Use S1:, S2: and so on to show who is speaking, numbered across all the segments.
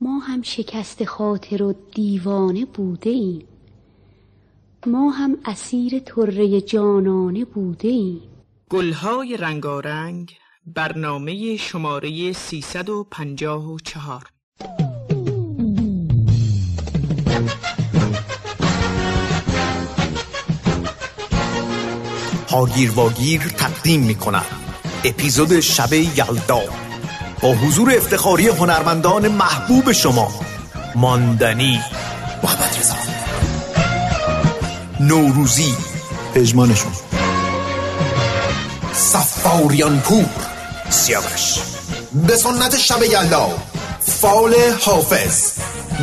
S1: ما هم شکست خاطر و دیوانه بوده ایم ما هم اسیر طره جانانه بوده ایم
S2: گلهای رنگارنگ برنامه شماره 354
S3: هاگیر واگیر تقدیم می کند اپیزود شب یلدا با حضور افتخاری هنرمندان محبوب شما ماندنی محمد رضا نوروزی پژمانشون سفاریان پور سیاوش
S4: به سنت شب یلدا فال حافظ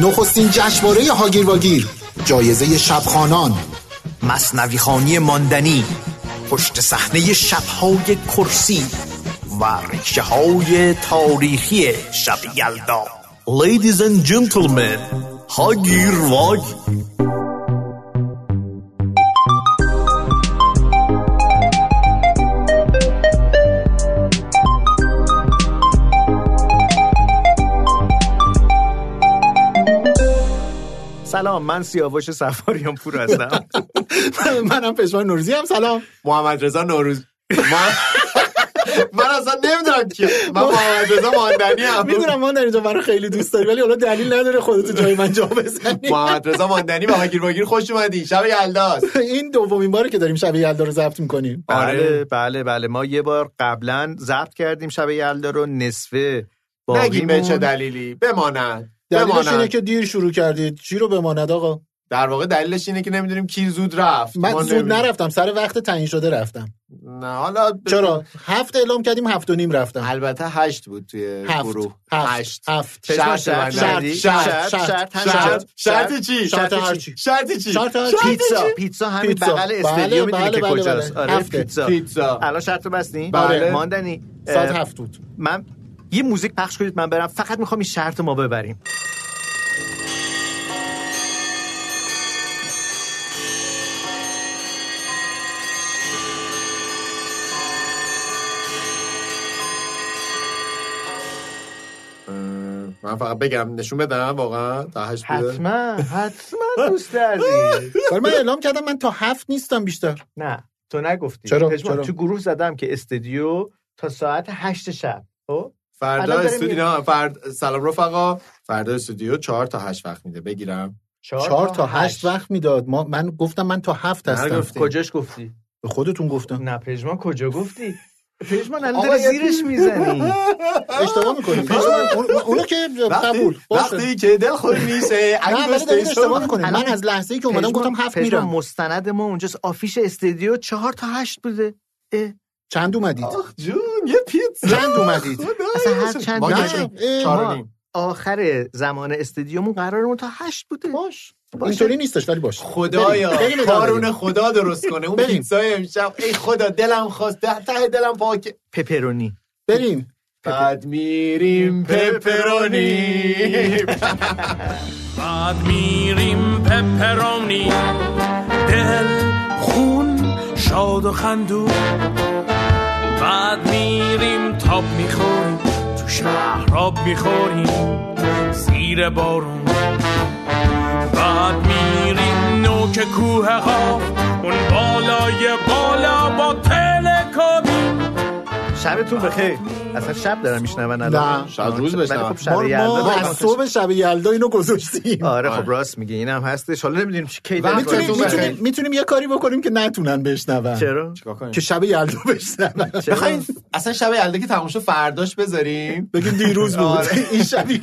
S4: نخستین جشنواره هاگیر واگیر جایزه شبخانان
S3: مصنوی خانی ماندنی پشت صحنه شبهای کرسی و ریشه های تاریخی شب یلدا Ladies and gentlemen هاگیر واگیر سلام من سیاوش سفاریان پور هستم
S4: منم پشمان نوروزی هم سلام
S5: محمد رضا نوروز من من اصلا نمیدونم کیه من محمد رضا ماندنی هم
S4: میدونم ما در اینجا برای خیلی دوست داری ولی حالا دلیل نداره خودتو جای من جا بزنی
S5: محمد رضا ماندنی و هاگیر واگیر خوش اومدی شب یلداست
S4: این دومین باره که داریم شب یلدا رو ضبط میکنیم
S5: آره.
S6: بله بله بله ما یه بار قبلا ضبط کردیم شب یلدا رو نصفه
S5: نگیم به چه
S6: باقیمون
S5: دلیلی بمانند
S4: دلیلش اینه
S5: بمانند
S4: که دیر شروع کردید چی رو بماند آقا
S5: در واقع دلیلش اینه که نمیدونیم کی زود رفت ما
S4: من زود
S5: نمی‌دونیم.
S4: نرفتم سر وقت تعیین شده رفتم
S5: نه حالا ب-
S4: چرا هفت اعلام کردیم هفت و نیم رفتم
S5: البته هشت بود توی
S4: هفت
S5: گروه
S4: هفت هفت
S5: شرط
S6: شرط
S5: بندی.
S6: شرط شرط شرط
S5: شرط
S6: شرط
S5: شرط چی
S4: شرط
S5: چی؟
S4: هر چی.
S5: شرط چی
S4: شرط هر چی.
S6: پیتزا پیتزا همین
S4: پیتزا.
S6: بغل
S4: بله،
S6: استادیوم میدونی
S4: بله،
S6: که
S4: بله،
S6: کجاست
S4: بله.
S6: آره
S4: هفته. آره.
S6: پیتزا
S5: پیتزا
S6: الان شرط رو بستین
S5: بله.
S6: آره، ماندنی اه،
S4: ساعت هفت بود
S6: من یه موزیک پخش کنید من برم فقط میخوام این شرط رو ما ببریم
S5: اه، من فقط بگم نشون بدم واقعا تا هشت بوده
S6: حتما حتما دوست عزیز
S4: ولی من اعلام کردم من تا هفت نیستم بیشتر
S6: نه تو نگفتی
S4: چرا؟
S6: پژمان،
S4: چرا؟
S6: تو گروه زدم که استودیو تا ساعت هشت شب خب
S5: فردا
S6: الان داره
S5: استودیو
S6: میاد.
S5: نه، فرد... سلام رفقا فردا استودیو چهار تا هشت وقت میده بگیرم
S4: چهار تا هشت وقت میداد ما من گفتم من تا هفت هستم
S5: نگفتیم.
S6: کجاش گفتی
S4: به خودتون گفتم
S6: نه پژمان کجا گفتی پژمان الان
S5: آقا،
S6: داری
S5: یه
S6: زیرش میزنی
S4: اشتباه میکنیم اونو که قبول
S5: وقتی,
S4: باش کن.
S5: وقتی که دل خود نیسه
S4: نه
S5: اگه
S4: ولی
S5: دوست
S4: دارید اشتباه
S5: داری
S4: میکنید من
S6: الان
S4: از لحظه ای که اومدم
S6: پژمان-
S4: گفتم هفت
S6: پژمان
S4: میرم
S6: مستند ما اونجاست آفیش استودیو چهار تا هشت بوده اه،
S4: چند اومدید
S5: آخ جون یه پیتزا
S4: چند اومدید
S6: اصلا هر چند
S5: ما
S4: نه،
S5: که
S6: ما
S5: چون-
S4: اه،
S5: چهار و
S4: ما-
S5: نیم.
S6: آخر زمان استودیومون قرارمون تا هشت بوده
S4: باش
S6: باشه.
S4: اینطوری نیستش ولی باش بریم
S5: خدایا
S4: ادامه
S5: کارون
S4: بدیم.
S5: خدا درست کنه اون
S4: بریم.
S5: پیتزای امشب ای خدا دلم خواست ده ته دلم پاکه
S6: پپرونی
S4: بریم
S5: بعد میریم پپرونی
S7: بعد میریم پپرونی دل خون شاد و خندون بعد میریم تاب میخوریم تو شهر آب میخوریم زیر بارون بعد میریم نوک کوه ها اون بالای بالا با تلکابی
S6: شبتون بخیر اصلا شب دارم میشنون
S4: نه،
S6: الان
S5: شاید روز
S6: ولی
S5: بشنون.
S6: خب شب
S4: ما,
S6: یلدا
S4: ما
S6: دارم.
S4: از صبح شب یلدا اینو گذاشتیم
S6: آره
S5: آره.
S6: خب راست میگه اینم هستش حالا نمیدونیم چی کی
S5: وقت
S6: داریم.
S5: می‌تونیم-
S4: میتونیم
S5: روزتون بخیر.
S4: میتونیم میتونیم یه کاری بکنیم که نتونن بشنون
S6: چرا
S5: چیکار کنیم
S4: که شب یلدا بشنون
S6: چرا؟
S5: بخواین اصلا شب یلدا که تماشا فرداش بذاریم
S4: بگیم دیروز بود
S5: آره.
S4: این شب این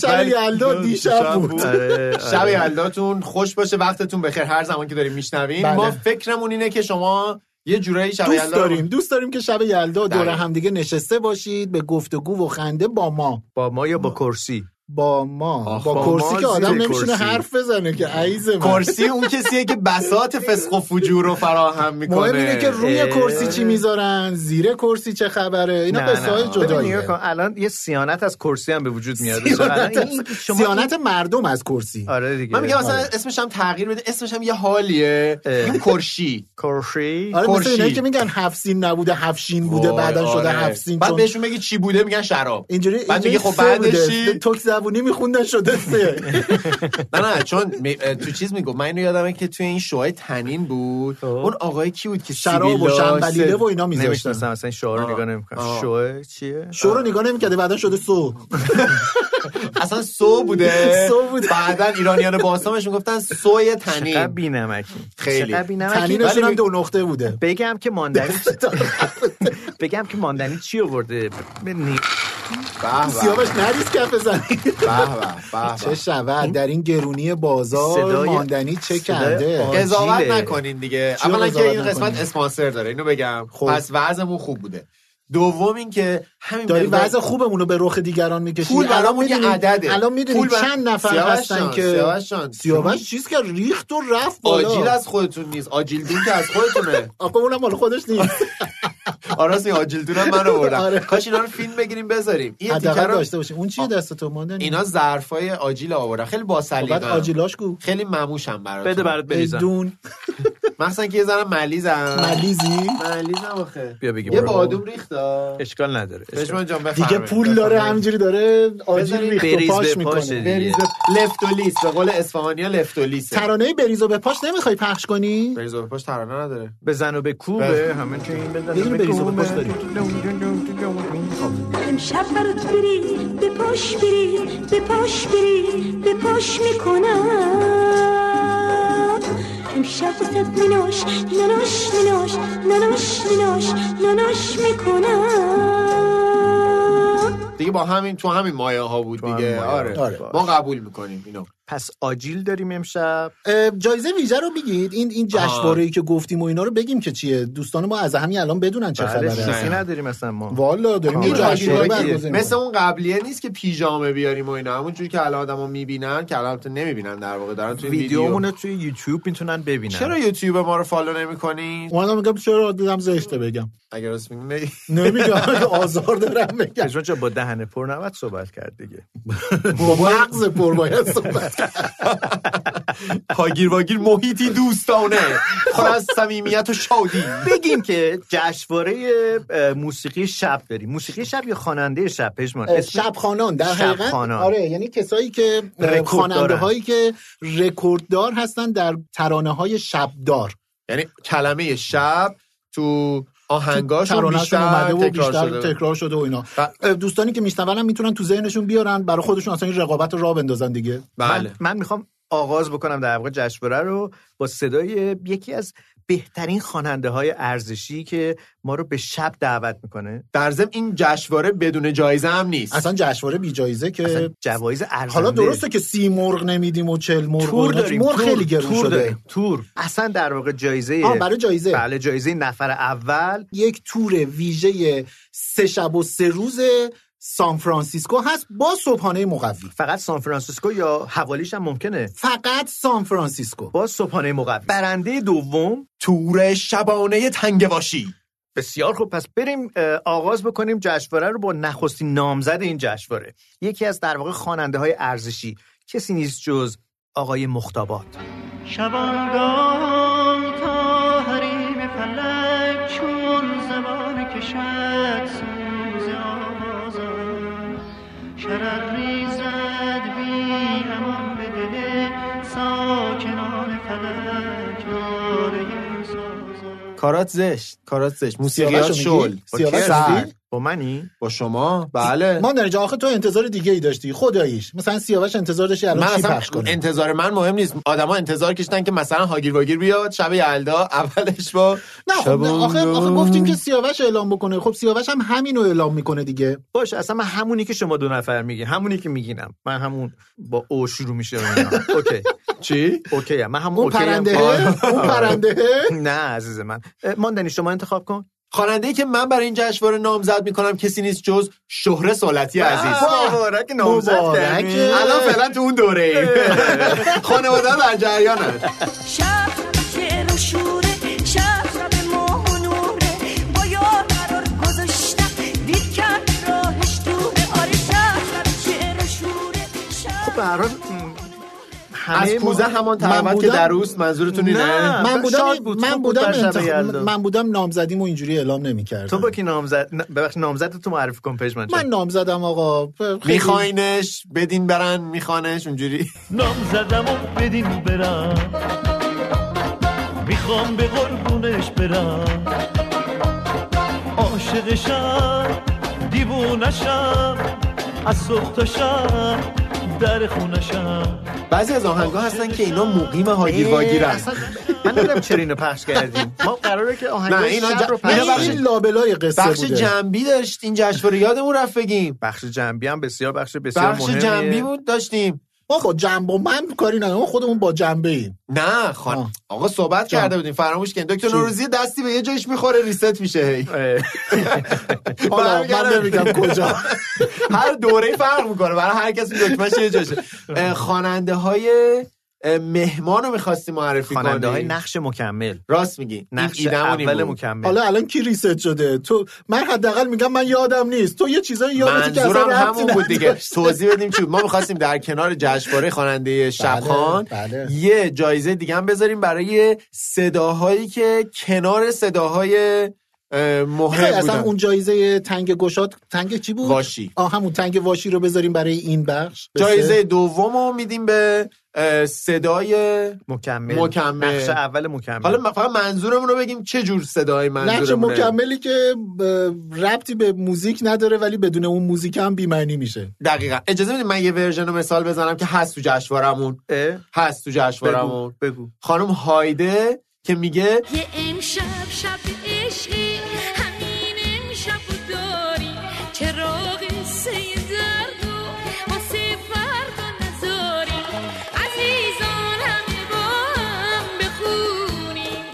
S4: شب
S5: ولی-
S4: یلدا دیشب بود
S6: آره،
S5: شب
S6: آره.
S5: یلداتون خوش باشه وقتتون بخیر هر زمان که داریم میشنوین
S4: بله.
S5: ما فکرمون اینه که شما یه جورایی شب
S4: دوست
S5: یلدا
S4: داریم
S5: رو
S4: دوست داریم که شب یلدا دور
S5: دقیقا.
S4: همدیگه نشسته باشید به گفتگو و خنده با ما
S6: با ما یا با کرسی
S4: با ما
S5: آخ،
S4: با
S5: با
S4: کرسی
S5: ما
S4: که آدم
S5: زیر
S4: نمیشونه
S5: کرسی.
S4: حرف بزنه که عیز من
S5: کرسی اون کسیه که بسات فسق و فجور رو فراهم میکنه
S4: مهم اینه که روی
S6: اه.
S4: کرسی چی میذارن زیر کرسی چه خبره اینا قصه های
S6: ببین نگاه
S4: جداییه
S6: کن، الان یه سیانت از کرسی هم به وجود میاد
S5: آره،
S4: سیانت,
S6: الان این- شما
S4: سیانت مردم از کرسی
S6: آره دیگه
S5: من میگم اصلا
S4: آره.
S5: اسمش هم تغییر بده اسمش هم یه حالیه
S6: اه.
S5: این کرشی
S6: کرسی
S4: آره مثل
S5: کرسی.
S4: اینایی که میگن هفسین نبوده هفشین بوده
S5: وای،
S4: بعدا شده
S5: آره.
S4: هفسین
S5: بعد
S4: چون
S5: بهشون بگی چی بوده میگن شراب
S4: اینجوری
S5: بعد میگه
S4: اینجوری
S5: خب
S4: سه بوده.
S5: بعدش چی؟
S4: تک زبونی میخوندن شده سه
S5: نه نه چون می- تو چیز میگو من اینو یادمه که توی این شوهای تنین بود اون آقای کی بود که
S4: خب. شراب و
S5: سیبیلا
S4: شنبلیله
S5: سر-
S4: و اینا میذاشتن
S6: نمیشناسم اصلا این شعار رو نگاه نمیکنم
S5: آه.
S6: شعار چیه
S4: شو رو نگاه نمیکرده بعدا شده سو
S5: اصلا سو بوده
S4: سو بوده.
S5: بعدا ایرانیان باستانش میگفتن سوی
S6: چقدر
S5: تنین
S6: بی‌نمکی
S5: خیلی.
S6: چقدر بی‌نمکی.
S4: تنینشون هم
S6: ولی
S4: دو نقطه بوده
S6: بگم که ماندنی بگم که ماندنی چی آورده به نی-
S5: به به
S4: سیاوش نریز کف زنی
S5: به به
S4: چه
S5: به.
S4: شود در این گرونی بازار
S6: صدای-
S4: ماندنی چه
S6: صدای
S4: کرده
S6: آ-
S5: قضاوت
S6: عجیبه.
S5: نکنین دیگه
S4: چی رو
S5: اولا که
S4: قضاوت
S5: این قسمت
S4: نکنیم؟
S5: اسپانسر داره اینو بگم
S4: خب.
S5: پس وضعمون خوب بوده دوم اینکه همین
S4: داری
S5: مقدار-
S4: وضع خوبمون رو به رخ دیگران میکشی
S5: پول برامون یه عدده
S4: الان میدونی
S5: پول بر-
S4: چند نفر
S5: سیاوش
S4: هستن
S5: جان،
S4: که
S5: سیاوش جان،
S4: سیاوش چیز که ریخت و رفت
S5: آجیل
S4: بالا
S5: از خودتون نیست آجیل دون که از خودتونه
S4: آقا اونم مال خودش نیست
S5: آراس این آجیل دونم من آوردم
S4: آره.
S5: کاش اینا رو فیلم بگیریم بذاریم این تیکه
S4: حداقل
S5: رو
S4: داشته باشیم اون چیه دست تو ماندنی
S5: اینا ظرفای آجیل آوردن خیلی با
S4: خب، بعد
S5: سلیقه
S4: آجیلاش کو
S5: خیلی مموشم براتون
S6: بده برات بریزم
S4: بدون
S5: مخصوصا که یه ذره ملیزم
S4: ملیزی
S5: ملیزم آخه
S6: بیا بگیم
S5: یه بادوم ریختا
S6: اشکال نداره اشکال.
S5: پشمان جان بفرمایید
S4: دیگه پول داره
S5: بفرمایید.
S4: همینجوری داره آجیل
S5: بذارین
S4: ریخت و
S6: بریز به
S4: پاش
S6: پاشه
S4: میکنه
S6: دیگه.
S5: بریز به- لفت و لیست به قول اصفهانی ها لفت و لیست
S4: ترانه بریز و به پاش نمیخوای پخش کنی
S5: بریز و پاش ترانه نداره
S6: بزن و به کوبه همه چی بزن
S4: یه دونه
S6: به
S4: بریز و به
S6: کوبه.
S4: پاش داریم.
S1: امشب برات برید به پاش برید به پاش برید به پاش میکنم امشب وسط نناش نناش نناش نناش نناش نناش میکنم
S5: دیگه با همین تو همین مایه ها بود
S6: تو همین
S5: دیگه
S6: مایه ها.
S5: آره.
S4: آره.
S5: ما قبول میکنیم اینو
S6: پس آجیل داریم امشب
S4: اه، جایزه ویژه رو بگید این این جشنواره ای که گفتیم و اینا رو بگیم که چیه دوستان ما از همین الان بدونن چه
S6: بله
S4: خبره
S6: چیزی نداریم اصلا ما
S4: والا داریم
S6: آه.
S4: یه
S5: این
S4: جشنواره
S5: آجیلایی که
S4: برگزار
S5: مثل
S4: می‌کنیم.
S5: اون قبلیه نیست که پیژامه بیاریم و اینا همونجوری که الان آدما میبینن که الان البته نمیبینن در واقع دارن توی ویدیو
S6: ویدیومون رو توی یوتیوب میتونن ببینن
S5: چرا یوتیوب ما رو فالو نمیکنی
S4: اومدم میگم چرا دیدم زشته بگم
S5: اگه راست میگی
S4: نمیگم آزار دارم بگم
S6: پژمان جان با دهن پر نباید صحبت کرد دیگه
S4: با مغز پر باید صحبت کرد.
S5: هاگیر واگیر محیطی دوستانه پر از صمیمیت و شادی
S6: بگیم که جشنواره اه، موسیقی شب داریم موسیقی شب یا خواننده شب پژمان
S4: اه،
S6: اسم-
S4: شبخانان در حقیقت
S6: شبخوانان.
S4: آره یعنی کسایی که
S6: رکورد
S4: خواننده
S6: دارن.
S4: هایی که رکورددار هستن در ترانه های شبدار
S5: یعنی کلمه شب تو آهنگاشون
S4: ترانهشون
S5: بیشتر
S4: اومده و
S5: تکرار
S4: بیشتر
S5: شده
S4: تکرار شده و اینا
S5: و-
S4: اه، دوستانی که میشنون هم میتونن تو ذهنشون بیارن برای خودشون اصلا این رقابت رو راه بندازن دیگه
S5: بله
S6: من, من میخوام آغاز بکنم در واقع جشنواره رو با صدای یکی از بهترین خواننده های ارزشی که ما رو به شب دعوت میکنه
S5: در ضمن این جشنواره بدون جایزه هم نیست
S4: اصلا جشنواره بی جایزه که
S6: جوایز ارزنده
S4: حالا درسته که سی مرغ نمیدیم و چل مرغ و
S6: تور
S4: اینا.
S6: داریم
S4: مرغ
S6: تور-
S4: خیلی گرون
S6: تور
S4: شده
S6: داریم. تور اصلا در واقع جایزه
S4: آه برای جایزه
S6: بله جایزه نفر اول
S4: یک تور ویژه سه شب و سه روز سان فرانسیسکو هست با صبحانه مقوی
S6: فقط سان فرانسیسکو یا حوالیش هم ممکنه
S4: فقط سان فرانسیسکو
S6: با صبحانه موقع برنده دوم
S5: تور شبانه تنگواشی
S6: بسیار خوب پس بریم اه، آغاز بکنیم جشنواره رو با نخستین نامزد این جشنواره یکی از در واقع خواننده های ارزشی کسی نیست جز آقای مختابات
S8: شبانگان تا حریم فلک چون زبان کشد سوز آوازم شرر ریزد بی امان به دل ساکنان فلک ناله سازم
S5: کارات زشت کارات زشت موسیقیات
S4: سیاوشو
S5: شل
S4: میگی؟ سیاوش
S5: سر.
S4: دیدی؟
S6: با منی؟
S5: با شما بله
S4: ما در آخه تو انتظار دیگه ای داشتی خداییش مثلا سیاوش انتظار داشتی
S5: من
S4: الان چی
S5: اصلا
S4: پخش کنه
S5: انتظار من مهم نیست آدما انتظار کشتن که مثلا هاگیر واگیر بیاد شب یلدا اولش با
S4: نه خب
S5: شبان
S4: آخه,
S5: دار.
S4: آخه گفتیم که سیاوش اعلام بکنه خب سیاوش هم همینو اعلام میکنه دیگه
S6: باش اصلا من همونی که شما دو نفر میگی همونی که میگینم من همون با او شروع میشه اوکی
S5: چی
S6: اوکی آره. من همون
S4: اون
S6: اوکی
S4: پرنده اون پرنده
S6: نه عزیز من اه، ماندنی شما انتخاب کن
S5: خواننده که من برای این جشنواره نامزد میکنم کسی نیست جز شهره سولتی عزیز
S6: مبارک نامزد
S5: مبارک.
S6: کردی.
S5: الان فعلا تو اون دوره ایم خانواده ها در جریانن
S1: شب شعر و شوره شب شب ماه و نوره با یار قرار گذاشتم دید کرد راهش دوره آره شب شب شعر و شوره شب
S6: به هر حال، م، همه
S5: از
S6: ما-
S5: کوزه همان
S4: من
S5: طبقت که
S4: بودم-
S5: در اوست منظورتون
S6: نه.
S5: اینه
S4: من بودم
S6: شاد بود.
S4: من
S6: خوب بود
S4: بودم
S6: بر شب
S4: انتخاب-
S6: یلدا.
S4: من بودم نامزدیمو اینجوری اعلام
S6: تو
S4: نمی‌کردم
S6: با کی نامزد نه، ببخش نامزد تو معرفی کن پژمان
S4: من
S6: جان.
S4: نامزدم آقا خیلی-
S5: میخواینش بدین برن میخوانش اونجوری
S8: نام زدم و بدین برم میخوام به قربونش برم عاشقشم دیوونشم از سختشم در خونشم
S5: بعضی از آهنگا هستن که اینا مقیم هاگیر واگیرن
S6: اصلا من نمیدونم چرا اینو پخش کردیم ما قراره که
S5: نه،
S6: آهنگ
S5: اینا
S6: شب
S5: جا-
S6: رو
S5: اینا
S6: پخش
S5: بخش-
S4: یعنی این لابلای قصه
S5: بخش
S4: بوده
S5: جنبی داشت این جشنواره یادمون رفت بگیم
S6: بخش جنبی هم بسیار بخش بسیار
S5: بخش
S6: مهمیه
S5: جنبی بود داشتیم
S4: ما خود جنب و من کاری ندارم ما خودمون با جنبه ایم
S5: نه خان
S4: آه.
S5: آقا صحبت
S4: جان.
S5: کرده بودیم فراموش کردیم دکتر نوروزی دستی به یه جایش میخوره ریست میشه هی
S6: اه.
S4: حالا من
S5: برمیگردم.
S4: نمیگم کجا
S5: هر دوره فرق میکنه برای هر کسی دکمهش یه جاشه خواننده های مهمان رو میخواستی معرفی کنی
S6: خواننده های نقش مکمل
S5: راست میگی
S6: نقش
S5: این ایده‌مون این
S6: اول
S5: بود.
S6: مکمل
S4: حالا الان کی ریست شده تو من حداقل میگم من یادم نیست تو یه چیزایی یادتی که اصلا
S5: منظورم
S4: ربطی
S5: همون بود دیگه
S4: نداشت.
S5: توضیح بدیم چی بود. ما میخواستیم در کنار جشنواره خواننده شبخان
S4: بله.
S5: یه جایزه دیگه هم بذاریم برای صداهایی که کنار صداهای اه،
S4: می‌خوای
S5: مهم
S4: آره، اصلا
S5: بودن
S4: اون جایزه تنگ گشاد تنگ چی بود
S5: واشی
S4: آه همون تنگ واشی رو بذاریم برای این بخش
S5: جایزه دوم رو میدیم به اه، صدای
S6: مکمل
S5: مکمل.
S6: نقش اول مکمل
S5: حالا ما- فقط منظورمون رو بگیم چه جور صدای
S4: نقش
S5: منظورمونه
S4: مکملی که ب- ربطی به موزیک نداره ولی بدون اون موزیک هم بی‌معنی میشه
S5: دقیقا اجازه میدیم من یه ورژن رو مثال بزنم که هست تو جشنوارمون
S6: اه؟
S5: هست تو
S6: بگو
S5: جشنوارمون
S6: بگو
S5: خانم هایده که میگه
S1: یه امشب شب عشقی همین امشب رو داری چرا قصه درد و واسه فردا نذاری عزیزان همه با هم بخونیم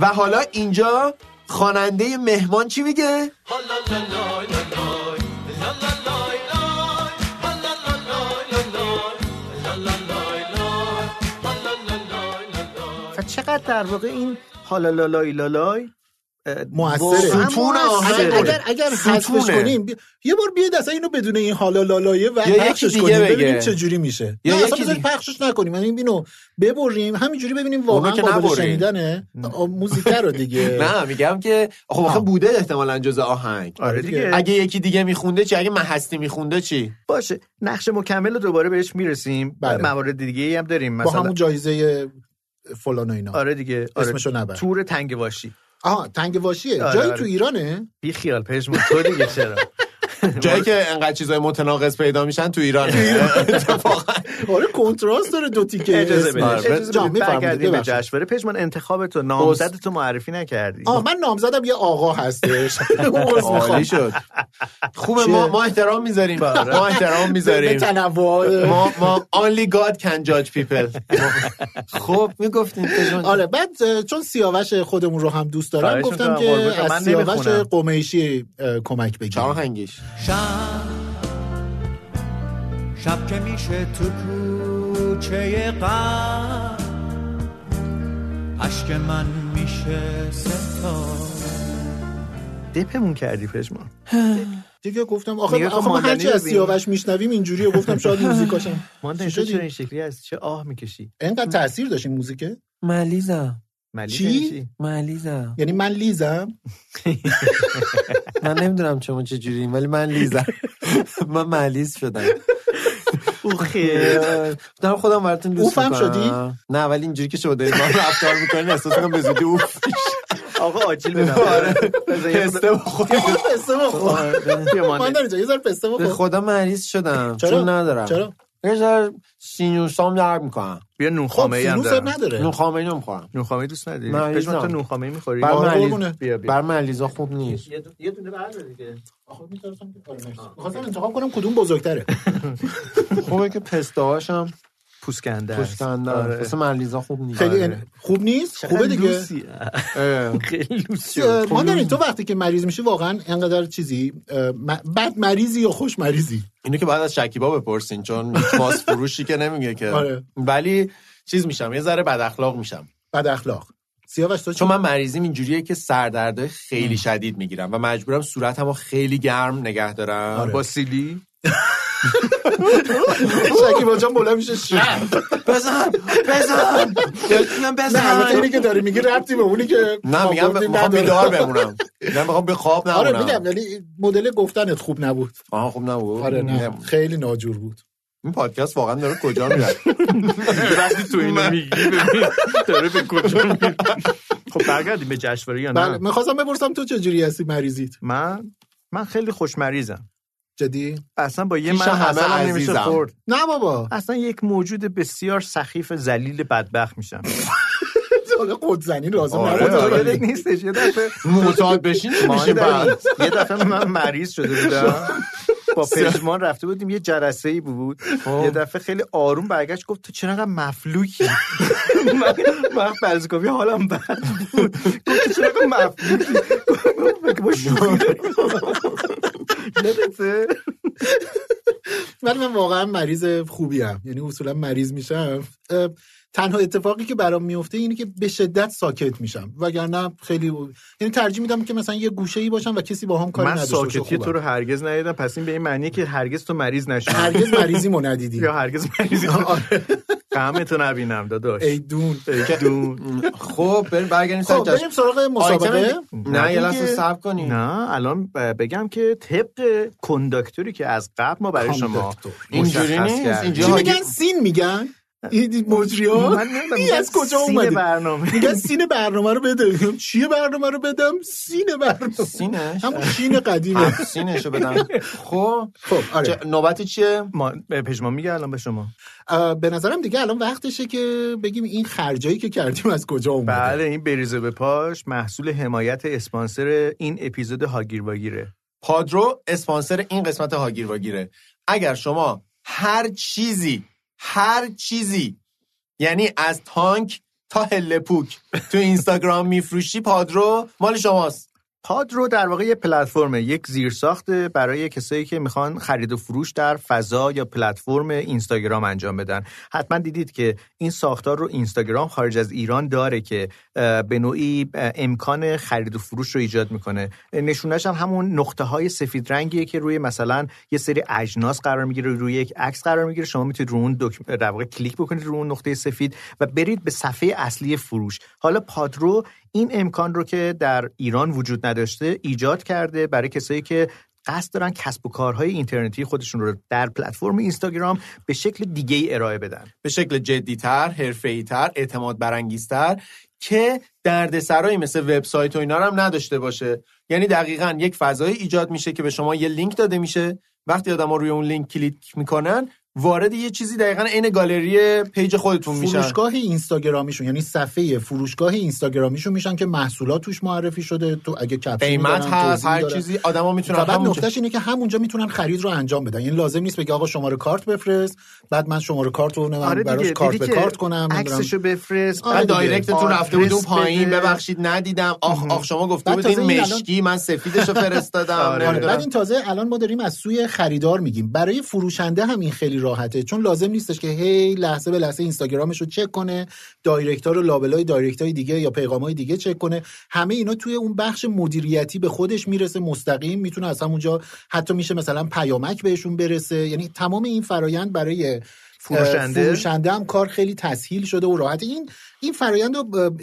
S5: و حالا اینجا خواننده مهمان چی میگه؟
S6: خب و چقدر در واقع این حالا لالای لالای اه،
S4: موثره.
S6: واقعاً
S5: ستون آهنگ.
S4: اگر
S6: موثره.
S4: اگر, اگر حذفش
S5: ستونه.
S4: کنیم بی- یه بار بیاید اصلا اینو بدون این حالا لالایه و
S5: یا یکی
S4: پخشش
S5: دیگه
S4: کنیم ببینیم
S5: بگه.
S4: چه جوری میشه
S5: یا
S4: یا
S5: یکی
S4: اصلا بذارید
S5: دیگه.
S4: پخشش نکنیم یعنی اینو ببریم همینجوری ببینیم واقعا
S5: اونو که
S4: قابل
S5: نبریم.
S4: شنیدنه آه، موزیک رو دیگه
S5: نه میگم که خب آخه
S4: آه.
S5: بوده احتمالا جز آهنگ
S6: آره دیگه
S5: اگه یکی دیگه میخونده چی؟ اگه من هستی میخونده چی؟
S6: باشه نقش مکمل رو دوباره بهش میرسیم
S4: بله.
S6: موارد دیگه هم داریم
S4: با
S6: مثلا
S4: همون جایزه فلان و اینا
S6: آره دیگه آره.
S4: اسمشو نبر.
S6: تور تنگ واشی
S4: آها تنگ واشیه
S6: آره،
S4: جایی
S6: آره.
S4: تو ایرانه
S6: بی خیال پژمان تو دیگه چرا
S5: جایی که انقدر چیزای متناقض پیدا میشن تو ایران اتفاقا
S4: آره کنتراست داره دو تیکه
S6: اجازه
S4: اسم.
S6: بدید
S5: آره،
S6: اجازه
S4: جان،
S6: بدید
S4: می‌فرمایید،
S6: برگردیم به
S4: ببخشید.
S6: جشنواره پژمان انتخاب تو نامزد تو معرفی نکردی
S4: آه من نامزدم یه آقا هستش اون عذر می‌خوام.
S5: عالی شد بله. خوبه ما ما احترام میذاریم ما احترام
S4: به
S5: میذاریم
S4: تنوع
S5: ما ما only God can judge people خب میگفتیم
S4: آره بعد اه، چون سیاوش خودمون رو هم دوست دارم
S6: خواهش
S4: گفتم
S6: می‌کنم، قربونت،
S4: که
S6: من
S4: از سیاوش
S6: نمی‌خونم.
S4: قمیشی اه، کمک
S5: چه
S4: بگیرم
S5: آهنگیش
S9: شب شب که میشه تو کوچه غم اشک من میشه ستا
S6: خب، دپمون کردی پژمان
S4: دیگه گفتم
S6: میگه
S4: آخه
S6: خب
S4: آخه ما
S6: ماندنی
S4: هرچی
S6: رو
S4: از
S6: ببین.
S4: سیاوش میشنویم اینجوریه گفتم شاید موزیکاشم
S6: مان
S4: چی
S6: تو چرا این
S4: شدی
S6: شکلی از چه آه میکشی
S4: اینقدر تاثیر داشت این موزیکه
S10: ملیزم
S6: ملیح
S4: چی؟
S6: نمی‌شی؟
S10: ملیزم
S4: یعنی من لیزم
S10: من نمیدونم شما چه جوری ولی من لیزم من ملیز شدم
S6: او خیلی
S10: دارم خودم براتون دوست
S4: اوفم
S10: می‌کنم.
S4: شدی؟
S10: نه ولی اینجوری که شما دارید با هم رفتار میکنین احساس کنم به زودی اوف
S6: آقا آجیل بدم آره
S5: پسته بخور.
S4: یه ذره خب، پسته
S6: خب،
S4: بخور من
S6: بیا
S4: یه ذره پسته
S10: به
S6: خب،
S4: بخور
S10: خدا مریض شدم
S4: چرا؟
S10: چون ندارم
S4: چرا
S10: یه ذره سینوسام درد میکنم
S4: خب
S6: نونخامه ای هم
S4: سینوس
S6: دارم
S4: نداره
S10: نون خامه نمیخورم
S6: نونخامه ای دوست نداری
S10: مریضم.
S6: پژمان تو نونخامه میخوری
S10: بر
S4: آره،
S10: مریض
S4: قربونه.
S6: بیا بیا
S10: بر مریضا خوب نیست
S6: بله. یه دونه برداری دیگه
S4: آخه می‌ترسم که- آره، مرسی. می‌خواستم انتخاب کنم کدوم بزرگتره
S10: خوبه که پسته هاشم
S6: پوسکنده است.
S10: پوستنده
S6: آره.
S10: واسه مرلیزا خوب نیست
S4: خیلی
S10: آره.
S4: ان- خوب نیست خوبه
S6: چقدر
S4: دیگه
S6: لوسی.
S4: اه.
S6: خیلی لوسی.
S4: اه، ماندنی تو وقتی که مریض میشی واقعا انقدر چیزی اه، م- بد مریضی یا خوش مریضی
S5: اینو که بعد از شکیبا بپرسین چون ماس فروشی که نمیگه که
S4: آره.
S5: ولی چیز میشم یه ذره بد اخلاق میشم
S4: بد اخلاق سیاوش تو
S5: چون من مریضیم اینجوریه که سردرده خیلی شدید میگیرم و مجبورم صورتمو خیلی گرم نگه دارم
S4: آره.
S5: با سیلی
S4: شکیبا جان بلند میشه شهر
S5: بزن بزن بزن
S4: نه البته اینی که داری میگی ربطی به اونی که
S5: نه میگم
S4: آوردی
S5: میخوام
S4: نداره.
S5: بیدار بمونم نه میخوام به خواب
S4: آره میگم
S5: نمونم
S4: ولی مدل گفتنت خوب نبود
S5: آها خوب نبود
S4: آره نه
S5: نم.
S4: خیلی ناجور بود
S5: این پادکست واقعا داره کجا میره
S6: وقتی تو اینو میگی ببین داره به کجا میره. خب برگردیم به جشنواره یا
S4: بله
S6: نه
S4: میخواستم بپرسم تو چجوری هستی مریضیت
S6: من من خیلی خوش مریضم
S4: جدی
S6: اصلا با یه
S5: پیش
S6: من
S5: همه
S6: اصلا نمیشه
S5: عزیزم.
S6: خورد
S4: نه بابا
S6: اصلا یک موجود بسیار سخیف ذلیل بدبخت میشم
S4: حالا قدزنی لازم
S5: آره،
S4: نبود.
S5: آره.
S6: یادت نیستش یه دفعه
S5: معتاد بشین چی میشه بعد
S6: ماندنی، آره. یه دفعه من مریض شده بودم با پژمان رفته بودیم یه جلسه ای بود یه دفعه خیلی آروم برگشت گفت تو چرا انقدر مفلوکی من من فرزکاوی حالم بد بود گفت تو چرا انقدر مفلوکی گفت با شوخی داری. یادته؟
S4: ولی من واقعا مریض خوبی هم یعنی اصولا مریض میشم اه، تنها اتفاقی که برام میفته اینه که به شدت ساکت میشم وگرنه خیلی یعنی ترجیح میدم که مثلا یه گوشه ای باشم و کسی با هم کاری
S6: من
S4: نداشته باشه خب
S6: ساکتی
S4: خوبم.
S6: تو رو هرگز ندیدم پس این به این معنیه که هرگز تو مریض نشی
S4: بله. هرگز مریضی مو ندیدی
S6: یا هرگز مریض غم تو نبینم داداش
S4: ای دون
S6: ای دون.
S5: خب بریم برگردیم سر
S4: خب
S5: جشن.
S4: بریم سراغ مسابقه
S5: آیتم- نه یه
S6: دیگه.
S5: لحظه صبر کنیم
S6: نه الان ب- بگم که طبق کنداکتوری که از قبل ما برای شما
S4: کانداکتور.
S5: اینجوری
S6: مشخص
S5: نیست.
S6: کردیم.
S5: اینجوری
S4: چی
S5: ها-
S4: میگن سین میگن این مجری ها
S6: من نمی‌دونم.
S4: این از کجا
S6: سین
S4: اومده
S6: برنامه
S4: میگن سین برنامه رو بده میگم چیه برنامه رو بدم سین برنامه
S5: سینش
S4: همون شین قدیمه
S5: سینشو بدم خب
S4: خب آره
S5: چه- نوبت چیه
S6: ما پژمان میگه الان به شما
S4: اه، به نظرم دیگه الان وقتشه که بگیم این خرجایی که کردیم از کجا اومده
S6: بله این بریزه به پاش محصول حمایت اسپانسر این اپیزود هاگیر واگیره
S5: پادرو اسپانسر این قسمت هاگیر واگیره اگر شما هر چیزی هر چیزی یعنی از تانک تا هله پوک تو اینستاگرام میفروشی پادرو مال شماست
S6: پاد رو در واقع یه پلتفرم یک زیرساخت برای کسایی که میخوان خرید و فروش در فضا یا پلتفرم اینستاگرام انجام بدن حتما دیدید که این ساختار رو اینستاگرام خارج از ایران داره که اه، به نوعی اه، امکان خرید و فروش رو ایجاد میکنه نشونش هم همون نقطه های سفید رنگیه که روی مثلا یه سری اجناس قرار میگیره روی یک عکس قرار میگیره شما میتونید رو اون دک... در واقع کلیک بکنید رو اون نقطه سفید و برید به صفحه اصلی فروش حالا پادرو این امکان رو که در ایران وجود نداشته ایجاد کرده برای کسایی که قصد دارن کسب و کارهای اینترنتی خودشون رو در پلتفرم اینستاگرام به شکل دیگه ای ارائه بدن
S5: به شکل جدیتر حرفه‌ای‌تر اعتماد برانگیزتر که دردسرایی مثل وبسایت و اینا رو هم نداشته باشه یعنی دقیقا یک فضایی ایجاد میشه که به شما یه لینک داده میشه وقتی آدما روی اون لینک کلیک میکنن وارد یه چیزی دقیقا عین گالری پیج خودتون میشن
S4: فروشگاه اینستاگرامیشون یعنی صفحه فروشگاه اینستاگرامیشون میشن که محصولات توش معرفی شده تو اگه کپشن
S5: قیمت
S4: می‌دارن،
S5: هست
S4: توضیح
S5: هر
S4: دارن.
S5: چیزی آدما میتونن
S4: و بعد
S5: همونجا-
S4: نکتهش اینه که همونجا میتونن خرید رو انجام بدن یعنی لازم نیست بگی آقا شماره کارت بفرست بعد من شماره کارت
S5: آره
S4: رو نمیدونم براش کارت به
S6: آره دیدی
S4: کارت
S6: که
S4: کنم
S6: عکسشو بفرست
S4: آره
S5: من
S4: دیگه.
S6: بعد
S5: دایرکتتون رفته بود اون
S6: آدرس
S5: پایین
S6: بده.
S5: ببخشید ندیدم آخ آخ شما گفته
S4: بعد
S5: بودین
S4: تازه این الان-
S5: مشکی من سفیدشو فرستادم
S6: آره.
S4: آره،
S5: نمی‌دونم.
S4: بعد این تازه الان ما داریم از سوی خریدار میگیم برای فروشنده هم این خیلی راحته چون لازم نیستش که هی لحظه به لحظه اینستاگرامش رو چک کنه دایرکت ها رو لابلای دایرکت های دیگه یا پیغام های دیگه چک کنه همه اینا توی اون بخش مدیریتی به خودش میرسه مستقیم میتونه از همونجا حتی میشه مثلا پیامک بهشون برسه یعنی تمام این فرایند برای
S6: فروشنده؟
S4: فروشنده هم کار خیلی تسهیل شده و راحت این این فرایند رو ب-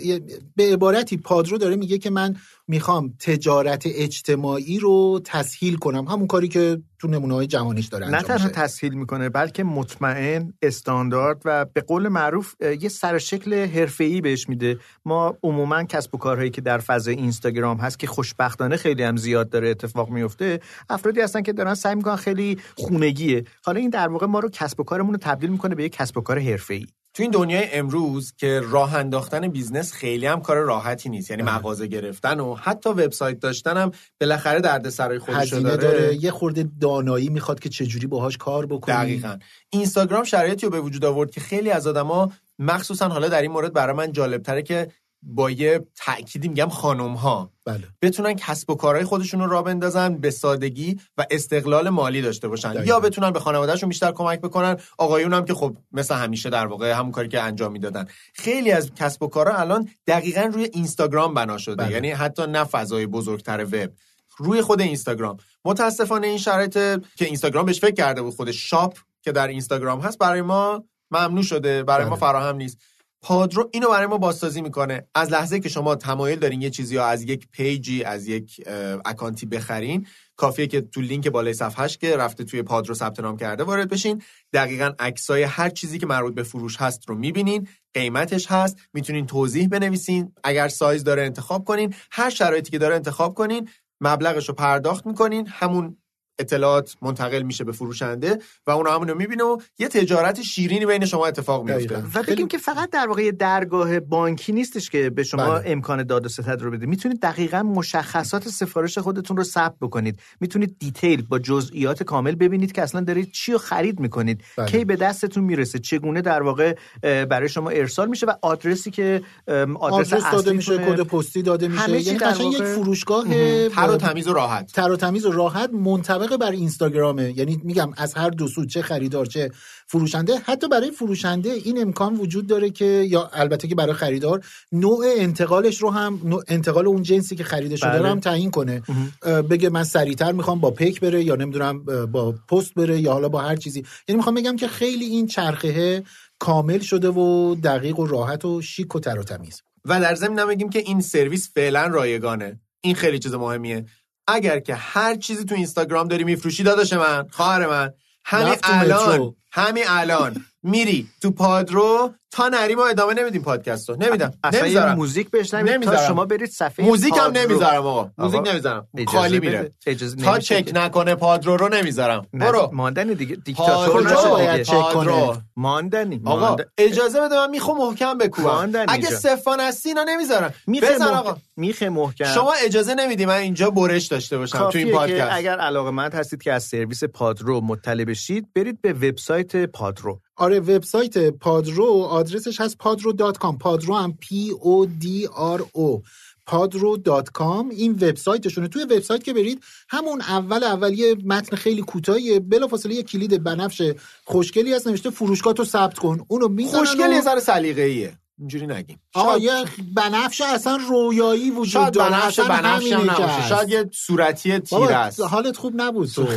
S4: به عبارتی پادرو داره میگه که من میخوام تجارت اجتماعی رو تسهیل کنم همون کاری که تو نمونه های جهانیش داره
S6: نه
S4: انجام
S6: تنها
S4: میشه
S6: تسهیل میکنه بلکه مطمئن استاندارد و به قول معروف اه، یه سرشکل حرفه‌ای بهش میده ما عموما کسب و کارهایی که در فضای اینستاگرام هست که خوشبختانه خیلی هم زیاد داره اتفاق میفته افرادی هستن که دارن سعی میکنن خیلی خونگیه حالا این در واقع ما رو کسب و کارمون رو تبدیل میکنه به یه کسب و کار حرفه‌ای
S5: تو این دنیای امروز که راه انداختن بیزنس خیلی هم کار راحتی نیست یعنی
S6: بله.
S5: مغازه گرفتن و حتی وبسایت داشتن هم بالاخره دردسرای خودش
S4: هزینه
S5: داره,
S4: داره یه خورده دانایی میخواد که چجوری باهاش کار بکنی
S5: دقیقا اینستاگرام شرایطی رو به وجود آورد که خیلی از آدما مخصوصا حالا در این مورد برای من جالبتره که با یه تأکیدی میگم خانم ها
S4: بله
S5: بتونن کسب و کارهای خودشون رو راه بندازن به سادگی و استقلال مالی داشته باشن
S4: دقیقاً.
S5: یا بتونن به خانوادهشون بیشتر کمک بکنن آقایون هم که خب مثل همیشه در واقع همون کاری که انجام میدادن خیلی از کسب و کارها الان دقیقا روی اینستاگرام بنا شده
S4: بله.
S5: یعنی حتی نه فضای بزرگتر وب روی خود اینستاگرام متاسفانه این شرایط که اینستاگرام بهش فکر کرده بود خود شاپ که در اینستاگرام هست برای ما ممنوع شده برای ما
S4: بله.
S5: فراهم نیست پادرو اینو برای ما بازسازی میکنه از لحظه که شما تمایل دارین یه چیزی رو از یک پیجی از یک اه، اکانتی بخرین کافیه که تو لینک بالای صفحهش که رفته توی پادرو ثبت نام کرده وارد بشین دقیقا عکسای هر چیزی که مربوط به فروش هست رو میبینین قیمتش هست میتونین توضیح بنویسین اگر سایز داره انتخاب کنین هر شرایطی که داره انتخاب کنین مبلغش رو پرداخت میکنین همون اطلاعات منتقل میشه به فروشنده و اون همون رو میبینه و یه تجارت شیرینی بین شما اتفاق میفته
S4: دقیقاً.
S6: و بگیم که فقط در واقع یه درگاه بانکی نیستش که به شما
S4: بله.
S6: امکان داد و ستد رو بده میتونید دقیقا مشخصات سفارش خودتون رو ثبت بکنید میتونید دیتیل با جزئیات کامل ببینید که اصلا دارید چی رو خرید میکنید
S4: بله.
S6: کی به دستتون میرسه چگونه در واقع اه، برای شما ارسال میشه و آدرسی که ام، آدرس,
S4: آدرس داده
S6: اصلیتونه-
S4: میشه کد پستی داده
S6: همه
S4: میشه
S6: چی
S4: یعنی
S6: در
S4: قشنگ یک
S6: واقع-
S4: فروشگاه
S5: تر و تمیز و راحت
S4: تر و تمیز و راحت منطبق بر اینستاگرامه یعنی میگم از هر دو سو چه خریدار چه فروشنده حتی برای فروشنده این امکان وجود داره که یا البته که برای خریدار نوع انتقالش رو هم نوع انتقال اون جنسی که خریده شده
S6: بله.
S4: رو هم تعیین کنه اه، بگه من سریعتر میخوام با پک بره یا نمیدونم اه، با پست بره یا حالا با هر چیزی یعنی میخوام بگم که خیلی این چرخه کامل شده و دقیق و راحت و شیک و تر و تمیز
S5: و در ضمن هم بگیم که این سرویس فعلا رایگانه این خیلی چیز مهمیه اگر که هر چیزی تو اینستاگرام داری میفروشی داداش من خواهر من همین
S4: رفت تو
S5: الان
S4: مترو.
S5: همین الان میری تو پادرو تا نری ما ادامه نمیدیم پادکست رو نمیدم
S6: اصلا یه
S5: نمیذارم
S6: موزیک بهش نمیدید تا
S5: نمیذارم.
S6: شما برید صفحه
S5: موزیک هم
S6: پادرو.
S5: نمیذارم آقا موزیک
S6: آقا،
S5: نمیذارم
S6: اجازه
S5: خالی
S6: بده.
S5: میره
S6: اجازه
S5: تا
S6: نمیشه
S5: چک
S6: که.
S5: نکنه پادرو رو نمیذارم
S6: نه،
S5: برو
S6: ماندن دیگه دیکتاتور
S4: کجا
S6: نشو
S5: پادرو
S4: باید
S6: دیگه.
S4: چک کنه؟
S5: پادرو
S6: ماندنی
S5: آقا
S6: ماندن-
S5: اجازه بده من میخو محکم بکوبم
S6: خواندن
S5: اگه
S6: اینجا.
S5: سفان هستی اینا نمیذارم
S6: میخه
S5: بزن
S6: محکم-
S5: آقا
S6: میخه محکم
S5: شما اجازه نمیدی من اینجا برش داشته باشم تو
S6: کافیه
S5: این
S6: که
S5: پادکست
S6: اگر علاقه هستید که از سرویس پادرو مطلع بشید برید به وبسایت پادرو
S4: آره وبسایت پادرو آدرسش هست padro.com پادرو هم p o d r o padro.com این وبسایتشونه توی وبسایت که برید همون اول اول یه متن خیلی کوتاهیه بلافاصله یه کلید بنفش خوشگلی هست نوشته فروشگاه تو ثبت کن اونو میزنن
S5: خوشگل یه
S4: و...
S5: ذره سلیقه ایه اینجوری نگیم
S4: آقا
S5: شاید-
S4: یه بنفش اصلا رویایی وجود
S5: شاید
S4: داره
S5: بنفش
S4: اصلا
S5: بنفش هم
S4: همینه که
S5: نباشه
S4: هست.
S5: شاید یه صورتی تیر
S4: بابا
S5: است
S4: حالت خوب نبود تو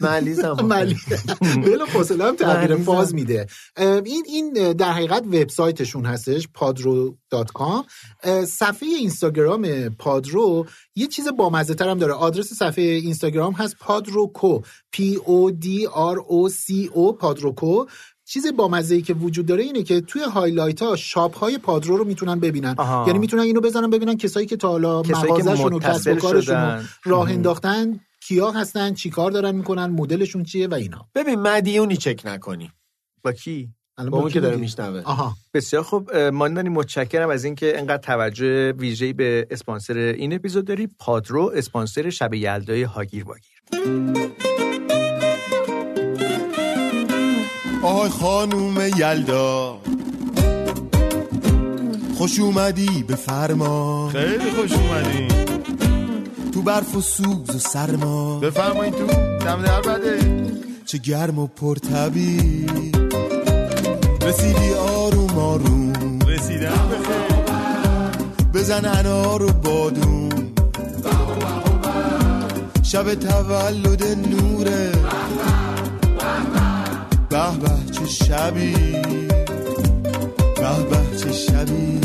S6: ملیزم
S4: ملی بلا فاصله هم تغییر
S6: مریضم.
S4: فاز میده اه، این این در حقیقت وبسایتشون هستش padro.com اه، صفحه اینستاگرام پادرو یه چیز بامزه تر هم داره آدرس صفحه اینستاگرام هست پادروکو p o d r o c o پادروکو چیز بامزه ای که وجود داره اینه که توی هایلایت ها شاپ های پادرو رو میتونن ببینن
S6: آها.
S4: یعنی میتونن اینو بزنن ببینن کسایی که تا حالا
S6: کسایی که
S4: مغازشون و کسب و
S6: متصل
S4: کارشون و
S6: شدن.
S4: راه انداختن کیا هستن چیکار دارن میکنن مدلشون چیه و اینا
S5: ببین مدیونی چک نکنی
S6: با کی
S4: الان
S5: با اون
S4: کی
S5: که داره
S4: بودی؟
S5: میشنوه
S4: آها
S6: بسیار خوب اه، ماندنی متشکرم از اینکه انقدر توجه ویژه‌ای به اسپانسر این اپیزود داری پادرو اسپانسر شب یلدای هاگیر واگیر
S11: آهای خانوم یلدا خوش اومدی به فرما
S9: خیلی خوش اومدین
S11: تو برف و سوز و سرما
S9: بفرمایید تو دم در بده
S11: چه گرم و پرتبی رسیدی آروم آروم
S9: رسیدم بخیر
S11: بزن انار و بادوم شب تولد نوره به به چه شبی به به چه شبی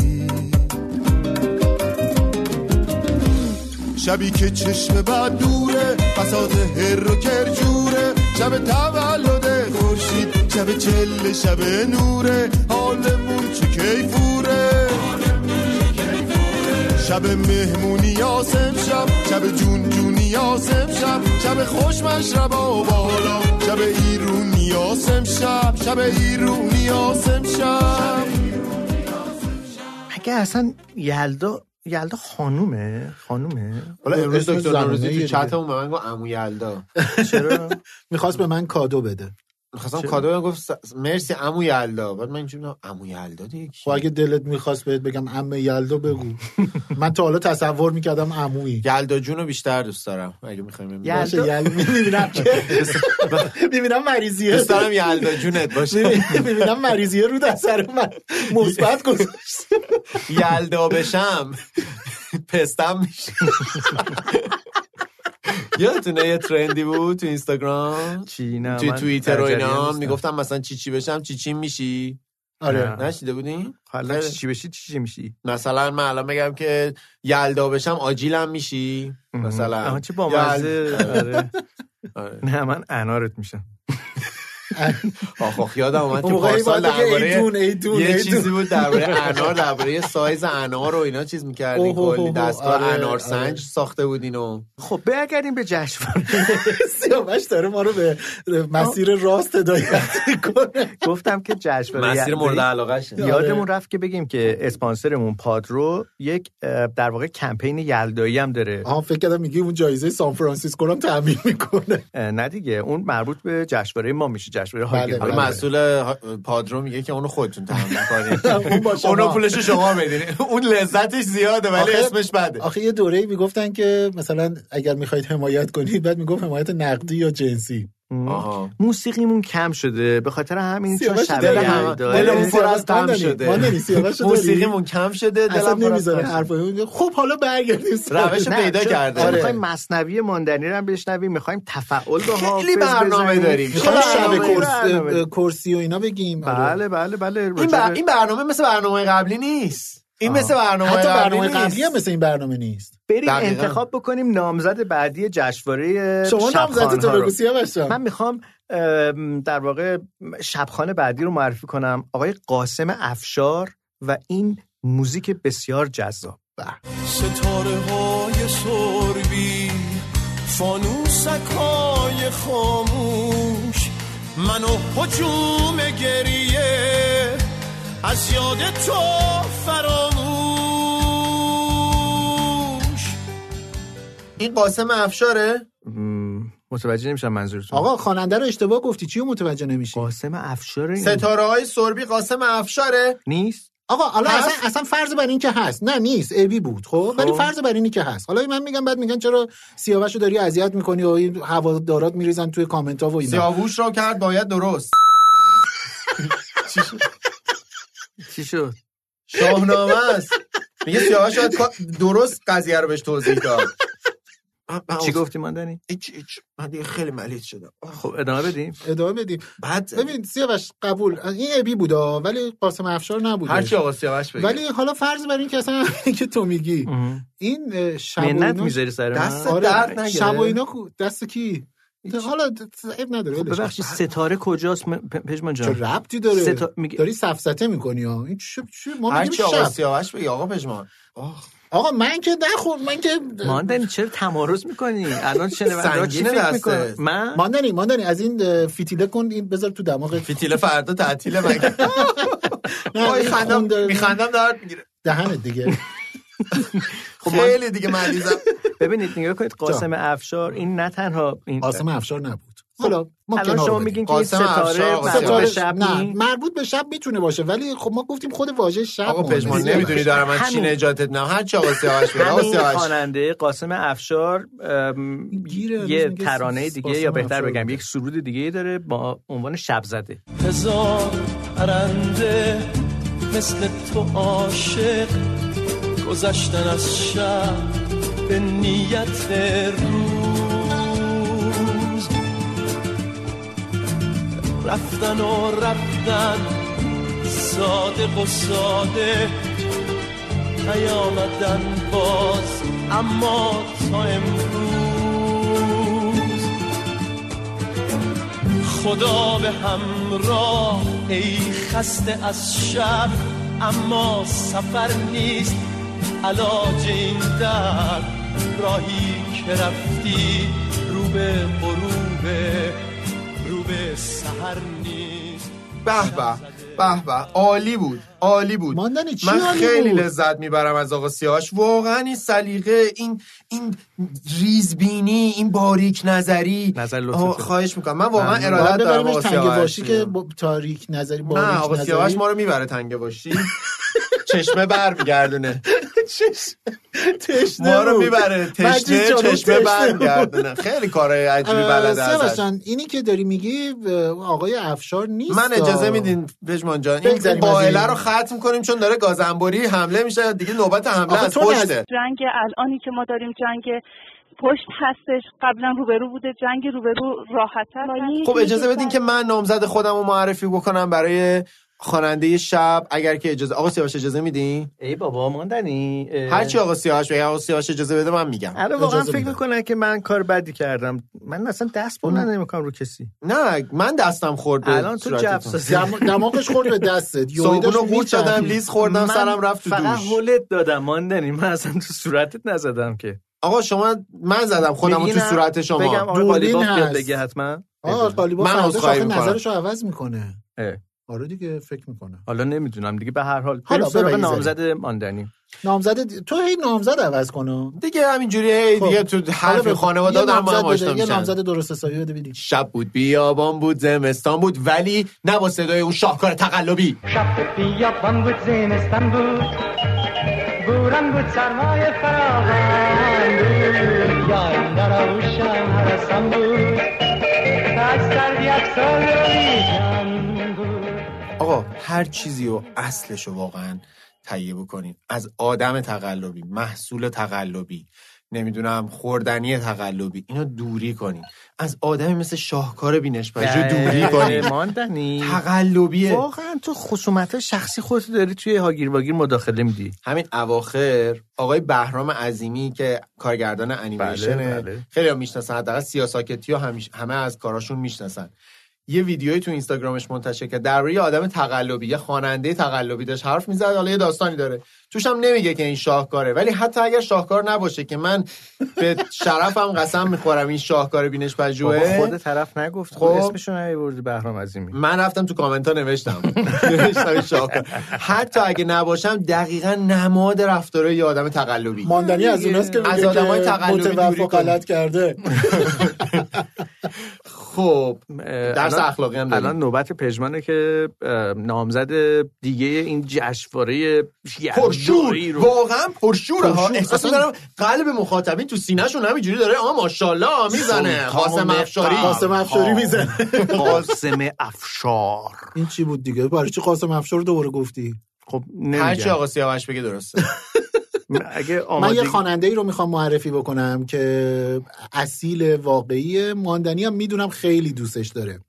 S11: شبی که چشم بعد دوره بساط هر و کرجوره شب تولد خورشید شب چله شب نوره حالمون چه کیفوره شب مهمونی یاسم شب شب جون جونی یاسم شب شب خوش مشربا و بالا شب ایرونی یاسم شب شب
S7: شب ایرونی آسم شب
S6: اگه اصلا یلدا یلدا خانومه خانومه
S5: حالا امروز
S4: اسم
S5: دکتر
S4: زنونه
S5: نوروزی
S4: یه
S5: تو
S4: دیگه.
S5: چتمون به من گفت عمو یلدا
S6: چرا
S4: میخواست به من کادو بده
S5: می‌خواستم
S4: چرا؟
S5: کادو بدم، گفت س- مرسی عمو یلدا بعد من اینجوری عمو یلدا دیگه کی؟
S4: خب اگه دلت میخواست بهت بگم عمه یلدا بگو من تا حالا تصور میکردم عمویی
S5: یلدا جونو بیشتر دوست دارم اگه می‌خوایم
S6: یلدا.
S4: باشه یلدا میبینم که میبینم مریضیه
S5: دوست دارم یلدا جونت باشه
S4: میبینم مریضیه رو در سر من مثبت گذاشت
S5: یلدا بشم پستم میشه یادتونه یه ترندی بود تو اینستاگرام
S6: چی نه
S5: توی
S6: من
S5: توییتر و
S6: در جریان
S5: اینا
S6: نیستم.
S5: میگفتم مثلا چی چی بشم چی چی میشی
S4: آره
S6: نه.
S5: نشیده بودین
S6: حالا چی- چی بشی چی چی میشی
S5: مثلا من الان بگم که یلدا بشم آجیلم میشی مثلا
S6: آها، چه بامزه
S5: یل-
S6: آره.
S5: آره.
S6: نه من انارت میشم
S5: آخ آخ خب، یادم اومد
S4: اون
S5: که
S4: موقع
S5: پارسال
S4: باید بگه ایدون
S5: درباره
S4: ایدون
S5: یه
S4: ایدون
S5: چیزی بود درباره انار درباره سایز انار و اینا چیز میکردین
S4: اوه، اوه،
S5: کلی
S4: اوه،
S5: دستگاه
S4: آره،
S5: انار
S4: آره.
S5: سنج ساخته بودین و
S6: خب برگردیم به جشنواره
S4: سیاوش داره ما رو به مسیر راست هدایت کنه
S6: گفتم که جشنواره
S5: مسیر
S6: یلدایی-
S5: مورد علاقه شه
S6: یادمون
S4: آره.
S6: رفت که بگیم که اسپانسرمون پادرو یک اه، در واقع کمپین یلدایی هم داره
S4: آها فکر کردم میگی اون جایزه سان فرانسیسکو رو هم تعمین میکنه
S6: اه، نه دیگه اون مربوط به جشنواره ما میشه جشنواره
S4: بله،
S6: هاگیر
S5: حالا
S4: بله.
S5: مسئول ها- پادرو میگه که اونو خودتون تحمل کنید
S4: اون با شما.
S5: اونو پولشو شما بدین اون لذتش زیاده ولی
S4: آخه-
S5: اسمش بده
S4: آخه یه دوره‌ای میگفتن که مثلا اگر میخواید حمایت کنید بعد میگفت حمایت نقدی یا جنسی
S5: آها.
S6: موسیقیمون کم شده به خاطر همین چون
S4: سیاوش
S6: شب
S4: دلم-
S6: یلدایی
S5: دلمون
S4: دلم
S5: پر از
S4: سیاوش
S5: غم
S4: ماندنی. ماندنی، سیاوش
S5: شده
S4: رو
S5: موسیقیمون کم شده
S4: اصلا
S5: دلم پر از
S4: نمیذاره
S5: غم شده.
S4: حرفای اون میگه، خب حالا برگردیم سر.
S5: روش
S6: نه،
S5: پیدا
S6: چون-
S5: کرده.
S6: آره،
S5: آره.
S6: میخوایم مصنوی ماندنی رو هم بشنویم میخوایم تفعول با حافظ
S5: خیلی برنامه
S6: بزنیم.
S5: داریم.
S6: خیلی
S4: می‌خوایم شب
S6: برنامه
S4: کرس-
S6: داریم.
S4: اه، کرسی و اینا بگیم آره.
S6: بله بله بله
S5: این,
S6: راجع
S5: بر-
S6: به-
S5: این برنامه مثل برنامه قبلی نیست این مثل برنامه
S4: حتی برنامه
S5: قبلی,
S4: قبلی هم
S5: نیست.
S4: مثل این برنامه نیست
S6: بریم
S5: دقیقاً.
S6: انتخاب بکنیم نامزد بعدی جشنواره
S4: شما
S6: شبخوان‌ها
S4: نامزدتو
S6: رو.
S4: بگو سیاوش جان.
S6: من میخوام ام، در واقع شبخانه بعدی رو معرفی کنم آقای قاسم افشار و این موزیک بسیار جذاب
S7: ستاره های سربی فانوسک های خاموش منو حجوم گریه از یاد تو فراموش
S5: این قاسم افشاره
S6: م، متوجه نمیشم منظورتون
S4: آقا خواننده رو اشتباه گفتی چی رو متوجه نمیشی
S6: قاسم افشار این-
S5: ستاره های سربی قاسم افشاره
S6: نیست
S4: آقا حالا
S5: هست؟
S4: اصلا, اصلا فرض بر این که هست نه نیست ابی بود خب ولی
S6: خب.
S4: فرض بر اینی که هست حالا من میگم بعد میگن چرا سیاوش رو داری اذیت میکنی و این هوادارات میریزن توی کامنت ها و اینا
S5: سیاووش را کرد باید درست
S6: چی شد
S5: شاهنامه است میگه سیاوش شاید درست قضیه رو بهش توضیح داد من- من
S6: چی گفتی ماندنی
S5: هیچ- هیچ. من دیگه خیلی مریض شدم آخ،
S6: خب ادامه بدیم
S4: ادامه بدیم
S5: بعد
S4: ببین سیاوش قبول این ابی بودا ولی قاسم افشار نبود
S5: هر چی آقا سیاوش بگه
S4: ولی حالا فرض بر این که اصلا همینی که تو میگی
S6: اه.
S4: این اه، شب و
S6: منت
S4: اینا-
S6: میذاری سر
S5: دست
S6: من
S4: آره
S5: درد نگیره.
S4: شب و اینا کو- دست کی حالا د- عیب نداره
S6: خب
S4: ولش کن.
S5: بله.
S6: ببخشید ستاره کجاست م- پ- پژمان
S4: چه
S6: جان
S4: ربطی داره
S6: ستا- میگه-
S4: داری سفسته میکنی ها این چه چه ما
S5: هر
S4: میگیم
S5: چی آقا
S4: شب
S5: سیاوش بگه آقا پژمان آخ،
S4: آقا من که نخور من که
S6: ماندنی چرا تمارز میکنی الان شنونده‌ها چی
S5: سنگینه
S6: فکر
S5: دستت.
S6: میکنن من
S4: ماندنی ماندنی از این اه، فتیله کن این بذار تو دماغت
S5: فیتیل فردا تعطیله مگه آی
S4: این خون
S5: خندم
S4: داره.
S5: میخندم درد میگیره
S4: دهنت دیگه
S5: خیلی دیگه مریضم
S6: ببینید نگاه کنید قاسم افشار این نه تنها این
S4: قاسم افشار نبود حالا ما
S6: خب، الان
S4: کنار
S6: شما
S4: بدیم.
S6: میگین که این
S5: قاسم
S6: ستاره
S5: افشار، قاسم
S6: مربوط
S4: ستاره
S6: به
S5: افشار.
S6: شب
S4: نه
S6: نیست.
S4: مربوط به شب میتونه باشه ولی خب ما گفتیم خود واژه شب
S5: آقا
S4: مهمه.
S5: پژمان
S4: سیاوش.
S5: نمیدونی دارم از چی
S6: همین.
S5: نجاتت میدم هر چی آقا سیاوش بگه آقا
S6: همین
S5: سیاوش
S6: خواننده قاسم افشار ام،
S4: گیره،
S6: یه
S4: هنوز میگه
S6: ترانه
S4: س-
S6: دیگه
S4: قاسم
S6: یا بهتر
S4: افشار
S6: بگم
S4: بوده.
S6: یک سرود دیگه داره با عنوان شب زده
S12: هزار پرنده مثل تو عاشق گذشتن از شب به نیت روز رفتن و رفتن صادق و ساده نیامدن باز اما تا امروز خدا به همراه ای خسته از شب اما سفر نیست علاج این درد راهی که رفتی رو به غروب رو به سحر نیست
S5: به به به به عالی بود عالی بود
S4: ماندنی چی
S5: من
S4: عالی
S5: خیلی
S4: بود؟
S5: لذت میبرم از آقا سیاوش واقعا این سلیقه این این ریزبینی این باریک نظری
S6: نظر لطفت
S5: آه،
S6: شد.
S5: خواهش میکنم من واقعا
S4: باید
S5: ارادت دارم
S4: ببریمش
S5: آقا
S4: تنگ
S5: سیاوش
S4: واشی که با- تاریک نظری باریک
S5: نه آقا
S4: نظری.
S5: سیاوش ما رو میبره تنگه باشی چشمه بر میگردونه
S4: تشنه
S5: ما رو
S4: بود.
S5: میبره
S4: مجید
S5: تشنه
S4: جان، اون
S5: چشمه
S4: تشنه
S5: بر
S4: بود.
S5: میگردونه خیلی کارهای عجیبی
S4: اه،
S5: بلد
S4: سیاوش
S5: ازش
S4: جان، اینی که داری میگی اه، آقای افشار نیست
S5: من اجازه میدین پژمان جان این
S4: بگذریم از
S5: قائله
S4: این.
S5: رو ختم کنیم چون داره گازنبوری حمله میشه دیگه نوبت حمله
S4: آقا
S5: از
S4: تو نز-
S5: پشته
S13: جنگ الانی که ما داریم جنگ پشت هستش قبلا روبرو بوده جنگ روبرو راحت‌تر هست.
S5: خب اجازه بدین
S4: بله.
S5: که من نامزد خودم رو معرفی بکنم برای خواننده شب اگر که اجازه آقا سیاوش اجازه میدین
S6: ای بابا ماندنی اه.
S5: هرچی آقا سیاوش بگه آقا سیاوش اجازه بده من میگم
S6: آره واقعا
S5: اجازه
S6: فکر
S5: میدم.
S6: میکنن که من کار بدی کردم من اصلا دست بلند نمیکنم رو کسی
S5: نه من دستم خورد به
S6: الان تو
S5: صورتتون.
S6: جف سازی.
S4: دم- دماغش خورد به دستت یهویی
S5: صابون
S4: داشت
S5: رو قورت
S4: می‌چرخید.
S5: دادم، لیز خوردم،
S6: من
S5: سرم رفت تو
S6: فقط
S5: دوش.
S6: حلت دادم ماندنی من اصلا تو صورتت نزدم که
S5: آقا شما من زدم خودم رو
S6: میگی
S5: تو
S6: نه؟
S5: صورت شما
S6: بگم آقای
S4: دوربین
S6: قالیباف بیاد
S4: هست.
S6: بگه حتما
S4: آه قالیباف
S5: من
S4: فرداش
S5: عذرخواهی
S4: آخه
S5: می‌کنم.
S4: نظرش رو عوض میکنه
S6: اه.
S4: آره دیگه فکر میکنه
S6: حالا نمیدونم دیگه به هر حال
S4: حالا
S6: حالا سراغ
S4: ببین،
S6: نامزد ماندنی
S4: نامزد دی- تو هی نامزد عوض کنه
S5: دیگه همینجوری هی دیگه تو
S4: خب. حالا
S5: حرف
S4: بگو.
S5: خانواده
S4: یه
S5: آدم
S4: نامزد
S5: هم آشنا
S4: بده، یه
S5: میشن
S4: نامزد درست حسابی بده ببینیم
S5: شب بود بیابان بود زمستان بود ولی نه با صدای اون شاهکار تقلبی
S14: شب بیابان بود زمستان بود بوران بود سرمای فراوان بود یارم در آغوشم هرسان بود از سردی افسار بیجان بود
S5: آقا هر چیزی رو اصلش رو واقعا تهیه بکنیم از آدم تقلبی محصول تقلبی نمیدونم خوردنی تقلبی اینو دوری کنیم از آدمی مثل شاهکار بینشپژو دوری
S6: بله.
S5: کنیم
S6: ماندنی
S5: تقلبیه
S6: واقعا تو خصومت شخصی خودت داری توی هاگیر واگیر مداخله میدی
S5: همین اواخر آقای بهرام عظیمی که کارگردان انیمیشنه
S6: بله، بله.
S5: خیلی هم میشناسن حداقل سیاساکتی ها همیش- همه از کاراشون میشناسن یه ویدیویی تو اینستاگرامش منتشر کرد درباره یه آدم تقلبی یه خواننده تقلبی داشت حرف میزد حالا یه داستانی داره توش هم نمیگه که این شاهکاره ولی حتی اگر شاهکار نباشه که من به شرفم قسم میخورم این شاهکار بینش
S6: بابا
S5: پژوهه
S6: خود طرف نگفت
S5: خب.
S6: خود اسمشو نمیبردی بهرام عظیمی
S5: من رفتم تو کامنت ها نوشتم نوشتم این شاهکار. حتی اگه نباشم دقیقا نماد رفتاره یه آدم تقلبی
S4: ماندنی از اوناست که
S5: از
S4: میگه
S5: آدمای
S4: که
S5: تقلبی
S4: متوفا
S5: دوری کنیم.
S4: غلط کرده
S5: خب درس
S6: الان-
S5: اخلاقی هم داریم
S6: الان نوبت پژمانه که اه، نامزد دیگه این جشنواره
S5: پرشور
S6: یلدایی رو
S5: واقعا پرشور ها
S6: پرشور.
S5: احساس
S6: اصلا-
S5: می‌کنم قلب مخاطبین تو سینه‌شون همینجوری داره آ ماشاءالله میزنه
S6: سلطان
S5: قاسم افشاری
S4: قاسم افشاری
S5: خب.
S4: میزنه
S6: قاسم افشار
S4: این چی بود دیگه برای چی قاسم افشار رو دوباره گفتی
S6: خب
S5: هر چی
S6: نمیگم
S5: آقا سیاوش بگه درسته
S6: اگه
S4: من یه
S6: آماده
S4: خواننده ای رو میخوام معرفی بکنم که اصیل واقعی ماندنی هم میدونم خیلی دوستش داره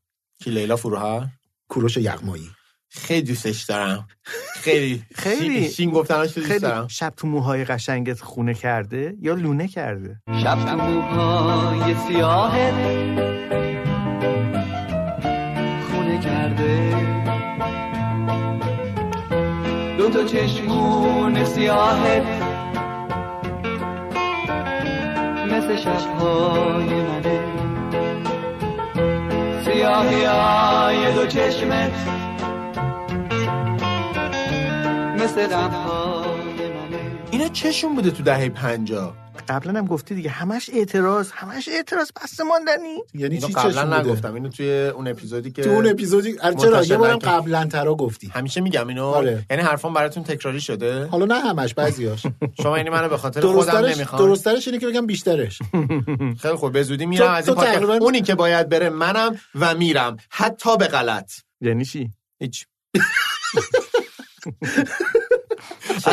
S5: کی لیلا فروها
S4: کوروش یغمایی
S5: خیلی دوستش دارم خیلی
S6: خیلی.
S5: شین گفتنش رو دوست
S6: خیلی
S5: دارم
S6: شب تو موهای قشنگت خونه کرده یا لونه کرده
S14: شب تو موهای سیاهت خونه کرده دو تا چشمون سیاهت مثل شبهای منه سیاهی های دو چشمت مثل غمهای منه
S5: اینا چشون بوده تو دهه 50
S6: قبلا هم گفتی دیگه همش اعتراض همش اعتراض بس ماندنی
S4: یعنی
S5: اینو
S4: چی
S5: قبلا
S4: چشم بوده؟
S5: نگفتم اینو توی اون اپیزودی که
S4: تو اون اپیزودی ار- چرا
S5: منتشر
S4: یه بارم
S5: نکرد.
S4: قبلا ترا گفتی
S5: همیشه میگم اینو
S4: آره. خب.
S5: یعنی حرفان براتون تکراری شده
S4: حالا نه همش بعضیاش
S5: شما یعنی منو به خاطر خودم
S4: درسترش
S5: نمیخوام
S4: درسترش اینه که بگم بیشترش
S5: خیلی خوب به زودی میرم
S4: تو-
S5: از این
S4: تو
S5: پادکست
S4: تقریباً-
S5: اونی که باید بره منم و میرم حتی به غلط
S6: یعنی چی
S5: هیچ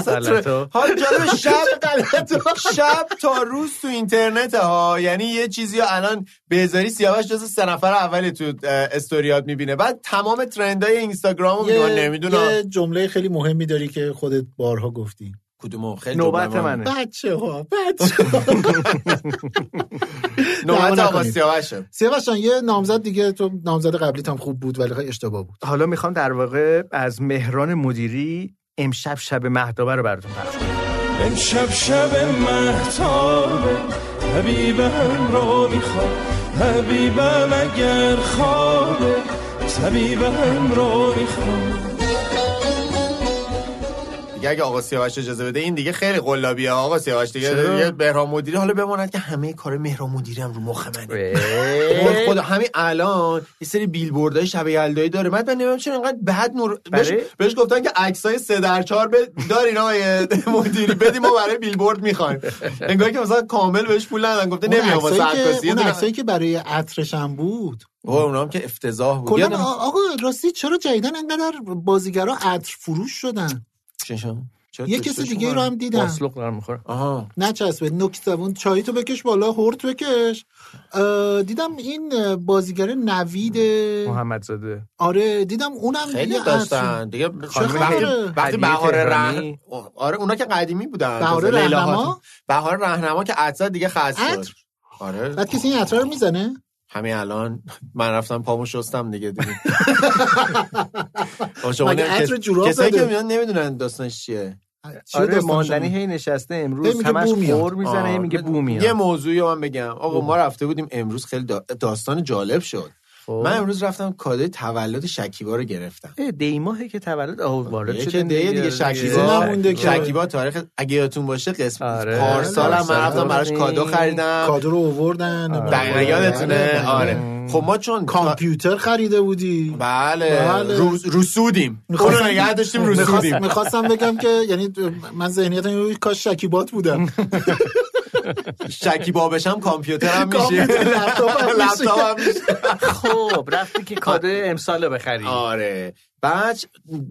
S6: غلط ها؟
S5: حال جالب شب شب تا روز تو اینترنت ها یعنی یه چیزی ها الان بهزاری سیاوش جز سه نفر اول تو اه، استوریات میبینه بعد تمام ترندای اینستاگرام رو میگه من نمیدونم
S4: یه جمله خیلی مهمی داری که خودت بارها گفتی
S5: کدومو خیلی
S6: نوبت
S5: جبران.
S6: منه
S4: بچه ها بچه ها
S5: نوبت
S4: دعوا
S5: آقا
S4: نکنید.
S5: سیاوشه
S4: سیاوش جان، یه نامزد دیگه تو نامزد قبلیت هم خوب بود ولی خیلی اشتباه بود
S6: حالا میخوام در واقع از مهران مدیری امشب شب مهدابه رو براتون پخش کنم.
S9: امشب شب محتابه حبیبم رو میخوام حبیبم اگر خوابه
S8: شبی به هم رو ریختم
S5: دیگه اگه آقا سیاوش اجازه بده این دیگه خیلی قلابیه آقا سیاوش دیگه
S6: چرا؟
S5: دیگه بهرام مدیری حالا بماند که همه کار مهرام مدیری هم رو مخ منه
S6: اه.
S5: خدا همین الان یه سری بیلبوردهای شب یلدایی داره من نمیدونم چرا اینقدر بد نور بهش,
S6: برای؟
S5: بهش گفتن که عکسای سه در چهار ب... دارین آقای مدیری بدیم ما برای بیلبورد میخوایم انگار که مثلا کامل بهش پول ندادن گفته
S4: اون
S5: نمیام واسه
S4: عکسایی
S5: عکاسی
S4: که-
S5: یه
S4: اون
S5: دونه-
S4: عکسایی که برای عطرش هم بود
S5: اوه، اونا هم که افتضاح بود
S4: کلا
S5: یادم-
S4: آ- آقا راستی چرا جدیدن انقدر بازیگرا عطر فروش شدن
S5: چشم. چرا
S4: یه
S5: توش
S4: کسی
S5: توش
S4: دیگه رو
S5: اومد؟
S4: هم دیدم
S6: باسلوق دارم میخورم
S5: آها
S4: نچسبه نکتوون چایی تو بکش بالا هورت بکش اه، دیدم این بازیگر نوید
S6: محمد زاده
S4: آره دیدم اونم
S5: خیلی
S4: یه عطر.
S5: داشتن دیگه
S4: خبره؟
S5: وقتی وقتی
S6: هدیه
S5: بهار رهن
S6: تهرانی؟
S5: آره اونا که قدیمی بودن
S4: بهار
S5: تازه لیلا
S4: رهنما؟
S5: خاتون. بهار رهنما که عطر دیگه خاص شد
S4: عطر؟
S5: آره
S4: بعد کسی این عطر رو میزنه
S5: همین الان من رفتم پامو شستم دیگه دیگه آه، شما
S4: مگه
S5: نمی-
S4: عطر
S5: کس-
S4: جوراب
S5: کسایی
S4: زده؟
S5: که میان نمیدونن داستانش چیه
S4: چیه
S6: آره
S4: داستانش
S6: ماندنی
S4: همه؟
S6: هی نشسته
S4: هی
S6: امروز
S4: میگه
S6: همش
S4: بو میاد.
S6: قور میزنه هی
S5: آه،
S6: میگه بو
S5: یه
S6: میاد
S5: موضوعی من بگم آقا ما رفته بودیم امروز خیلی دا- داستان جالب شد
S6: خب.
S5: من امروز رفتم کادوی تولد شکیبا رو گرفتم
S6: اه، دی ماهه که تولد آه وارد
S5: یکی
S6: شده
S5: دیگه دیگه
S4: چیزی
S5: شکیبا
S4: نمونده که.
S5: شکیبا تاریخ اگه یادتون باشه قسم
S6: آره.
S5: پارسال هم من
S6: پارسال
S5: رفتم براش
S6: بود.
S5: کادو خریدم
S4: کادو رو اووردن
S5: دقیقا آره. یادتونه آره خب ما چون
S4: کامپیوتر خریده بودی
S5: بله
S4: بله.
S5: روز- رسودیم اون رو نگه داشتیم رسودیم
S4: میخواستم بگم که یعنی من ذهنیتم این بود که کاش شکیبات بودم
S5: شکیبا بشم کامپیوترم میشه
S4: کامپیوتر، لپتاپم میشه.
S5: لپتاپم میشه
S6: خب رفتی که کادو امسال رو بخری
S5: آره بعد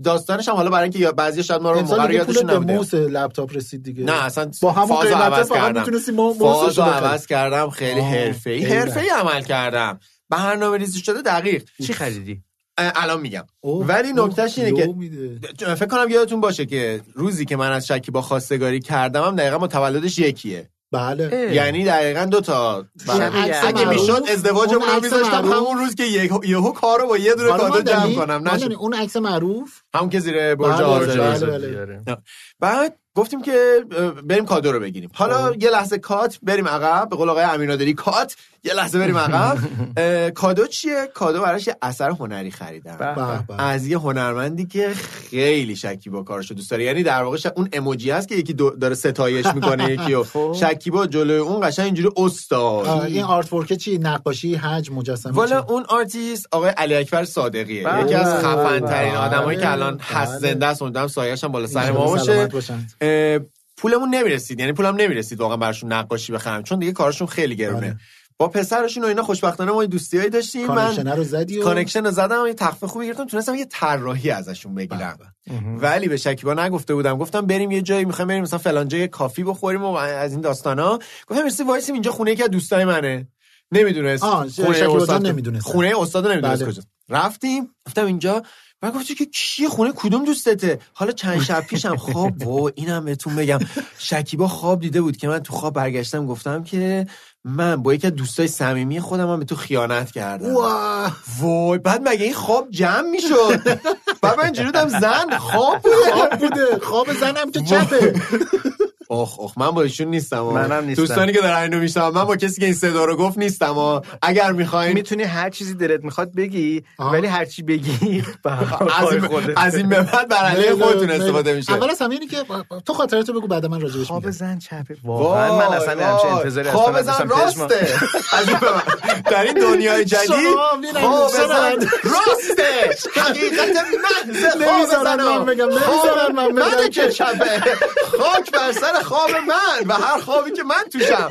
S5: داستانش هم حالا برای اینکه یا- بعضی شاید ما رو
S4: امسال
S5: موقع
S4: دیگه پولت
S5: یادشون
S4: به
S5: نبوده
S4: موس لپتاپ رسید دیگه
S5: نه اصلا
S4: با همون
S5: فازو
S4: قیمته
S5: عوض
S4: فقط
S5: کردم
S4: میتونستی مو- موسش
S5: فازو
S4: رو بخری.
S5: عوض کردم خیلی
S4: آه،
S5: حرفه ای
S4: حیوه.
S5: حرفه ای عمل کردم برنامه ریزی شده دقیق
S6: چی خریدی
S5: اه، الان میگم
S4: اوه،
S5: ولی
S4: اوه،
S5: نکتهش اینه
S4: لو
S5: که
S4: میده.
S5: چون فکر کنم یادتون باشه که روزی که من از شکی با خواستگاری کردم هم دقیقا با تولدش یکیه
S4: بله
S5: یعنی دقیقا دو تا
S4: اون عکس
S5: اگه
S4: معروف،
S5: میشد ازدواجمون
S4: اون
S5: رو
S4: عکس
S5: میذاشتم
S4: معروف.
S5: همون روز که یک- یهو کارو با یه دونه
S4: حالا
S5: کادو
S4: ماندنی-
S5: جمع کنم
S4: ماندنی،
S5: نشد
S4: اون عکس معروف
S5: همون که زیر برج
S4: بله،
S5: آزادی
S4: بله.
S5: آزاد.
S6: آره.
S5: بعد گفتیم که اه، بریم کادو رو بگیریم حالا یه لحظه کات بریم عقب به قول آقای امینادری کات یه لحظه بریم عقب اه، کادو چیه کادو براش یه اثر هنری خریدم
S4: به به.
S5: از یه هنرمندی که خیلی شکیبا کارشو دوست داره یعنی در واقع ش- اون اموجی هست که یکی دو- داره ستایش میکنه یکی و شکیبا جلوی اون قشنگ اینجوری
S4: آه،
S5: استاد
S4: این آرت ورکه چی نقاشی حجم مجسمه
S5: والا
S4: چی؟
S5: اون آرتیست آقای علی اکبر صادقیه
S6: بله،
S5: یکی از
S6: بله،
S5: خفن ترین
S4: بله،
S5: آدمایی که الان
S4: بله.
S5: هست زنده است امیدوارم سایه‌ش هم بالا سر
S4: انشالله
S5: ما باشه
S4: سلامت باشند.
S5: اه، پولمون نمیرسید یعنی پولم نمیرسید واقعا براشون نقاشی بخرم چون دیگه کارشون خیلی گرونه
S4: آره.
S5: با پسرشون و اینا خوشبختانه ما یه دوستیایی داشتیم من
S4: کانکشنه رو زدی و
S5: کانکشن رو زدم یه تخفیف خوبی گرفتم تونستم یه طراحی ازشون بگیرم
S4: بله.
S5: ولی به شکیبا نگفته بودم گفتم بریم یه جایی میخوایم بریم مثلا فلان جای کافی بخوریم و از این داستانا گفتم مرسی وایسیم اینجا خونه یکی از دوستای منه نمیدونست
S4: آه، شکیبا جان نمیدونست.
S5: خونه استاد نمیدونست
S4: بله.
S5: کجاست رفتیم گفتم اینجا من گفتی که کیه خونه کدوم دوستته حالا چند شب پیشم خواب و اینم بهتون بگم شکیبا خواب دیده بود که من تو خواب برگشتم گفتم که من با یکی از دوستای صمیمی خودم هم به تو خیانت کردم
S4: واه.
S5: وای بعد مگه این خواب جم میشد بعد من اینجوری بودم زن خواب بوده
S4: خواب بوده خواب زنم که چپه
S5: آخ آخ من با ایشون نیستم آه.
S6: منم نیستم.
S5: دوستانی که دارن اینو میشنم من با کسی که این صدا رو گفت نیستم آه. اگر میخواین
S6: میتونی هر چیزی دلت میخواد بگی
S4: آه.
S6: ولی هر چی بگی به
S5: از
S6: حال
S5: این,
S6: خودت.
S5: از این به بعد بر علیه خودتون استفاده میشه خب،
S4: اول از همه اینه که تو خاطراتو بگو بعد من راجبش
S6: خواب
S4: میگم
S6: زن چپه واقعا من اصلا همچین انتظاری
S5: خواب
S6: از
S5: خب، بزن
S6: خودم نداشتم. پشمام.
S5: راسته از این به بعد. در این دنیای جدید
S4: شما میرن،
S5: خواب
S4: شما
S5: بزن
S4: میرن.
S5: راسته حقیقت محض خواب
S4: نمیذارن
S5: زن
S4: من بگم،
S5: خواب
S4: نمیذارن من بگم
S5: منه که
S4: که-
S5: چپه خاک بر سر خواب من و هر خوابی که من توشم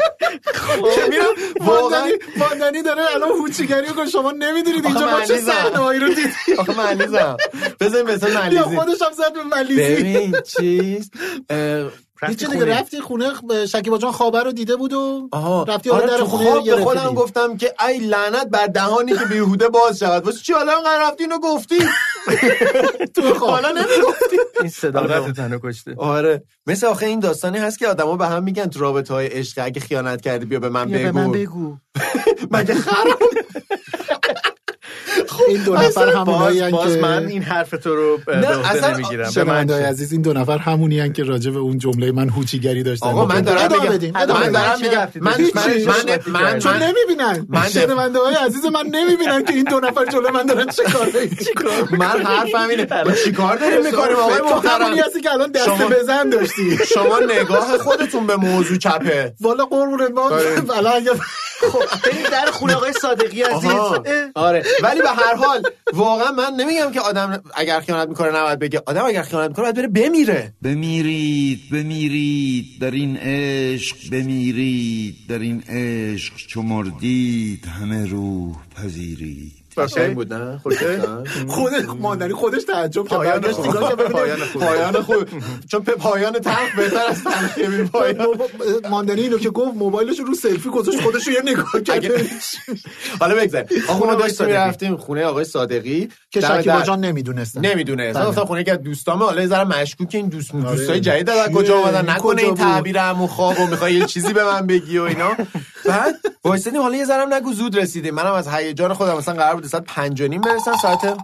S5: که میرم
S4: خب.
S5: واقعا
S4: ماندنی ماندنی داره الان هوچیگری کن شما نمیدونید اینجا
S5: آخه
S4: ما چه
S5: معنی زن.
S4: صحنه‌ای رو دیدیم
S5: آخه من علیزم بذار مثال
S4: یا
S5: ملیزی
S4: خودش هم زد به ملیزی
S5: ببین چیز اه،
S4: هیچی
S6: رفتی
S4: دیگه
S6: خونه.
S4: رفتی خونه خ- شکیبا جان خوابه رو دیده بود و
S5: آها
S4: رفتی حالا
S5: آره،
S4: در
S5: تو
S4: خونه
S5: خواب
S4: رو
S5: به
S4: گرفتی.
S5: خودم گفتم که ای لعنت بر دهانی که بیهوده باز شود واسه چی حالا انقدر رفتی اینو گفتی
S4: تو خواب
S5: حالا نمیگفتی
S6: این صدا تنو کشته
S5: آره مثل آخه این داستانی هست که آدما به هم میگن تو رابطه های عشق اگه خیانت کردی بیا به من
S6: بیا به
S5: بگو
S6: من بگو
S5: مگه خراب
S4: این دو نفر همونایی یعنی که
S6: باز من این حرف تو رو به
S4: نه،
S6: عهده
S4: اصلا
S6: نمیگیرم به من
S4: شنونده‌های عزیز این دو نفر همونی که راجع به اون جمله من هوچیگری داشتن
S5: آقا من دارم
S4: ادامه
S5: میگم-
S4: بدیم،
S5: من
S4: ادامه
S5: دارم
S4: بدیم.
S5: میگم-
S4: چه
S5: من-
S4: رفتی
S5: من-
S4: داری؟
S5: من-
S4: چه رفتی
S5: من-
S4: داری؟
S5: من-
S4: چون
S5: من-
S4: نمیبینن
S5: من-
S4: شنونده های عزیز من نمیبینن که این دو نفر جلو من دارن چه کار
S5: من حرفم اینه با چیکار داریم میکنیم آقای
S4: تو
S5: محترم
S4: همونی هستی که الان دست
S5: شما-
S4: بزن داشتی
S5: شما نگاه خودتون به موضوع چپه
S4: والا قربونت ما
S5: آره.
S4: والا اگه
S6: خب بریم در خونه آقای صادقی عزیز
S5: آها.
S6: اه.
S5: آره ولی به هر حال واقعا من نمیگم که آدم اگر خیانت میکنه نباید بگه آدم اگر خیانت میکنه باید بره بمیره
S15: بمیرید بمیرید در این عشق بمیرید در این عشق چو مردید همه روح پذیرید
S5: قشنگ بود نه خوش
S4: خودش ماندنی خودش تعجب کرد
S5: پایان
S4: برگشت
S5: خوب.
S4: نگاه کرد ببینه-
S5: پایان خوب. پایان خوب چون به پایان تلخ بهتر از تلخی بی پایان
S4: موب- ماندنی اینو که گفت موبایلش رو سلفی گذاشت خودش رو یه نگاه کرد
S5: حالا بگذاریم آقا
S4: خونه
S5: ما
S4: آقای
S5: داشتیم
S4: صادقی.
S5: رفتیم خونه آقای صادقی
S4: که
S5: دم
S4: شکیبا
S5: در-
S4: جان نمیدونستن
S5: نمیدونه
S4: بله.
S5: اصلا گفتم خونه یکی از دوستامه حالا یه ذره مشکوک این دوست
S4: آره.
S5: دوستای جدید از
S4: چیه؟
S5: کجا اومدن نکنه
S4: کجا
S5: این
S4: بود؟
S5: تعبیرم و خواب و میخوای یه چیزی به من بگی و اینا بعد وایسادیم حالا یه ذره نگو زود رسیدیم منم از هیجان خودم مثلا قرار بود ساعت 5 و نیم برسم ساعت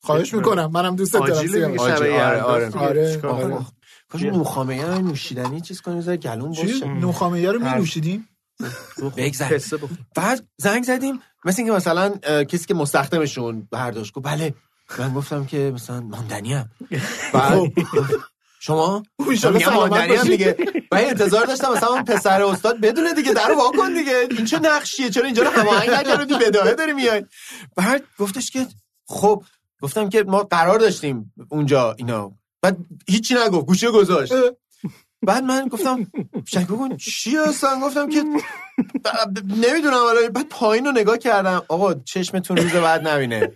S4: خواهش میکنم منم دوست دارم
S5: آجیل
S4: سیاوش.
S5: میگه شبه
S4: آجیل.
S5: یلدا.
S4: آره آره
S5: چیکار
S4: آره.
S5: کنم؟ کاش نوخامه یا نوشیدنی چیز کنی زای گلون
S4: چی خب.
S5: باشه
S4: نوخامه رو می نوشیدیم
S5: بگذر بعد زنگ زدیم مثل اینکه مثلا اه، کسی که مستخدمشون برداشت گفت بله من گفتم که مثلا ماندنی ام بعد
S4: خب.
S5: شما
S4: ان شاء الله
S5: میگم
S4: سلامت
S5: ماندنی هم
S4: باشی.
S5: دیگه و این انتظار داشتم مثلا اون پسر استاد بدونه دیگه درو واکن دیگه این چه نقشیه چرا اینجا رو هماهنگ نکردی بداهه داری میای بعد گفتش که خب گفتم که ما قرار داشتیم اونجا اینا بعد هیچی نگفت گوشه گذاشت بعد من گفتم شک کن چی هستن گفتم که ب- ب- نمیدونم حالا بعد پایین رو نگاه کردم آقا چشمتون روز بعد نبینه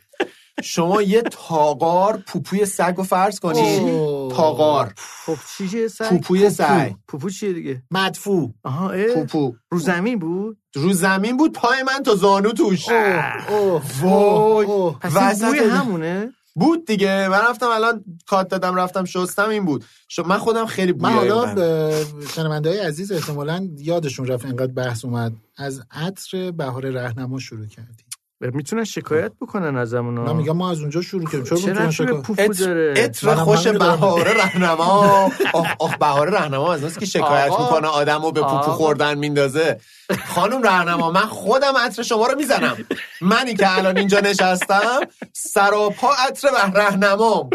S5: شما یه تاقار پوپوی سگ رو فرض کنی
S4: اوه.
S5: تاقار
S6: خب چیه سگ
S5: پوپوی سگ
S6: پوپو چیه دیگه
S4: مدفوع
S6: آها اه.
S5: پوپو
S6: رو زمین بود
S5: رو زمین بود پای من تا زانو توش
S4: اوه
S5: وای.
S4: اوه
S6: پس این بوی
S5: وسط-
S6: همونه
S5: بود دیگه من رفتم الان کات دادم رفتم شستم این بود ش- من خودم خیلی
S4: من
S5: بویایی
S4: حالا
S5: بودم
S4: شنونده های عزیز احتمالا یادشون رفت انقدر بحث اومد از عطر بهار رهنما شروع کردیم
S6: میتونن شکایت بکنن از
S4: من
S6: اونا
S4: میگم ما از اونجا شروع کردیم چرا
S6: چه
S4: میتونن
S6: رفتی به
S4: شکایت
S6: پوپو داره
S5: عطر خوش
S4: منم همینو دارم.
S5: بهار رهنما آخ آخ بهار رهنما از اوناست که شکایت
S6: آقا.
S5: میکنه آدمو به پوپو
S6: آقا.
S5: خوردن میندازه خانم رهنما من خودم عطر شما رو میزنم منی که الان اینجا نشستم سراپا عطر به رهنما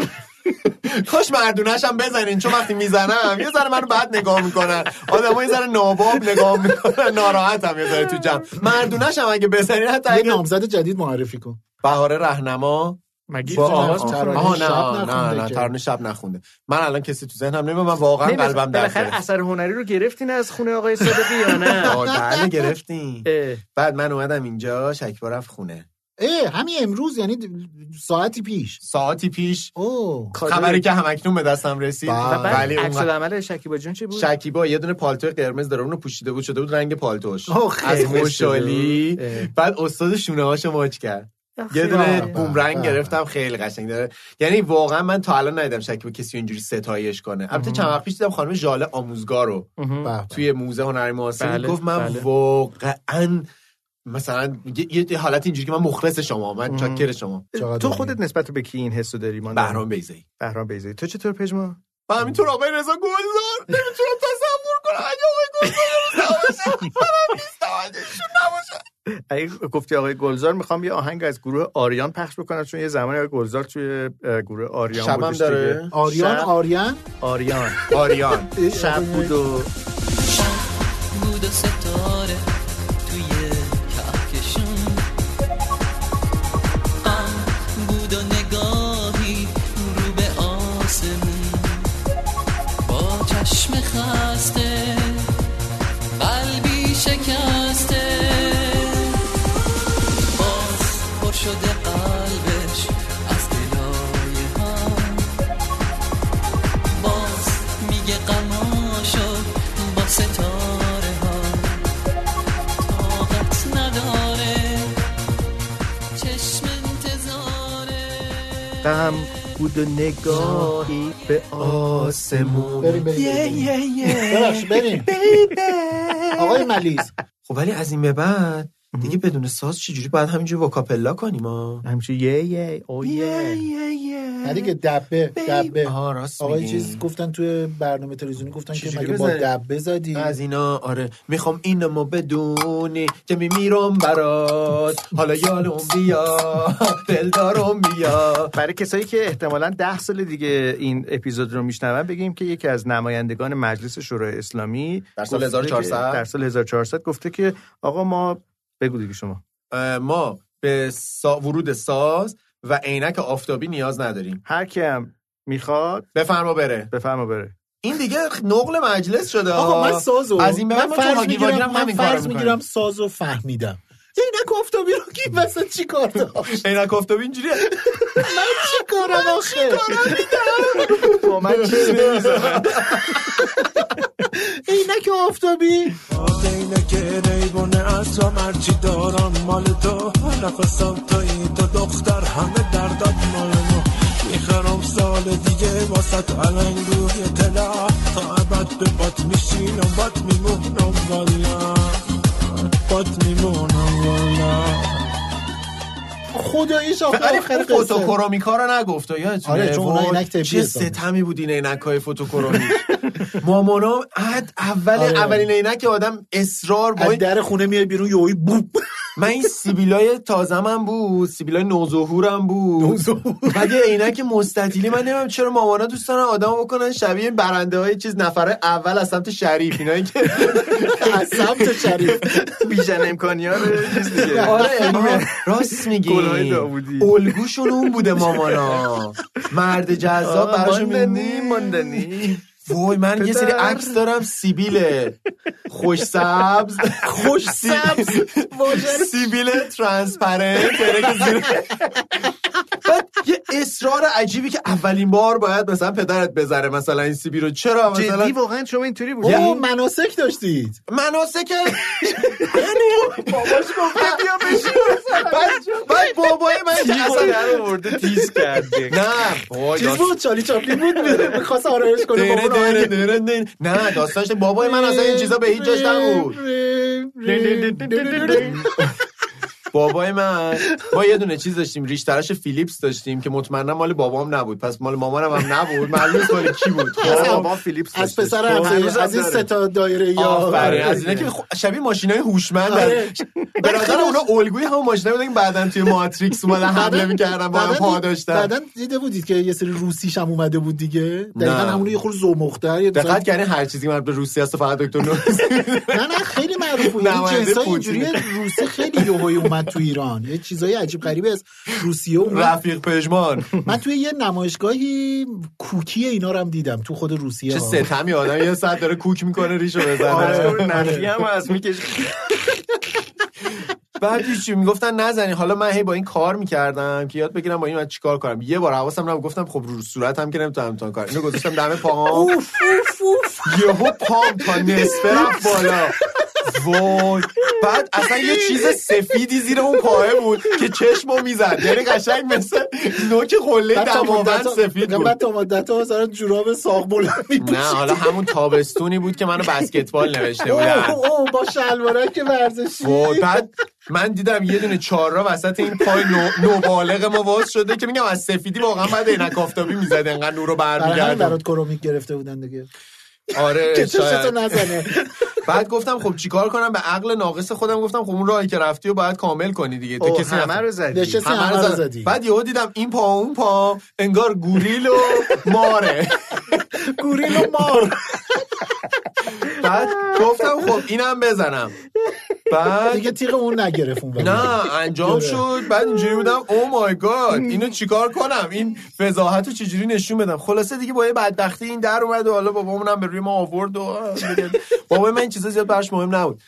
S5: خوش مردونش هم بزنین چون وقتی میزنم یه ذره منو بد نگاه میکنن آدم یه ذره ناباب نگاه میکنن ناراحتم یه ذره تو جمع مردونش هم اگه بزنین حتی
S4: یه
S5: اگه
S4: نامزد جدید معرفی کن
S5: بهار رهنما
S6: مگه
S5: با
S4: چه
S5: آواز
S4: ترانه
S5: می‌خونه؟ آها،
S4: شب
S5: نه
S4: نخونده
S5: نه نه
S4: که.
S5: ترانه شب نخونده من الان کسی تو ذهنم نمیاد من واقعا
S6: نمی‌دونم،
S5: قلبم درد
S6: بالاخره
S5: گرفت
S6: اثر هنری رو گرفتین از خونه آقای صادقی یا نه
S5: آه، بله گرفتیم
S6: اه.
S5: بعد من اومدم اینجا شکیبا رفت خونه
S4: اه همین امروز یعنی ساعتی پیش
S5: ساعتی پیش
S4: اوه
S5: خبری که همکنون به دستم رسید
S4: بله.
S6: و بعد
S5: ولی اون
S6: عکس عمل شکیبا جون چی بود
S5: شکیبا یه دونه پالتو قرمز داره اونو پوشیده بود شده بود رنگ پالتوش
S6: آه، خیلی
S5: از خوشحالی
S6: خوشگل بود.
S5: بعد استاد شونه هاشو ماچ کرد یه
S4: بله،
S5: دونه
S4: بله،
S5: بومرنگ
S4: بله.
S5: گرفتم خیلی قشنگ داره یعنی واقعا من تا الان ندیدم شکیبا کسی رو اینجوری ستایش کنه البته چند وقت پیش دیدم خانم ژاله آموزگارو
S6: مهم.
S4: به، به.
S5: توی موزه هنر معاصر
S6: بله،
S5: گفت من
S6: بله.
S5: واقعا مثلا یه- یه, یه حالت اینجوری که من مخلص شما من چاکر شما
S4: چقدر
S6: تو
S4: عالی.
S6: خودت نسبت به کی این حسو داری من
S5: بهرام بیزایی
S6: بهرام بیزایی تو چطور پژمان
S5: و همینطور آقای رضا گلزار نمیتونم تصور کنم اگه آقای گلزار رو نباشه
S6: اگه گفتی آقای گلزار میخوام یه آهنگ از گروه آریان پخش بکنم چون یه زمانی آقای گلزار توی اه، گروه آریان
S5: شبم
S6: بودش
S5: داره
S6: دیگه.
S4: آریان
S6: شب-
S4: آریان
S6: آریان
S5: آریان
S6: شب بود و
S1: بود و ستاره توی کهکشون غم بود و نگاهی رو به آسمون با چشم خسته قلبی شکسته باز پر شده قلبش از دلایه هم باز میگه قماشو با ستاره ها طاقت نداره چشم انتظاره
S6: غم بود و نگاهی به آسمون
S4: بریم بریم بریم. ببخشید بریم آقای ملیز
S5: خب ولی از این به بعد دیگه بدون ساز چجوری باید همینجوری وکاپلا کنیم ها
S6: همینجوری Oh, یه یه او یه
S5: یه یه
S4: نه دیگه یعنی دبه دبه
S5: آها، راست
S4: آقای
S5: میگی.
S4: چیز گفتن توی برنامه تلویزیونی گفتن که
S5: چجوری
S4: مگه با
S5: بزنیم؟
S4: دبه زدی
S5: از اینا آره میخوام اینمو بدونی که میمیرم برات حالا یالم بیا دلدارم بیا
S6: برای کسایی که احتمالا ده سال دیگه این اپیزود رو میشنون بگیم که یکی از نمایندگان مجلس شورای اسلامی
S5: در سال
S6: گفته
S5: 1400
S6: که- در سال 1400 گفته که آقا ما بگو دیگه شما
S5: اه، ما به سا... ورود ساز و عینک آفتابی نیاز نداریم
S6: هر کیم میخواد
S5: بفرما بره
S6: بفرما بره
S5: این دیگه نقل مجلس شده
S4: آقا من سازو
S5: از این به بعد
S4: من
S5: ما
S4: فرض
S5: تو هاگیر واگیر
S4: میگیرم
S5: هم
S4: من
S5: همین کارو
S4: فرض
S5: می‌کنیم.
S4: میگیرم سازو فهمیدم این نگفت بیرو کی وسط چی کار داشت
S5: عینک آفتابی اینجوریه
S4: من چی کارم آخه
S6: با من چیز نمی‌ذارم.
S4: عینک آفتابی
S8: اینه که ریبونه اصلا هرچی دارم مال تو نفسم توی تو دختر همه دردت مال نو میخرم سال دیگه واسط علنگ روی تلا تا ابد به بات میشینم بات میمونم والا بات میمونم والا
S4: خداییش آخه
S5: ولی
S4: آخر قصه
S5: فوتوکرومیکا رو نگفت یادتونه
S4: آره، چون اونا
S5: وای،
S4: عینک طبیه
S5: چه
S4: ساختن.
S5: ستمی بود این عینک های فوتوکرومیک مامانام عد اول
S4: آره.
S5: اولین عینک آدم اصرار با
S4: از
S5: این-
S4: در خونه میای بیرون یوی بوب
S5: من این سیبیلای تازمم بود سیبیلای نوظهورم بود بعد یه عینک مستطیلی من نمیدونم چرا مامانا دوست دارن آدمو بکنن شبیه این برنده های چیز نفره اول از سمت شریف اینایی که
S4: از سمت شریف
S6: بیژن امکانیار چیز دیگه
S5: آره ما راست میگی
S6: گلهای داوودی.
S5: الگوشون اون بوده مامانا مرد جذاب براشون
S6: ماندنی
S5: می‌بینی؟
S6: ماندنی
S5: وای من یه سری
S6: پدر.
S5: عکس دارم سیبیله خوش سبز خوش سبز سیبیل ترانسپرنت یعنی که زیر- بعد یه اصرار عجیبی که اولین بار باید مثلا پدرت بزنه مثلا این سیبیل رو چرا
S6: جدی
S5: مثلا
S6: واقعا شما اینطوری بود
S4: او مناسک داشتید
S5: مناسک باباش گفت بیا بشین یعنی- بعد- بعد بابای من که اصلا
S6: رو ورده تیز کرده
S5: نه وای،
S4: چیز بود چالی چاپلین بود میخواست آرایش کنه
S5: دره،
S4: بابا رو
S5: دره،
S4: آهنگ-
S5: دره، دره. نه داستانش بابای من اصلا این چیزا به هیچ جاش نبود بابای من ما یه دونه چیز داشتیم ریش تراش فیلیپس داشتیم که مطمئنا مال بابام نبود پس مال مامانم هم نبود معلوم نیست مال کی بود خب،
S6: بابا فیلیپس
S4: از
S6: داشتش.
S4: پسر
S6: بابا
S4: همسایه
S6: هنوز هم
S4: از این
S6: داره.
S4: سه تا دایره یا
S5: آفرین از اینا که خو- شبیه ماشینای هوشمند
S4: آره.
S5: به نظر اونا الگوی همون ماشینا بودن که بعدن توی ماتریکس اومدن حمله میکردن با هم پا داشتن
S4: بعدن دیده بودید که یه سری روسیش هم اومده بود دیگه دقیقا
S5: نه.
S4: همون یه خور زمختر یه
S5: دقت کردین هر چیزی که مربوط به روسی هست و فقط دکتر نوروزی
S4: نه نه خیلی معروف بود این
S5: نماینده
S4: جنسای
S5: پوتین.
S4: اینجوری روسی خیلی یوهایی اومد تو ایران یه چیزای عجیب غریبی از روسیه اومد
S5: رفیق پژمان
S4: من توی یه نمایشگاهی کوکی اینا رو هم دیدم تو خود روسیه
S5: چه
S4: ها.
S5: ستمی آدم یه ساعت داره کوک میکنه ریشو بزنه
S6: آره نفی هم از میکش
S5: بعد چی میگفتن نزنی حالا من هی با این کار میکردم که یاد بگیرم با این من چیکار کنم یه بار حواسم نبود گفتم خب رو صورتم که نمیتونم امتحان کار اینو گذاشتم دم پاهام
S4: اوف اوف اوف
S5: یهو پام تا نصفه رفت بالا وای بعد اصلا یه چیز سفیدی زیر اون پاهه بود که چشمو میزد یعنی قشنگ مثل نوک قله
S4: بعد تا
S5: دماوند
S4: مدت‌ها-
S5: سفید بود
S4: بعد تا مدت ها مثلا جوراب ساق بلند
S5: نه
S4: می‌پوشید.
S5: حالا همون تابستونی بود که منو بسکتبال نوشته بودن
S4: اوه، اوه، با شلوارک ورزشی
S5: وای بعد من دیدم یه دونه چهارراه وسط این پای نو... نوبالغ ما واز شده که میگم از سفیدی واقعا بعد عینک آفتابی میزد انقدر نورو
S4: برای همین
S5: برمیگرد
S4: برات کرومیک گرفته بودن دیگه
S5: آره
S4: که چشتو
S5: شاید
S4: نزنه
S5: بعد گفتم خب چیکار کنم به عقل ناقص خودم گفتم خب اون راهی که رفتی و باید کامل کنی دیگه تو کسی
S6: همه
S5: نفهم.
S6: رو زدی
S4: نشست- کسی همه رو
S5: زد.
S4: زدی.
S5: بعد یهو دیدم این پا اون پا انگار گوریل و ماره
S4: گوریل و مار
S5: بعد گفتم خب اینم بزنم بعد
S4: دیگه تیغ اون نگرف اون ولی.
S6: بله.
S5: نه انجام
S4: آره.
S5: شد بعد اینجوری بودم او مای گاد اینو چیکار کنم این فضاحت رو چجوری نشون بدم خلاصه دیگه با یه بدبختی این در اومد و حالا بابامون هم به روی ما آورد و آه، دیگه بابا من این چیزا زیاد براش مهم نبود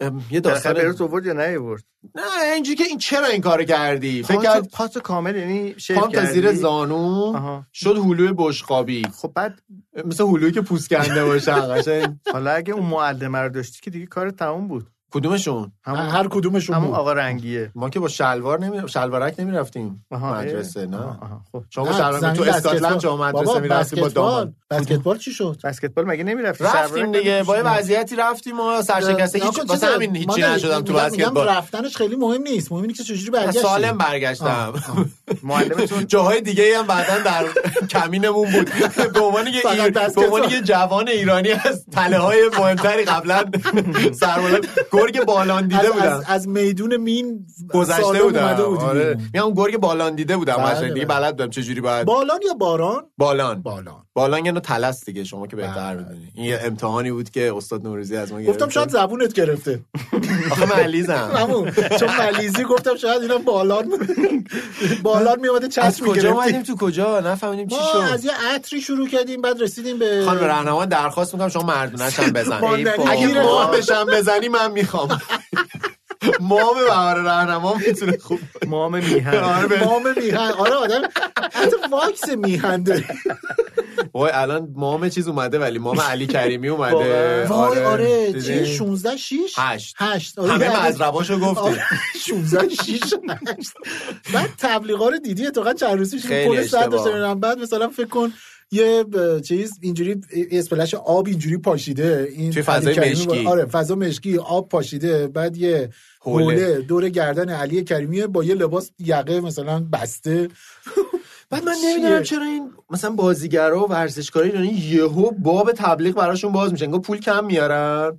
S5: ام، یه
S6: داستان
S5: داستان
S6: برات آورد یا نیاورد
S5: نه اینجوری که این چرا این کارو کردی فکر
S6: پاتو
S5: کرد
S6: پاتو کامل یعنی شیف
S5: پام تا
S6: خب، کردی؟
S5: زیر زانو
S6: آها.
S5: شد هلوی بشقابی
S6: خب بعد
S5: مثل هلویی که پوست کنده باشه قشنگ
S6: حالا اگه اون معلمه رو داشتی که دیگه کار تموم بود
S5: کدومشون
S4: هر کدومشون
S6: همون آقا رنگیه
S5: ما که با شلوار نمی شلوارک نمیرفتیم
S6: آها، اه.
S5: مدرسه نه
S6: خب.
S5: شما با شلوار تو اسکاتلند جامعه مدرسه میرفتیم با دامن
S4: بسکتبال چی شد
S6: بسکتبال مگه نمیرفتی
S5: رفتیم دیگه با یه وضعیتی رفتیم و سرشکسته هیچ
S4: ناکن،
S5: واسه
S4: چیزه.
S5: همین
S4: ما
S5: هیچی
S4: نه-
S5: نشدم تو
S4: میگم- میگم
S5: بسکتبال
S4: رفتنش خیلی مهم نیست مهم اینه که چجوری
S5: من
S4: برگشتی
S5: سالم برگشتم معلمتون جاهای دیگه هم بعدا در کمینمون بود به عنوان یه
S4: فقط
S5: ایر-
S4: بسکت
S5: به عنوان
S4: بال.
S5: یه جوان ایرانی از تله های مهمتری قبلا سرمایه گرگ بالان دیده
S4: از,
S5: بودم
S4: از, از میدون مین
S5: گذشته
S4: سالم
S5: بودم
S4: اومده بودی
S5: آره.
S4: بیرون.
S5: میگم اون گرگ بالان دیده بودم
S4: بله،
S5: قشنگ دیگه
S4: بله.
S5: بلد بودم چه جوری باید
S4: بالان یا باران
S5: بالان
S4: بالان
S5: بالان یه نوع تلس دیگه شما که بهتر میدونی این یه امتحانی بود که استاد نوروزی از ما گرفت
S4: بله. گفتم شاید زبونت گرفته
S5: آخه من علیزم
S4: همون چون ملیزی گفتم شاید اینا بالان بالان می اومده
S5: از
S4: چسب می
S5: کجا اومدیم تو کجا نفهمیدیم چی
S4: ما از
S5: شد
S4: یه عطری شروع کردیم بعد رسیدیم به
S5: خانم راهنما درخواست میکنم شما مردونش هم بزن
S4: ماندنی
S5: ای بابا.
S4: گیره.
S5: اگه ماهش هم بزنی من میخوام مام بهار راهنما میتونه خوب باشه.
S6: مام میهن
S5: آره، به-
S4: مام میهن آره آدم حتی واکس میهن داری
S5: وای الان مام چیز اومده ولی مام علی کریمی اومده
S6: واقعا.
S4: وای آره
S5: دیدی؟
S4: چه 16 6
S5: هشت.
S4: 8
S5: همه مزرباشو
S4: آره،
S5: گفتی
S4: 16 6 8 بعد تبلیغا رو دیدی اتفاقا چند روز پیش
S5: خیلی
S4: پل صد
S5: اشتباه.
S4: داشتم می‌رم. بعد مثلا فکر کن یه ب- چیز اینجوری اسپلش آب اینجوری پاشیده این
S5: توی
S4: علی
S5: فضای
S4: کریمی
S5: مشکی.
S4: با- آره فضا مشکی آب پاشیده بعد یه
S5: حوله.
S4: حوله دور گردن علی کریمی با یه لباس یقه مثلا بسته
S5: بعد من
S4: چیه؟
S5: نمیدونم چرا این مثلا بازیگرا و ورزشکارا ایرانی یهو باب تبلیغ براشون باز میشه انگار پول کم میارن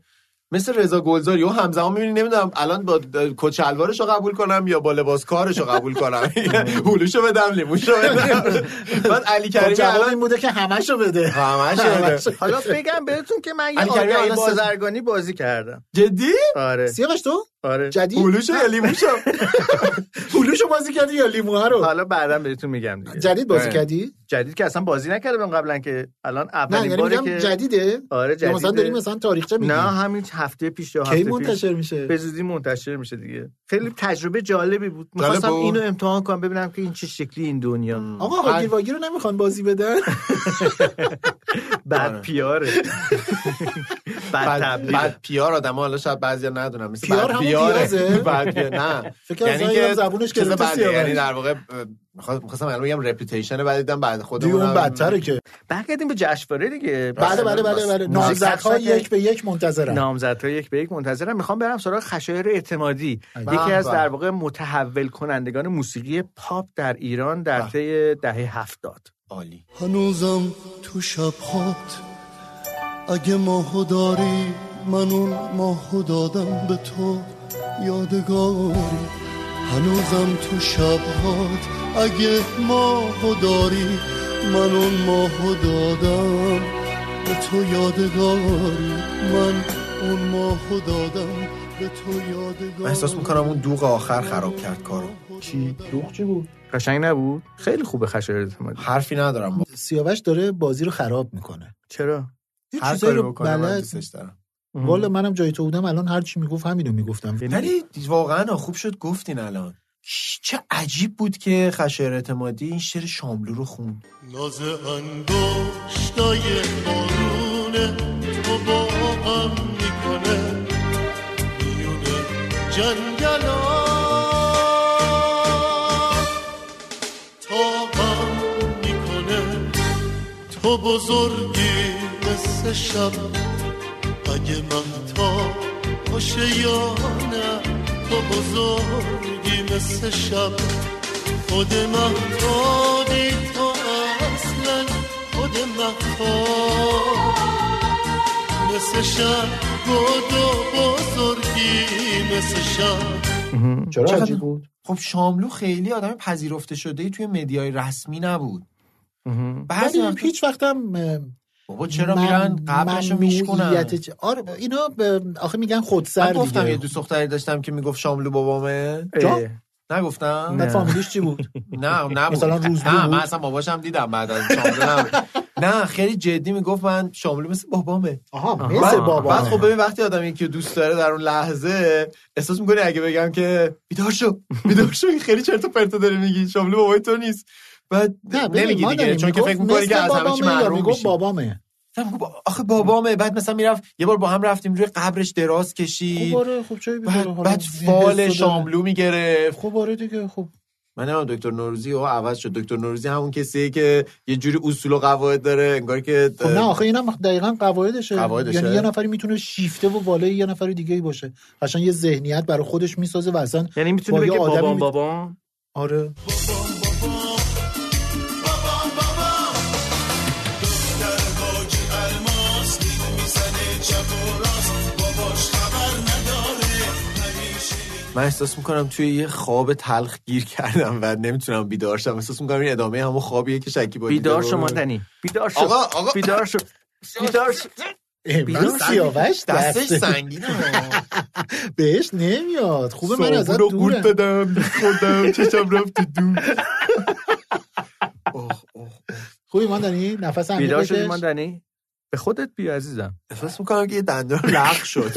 S5: مثل رضا گلزار یهو همزمان میبینی نمیدونم الان با کچلوارش رو قبول کنم یا با لباس کارش رو قبول کنم هولوشو بدم لیموشو بدم بعد علی
S4: خب
S5: کریمی
S4: جواب
S5: الان
S4: این بوده که همشو بده
S5: همش بده.
S6: حالا بگم بهتون که من یه
S5: علی کریمی
S6: آگهی
S5: الان ساز-
S6: بازرگانی بازی کردم
S5: جدی
S6: آره
S4: سیاوش تو
S6: آره
S4: جدید
S5: هولوشو یا لیموشو
S4: پولوشو بازی کردی یا لیموها رو
S6: حالا بعدا بهتون میگم دیگه
S4: جدید بازی
S5: آره.
S4: کردی
S6: جدید که اصلا بازی نکردم قبلا که الان
S4: نه
S6: اولین
S4: یعنی
S6: باره
S4: میگم
S6: که
S4: جدیده
S6: آره
S4: یا مثلا داریم
S6: جدید
S4: مثلا تاریخچه میگیم
S6: نه همین هفته پیش یا
S4: کی
S6: هفته پیش
S4: منتشر میشه
S6: به زودی منتشر میشه دیگه خیلی تجربه جالبی بود
S5: جالب
S6: میخواستم
S5: بود.
S6: اینو امتحان کنم ببینم که این چه شکلی این دنیا
S4: آقا هاگیر واگیر رو نمیخوان بازی بدن آره.
S6: بعد پیاره
S5: بعد,
S6: بعد تبلیغ
S5: بعد پیار آدم‌ها حالا شاید بعضیا ندونم مثل
S4: پیار
S5: بعد
S4: همون
S5: پیاره.
S4: پیازه؟
S5: بعد پیار- نه یعنی
S4: فکر کنم زایی هم زبونش
S5: چیز
S4: گرفته
S5: بعد-
S4: سیاوش.
S5: یعنی در واقع میخواستم الان بگم رپیتیشن بعد دیدم بعد
S4: دیگه
S5: خودمون
S4: اون بدتره که
S6: برگردیم به جشنواره دیگه
S4: بله بله بله بله نامزدها
S6: نامزدها
S4: یک به یک منتظرن
S6: نامزدها یک به یک منتظرم میخوام برم سراغ خشایر اعتمادی یکی از در واقع متحول کنندگان موسیقی پاپ در ایران در طی دهه هفتاد
S5: عالی
S11: هنوزم تو شبهات اگه ماهو داری من اون ماهو دادم به تو یادگاری هنوزم تو شبهات اگه ماهو داری من اون ماهو دادم به تو یادگاری من اون ماهو دادم به تو یادگاری
S5: من احساس میکنم اون دوغ آخر خراب کرد کارو
S11: چی؟
S4: دوغ چی بود
S6: قشنگ نبود خیلی خوبه خشایر اعتمادی
S5: حرفی ندارم
S4: سیاوش داره بازی رو خراب میکنه
S6: چرا
S4: یه
S5: هر
S4: چیزایی
S5: کاری
S4: رو
S5: بکنه من
S4: بلد
S5: دوستش دارم یعنی
S4: والا منم جای تو بودم الان هر چی میگفت همینو میگفتم
S5: ولی واقعا خوب شد گفتین الان چه عجیب بود که خشر اعتمادی این شعر شاملو رو خوند
S11: ناز انگشتای بارونه تو با هم میکنه میون جنگلا تا هم میکنه تو بزرگی مثل شب اگه من تا باشه یا نه تو بزرگی مثل شب خود مهتابی تو اصلا خود مهتاب مثل شب گدو بزرگی مثل شب
S4: چرا
S5: چقدر-
S4: عجیب بود
S5: خب شاملو خیلی آدم پذیرفته شده ای توی مدیای رسمی نبود بعضی
S4: ولی
S5: وقتا-
S4: هیچ وقتم اه،
S5: بابا چرا
S4: من-
S5: میرن قبرشو میشکنن
S4: ممنوعیت چه- آره اینا به- آخه میگن خودسر
S5: من گفتم یه
S4: دیگه
S5: دوست دختری داشتم که میگفت شاملو بابامه
S4: جا؟
S5: نگفتم
S4: بعد فامیلیش چی بود
S5: نه نه
S4: مثلا روزبه
S5: نه من
S4: بود؟
S5: اصلا باباشم دیدم بعد از شاملو نبود. نه خیلی جدی میگفت من شاملو مثل بابامه
S4: آها
S5: بعد,
S4: مثل بابا
S5: بعد خب ببین وقتی آدم یکی رو دوست داره در اون لحظه احساس میکنه اگه بگم که بیدار شو بیدار شو این خیلی چرت و پرتو داری میگی شاملو بابای تو نیست بعد
S4: نه ببین،
S5: نمیگی
S4: ما
S5: دیگه
S4: داریم.
S5: چون که
S4: میگفت
S5: فکر میکنی
S4: مثل
S5: که از همه چی
S4: بابامه یا
S5: محروم
S4: میگفت
S5: میشی
S4: بابامه
S5: آخه بابامه بعد مثلا میرفت یه بار با هم رفتیم روی قبرش دراز کشید
S4: خب آره خب چه
S5: بعد, بعد فال شاملو میگرفت
S4: خب آره دیگه خب
S5: من نمیدونم دکتر نوروزی او عوض شد دکتر نوروزی همون کسیه که یه جوری اصول و قواعد داره انگار که
S4: خب نه آخه اینم دقیقا قواعدشه
S5: قواعدشه.
S4: یعنی یه نفری میتونه شیفته و بالای یه نفر دیگه ای باشه قشنگ یه ذهنیت برای خودش میسازه و اصلا
S6: یعنی میتونه
S4: با یه
S6: بگه
S4: آدمی
S6: بابام
S4: می-
S6: بابام
S4: آره
S5: من احساس میکنم توی یه خواب تلخ گیر کردم و نمیتونم بیدار شم احساس میکنم این ادامه همون خوابیه که شکیبا دیده
S6: بیدار
S5: بود.
S6: شما دنی بیدار شو
S5: آقا آقا
S6: بیدار شو بیدار شو
S4: من سیاوش
S5: دستش
S4: دستش
S5: سنگینه
S4: بهش نمیاد خوبه من ازت
S5: صابون رو قورت
S4: دورم
S5: دادم خوردم چشم رفت تو دور اوه، اوه.
S4: خوبی من دنی نفس عمیق
S6: بیدار شدی
S4: بکش.
S6: من دنی به خودت بیا عزیزم
S5: احساس میکنم که یه دندان لغ شد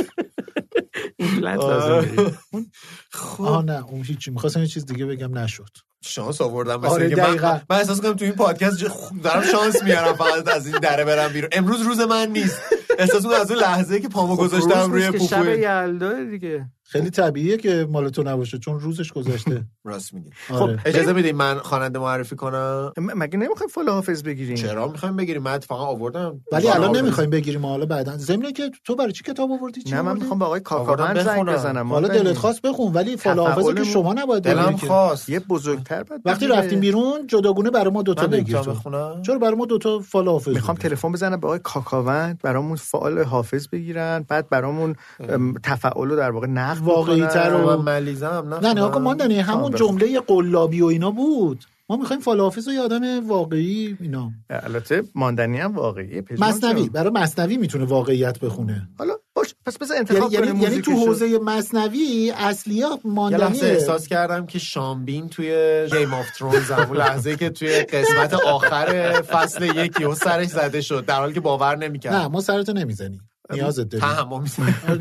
S6: این لنت لازم داری.
S4: آه
S5: خب
S4: نه اون هیچی میخواستم یه چیز دیگه بگم نشد
S5: شانس آوردم مثل
S4: آره،
S5: اینکه من,
S4: دقیقاً.
S5: من احساس کنم تو این پادکست ج- خوب دارم شانس میارم فقط از این دره برم بیرون امروز روز من نیست احساس میکنم از اون لحظه که پامو گذاشتم
S6: خب، روز
S5: روی
S6: نیست که شب
S5: پوپوی
S6: یلدا دیگه
S4: خیلی طبیعیه که مال تو نباشه چون روزش گذشته
S5: راست میگی خب،
S4: آره
S5: اجازه میدین من خواننده معرفی کنم
S6: م- مگه نمیخوای فال حافظ بگیریم
S5: چرا میخوایم بگیریم من اتفاقا آوردم
S4: ولی
S5: من
S4: الان
S5: آوردم.
S4: نمیخوایم بگیریم حالا بعدا ضمن که تو برای چی کتاب آوردی چی
S6: نه من
S4: آوردی؟
S6: میخوام به آقای کاکامان
S5: آوردم
S6: زنگ
S5: بخونم.
S6: بزنم
S4: حالا
S6: مادنی.
S4: دلت خواست بخون ولی فلاحافظه که
S6: تفاعلمون-
S4: شما نباید بگیری
S5: دلم
S4: که.
S5: خواست
S6: یه بزرگتر بعد
S4: وقتی رفتیم بیرون جداگونه برای ما دوتا
S5: من
S4: بگیر
S5: نمیتونم
S4: تو.
S5: بخونم
S4: چرا برای ما دوتا فلاحافظ
S6: میخوام
S4: بگیر؟
S6: تلفن بزنم به آقای کاکاوند برامون فعال حافظ بگیرن بعد برامون ام، تفاعل رو در واقع نقد
S4: واقعی تر
S5: چرا
S4: و-
S5: من ملیزم نخونم
S4: نه نه آقا ماندنی همون
S6: خب، بخون.
S4: جمله قلابی و اینا بود ما میخوایم فلاحافظ و یه آدم واقعی اینا
S6: البته ماندنی هم واقعیه پژمان
S4: مصنوی
S6: جان.
S4: برای مصنوی میتونه واقعیت بخونه
S6: حالا باش پس بذار انتخاب
S4: یعنی,
S6: کنیم
S4: یعنی, یعنی تو
S6: موزیکشو.
S4: حوزه مصنوی اصلی ها
S5: یه لحظه
S4: ماندنیه
S5: احساس کردم که شامبین توی گیم آف ترونز هم. اون لحظه که توی قسمت آخر فصل یکی و سرش زده شد در حالی که باور
S4: نه
S5: نمیکرد
S4: ما سرتو نمیزنیم نیازت داریم
S5: تهمم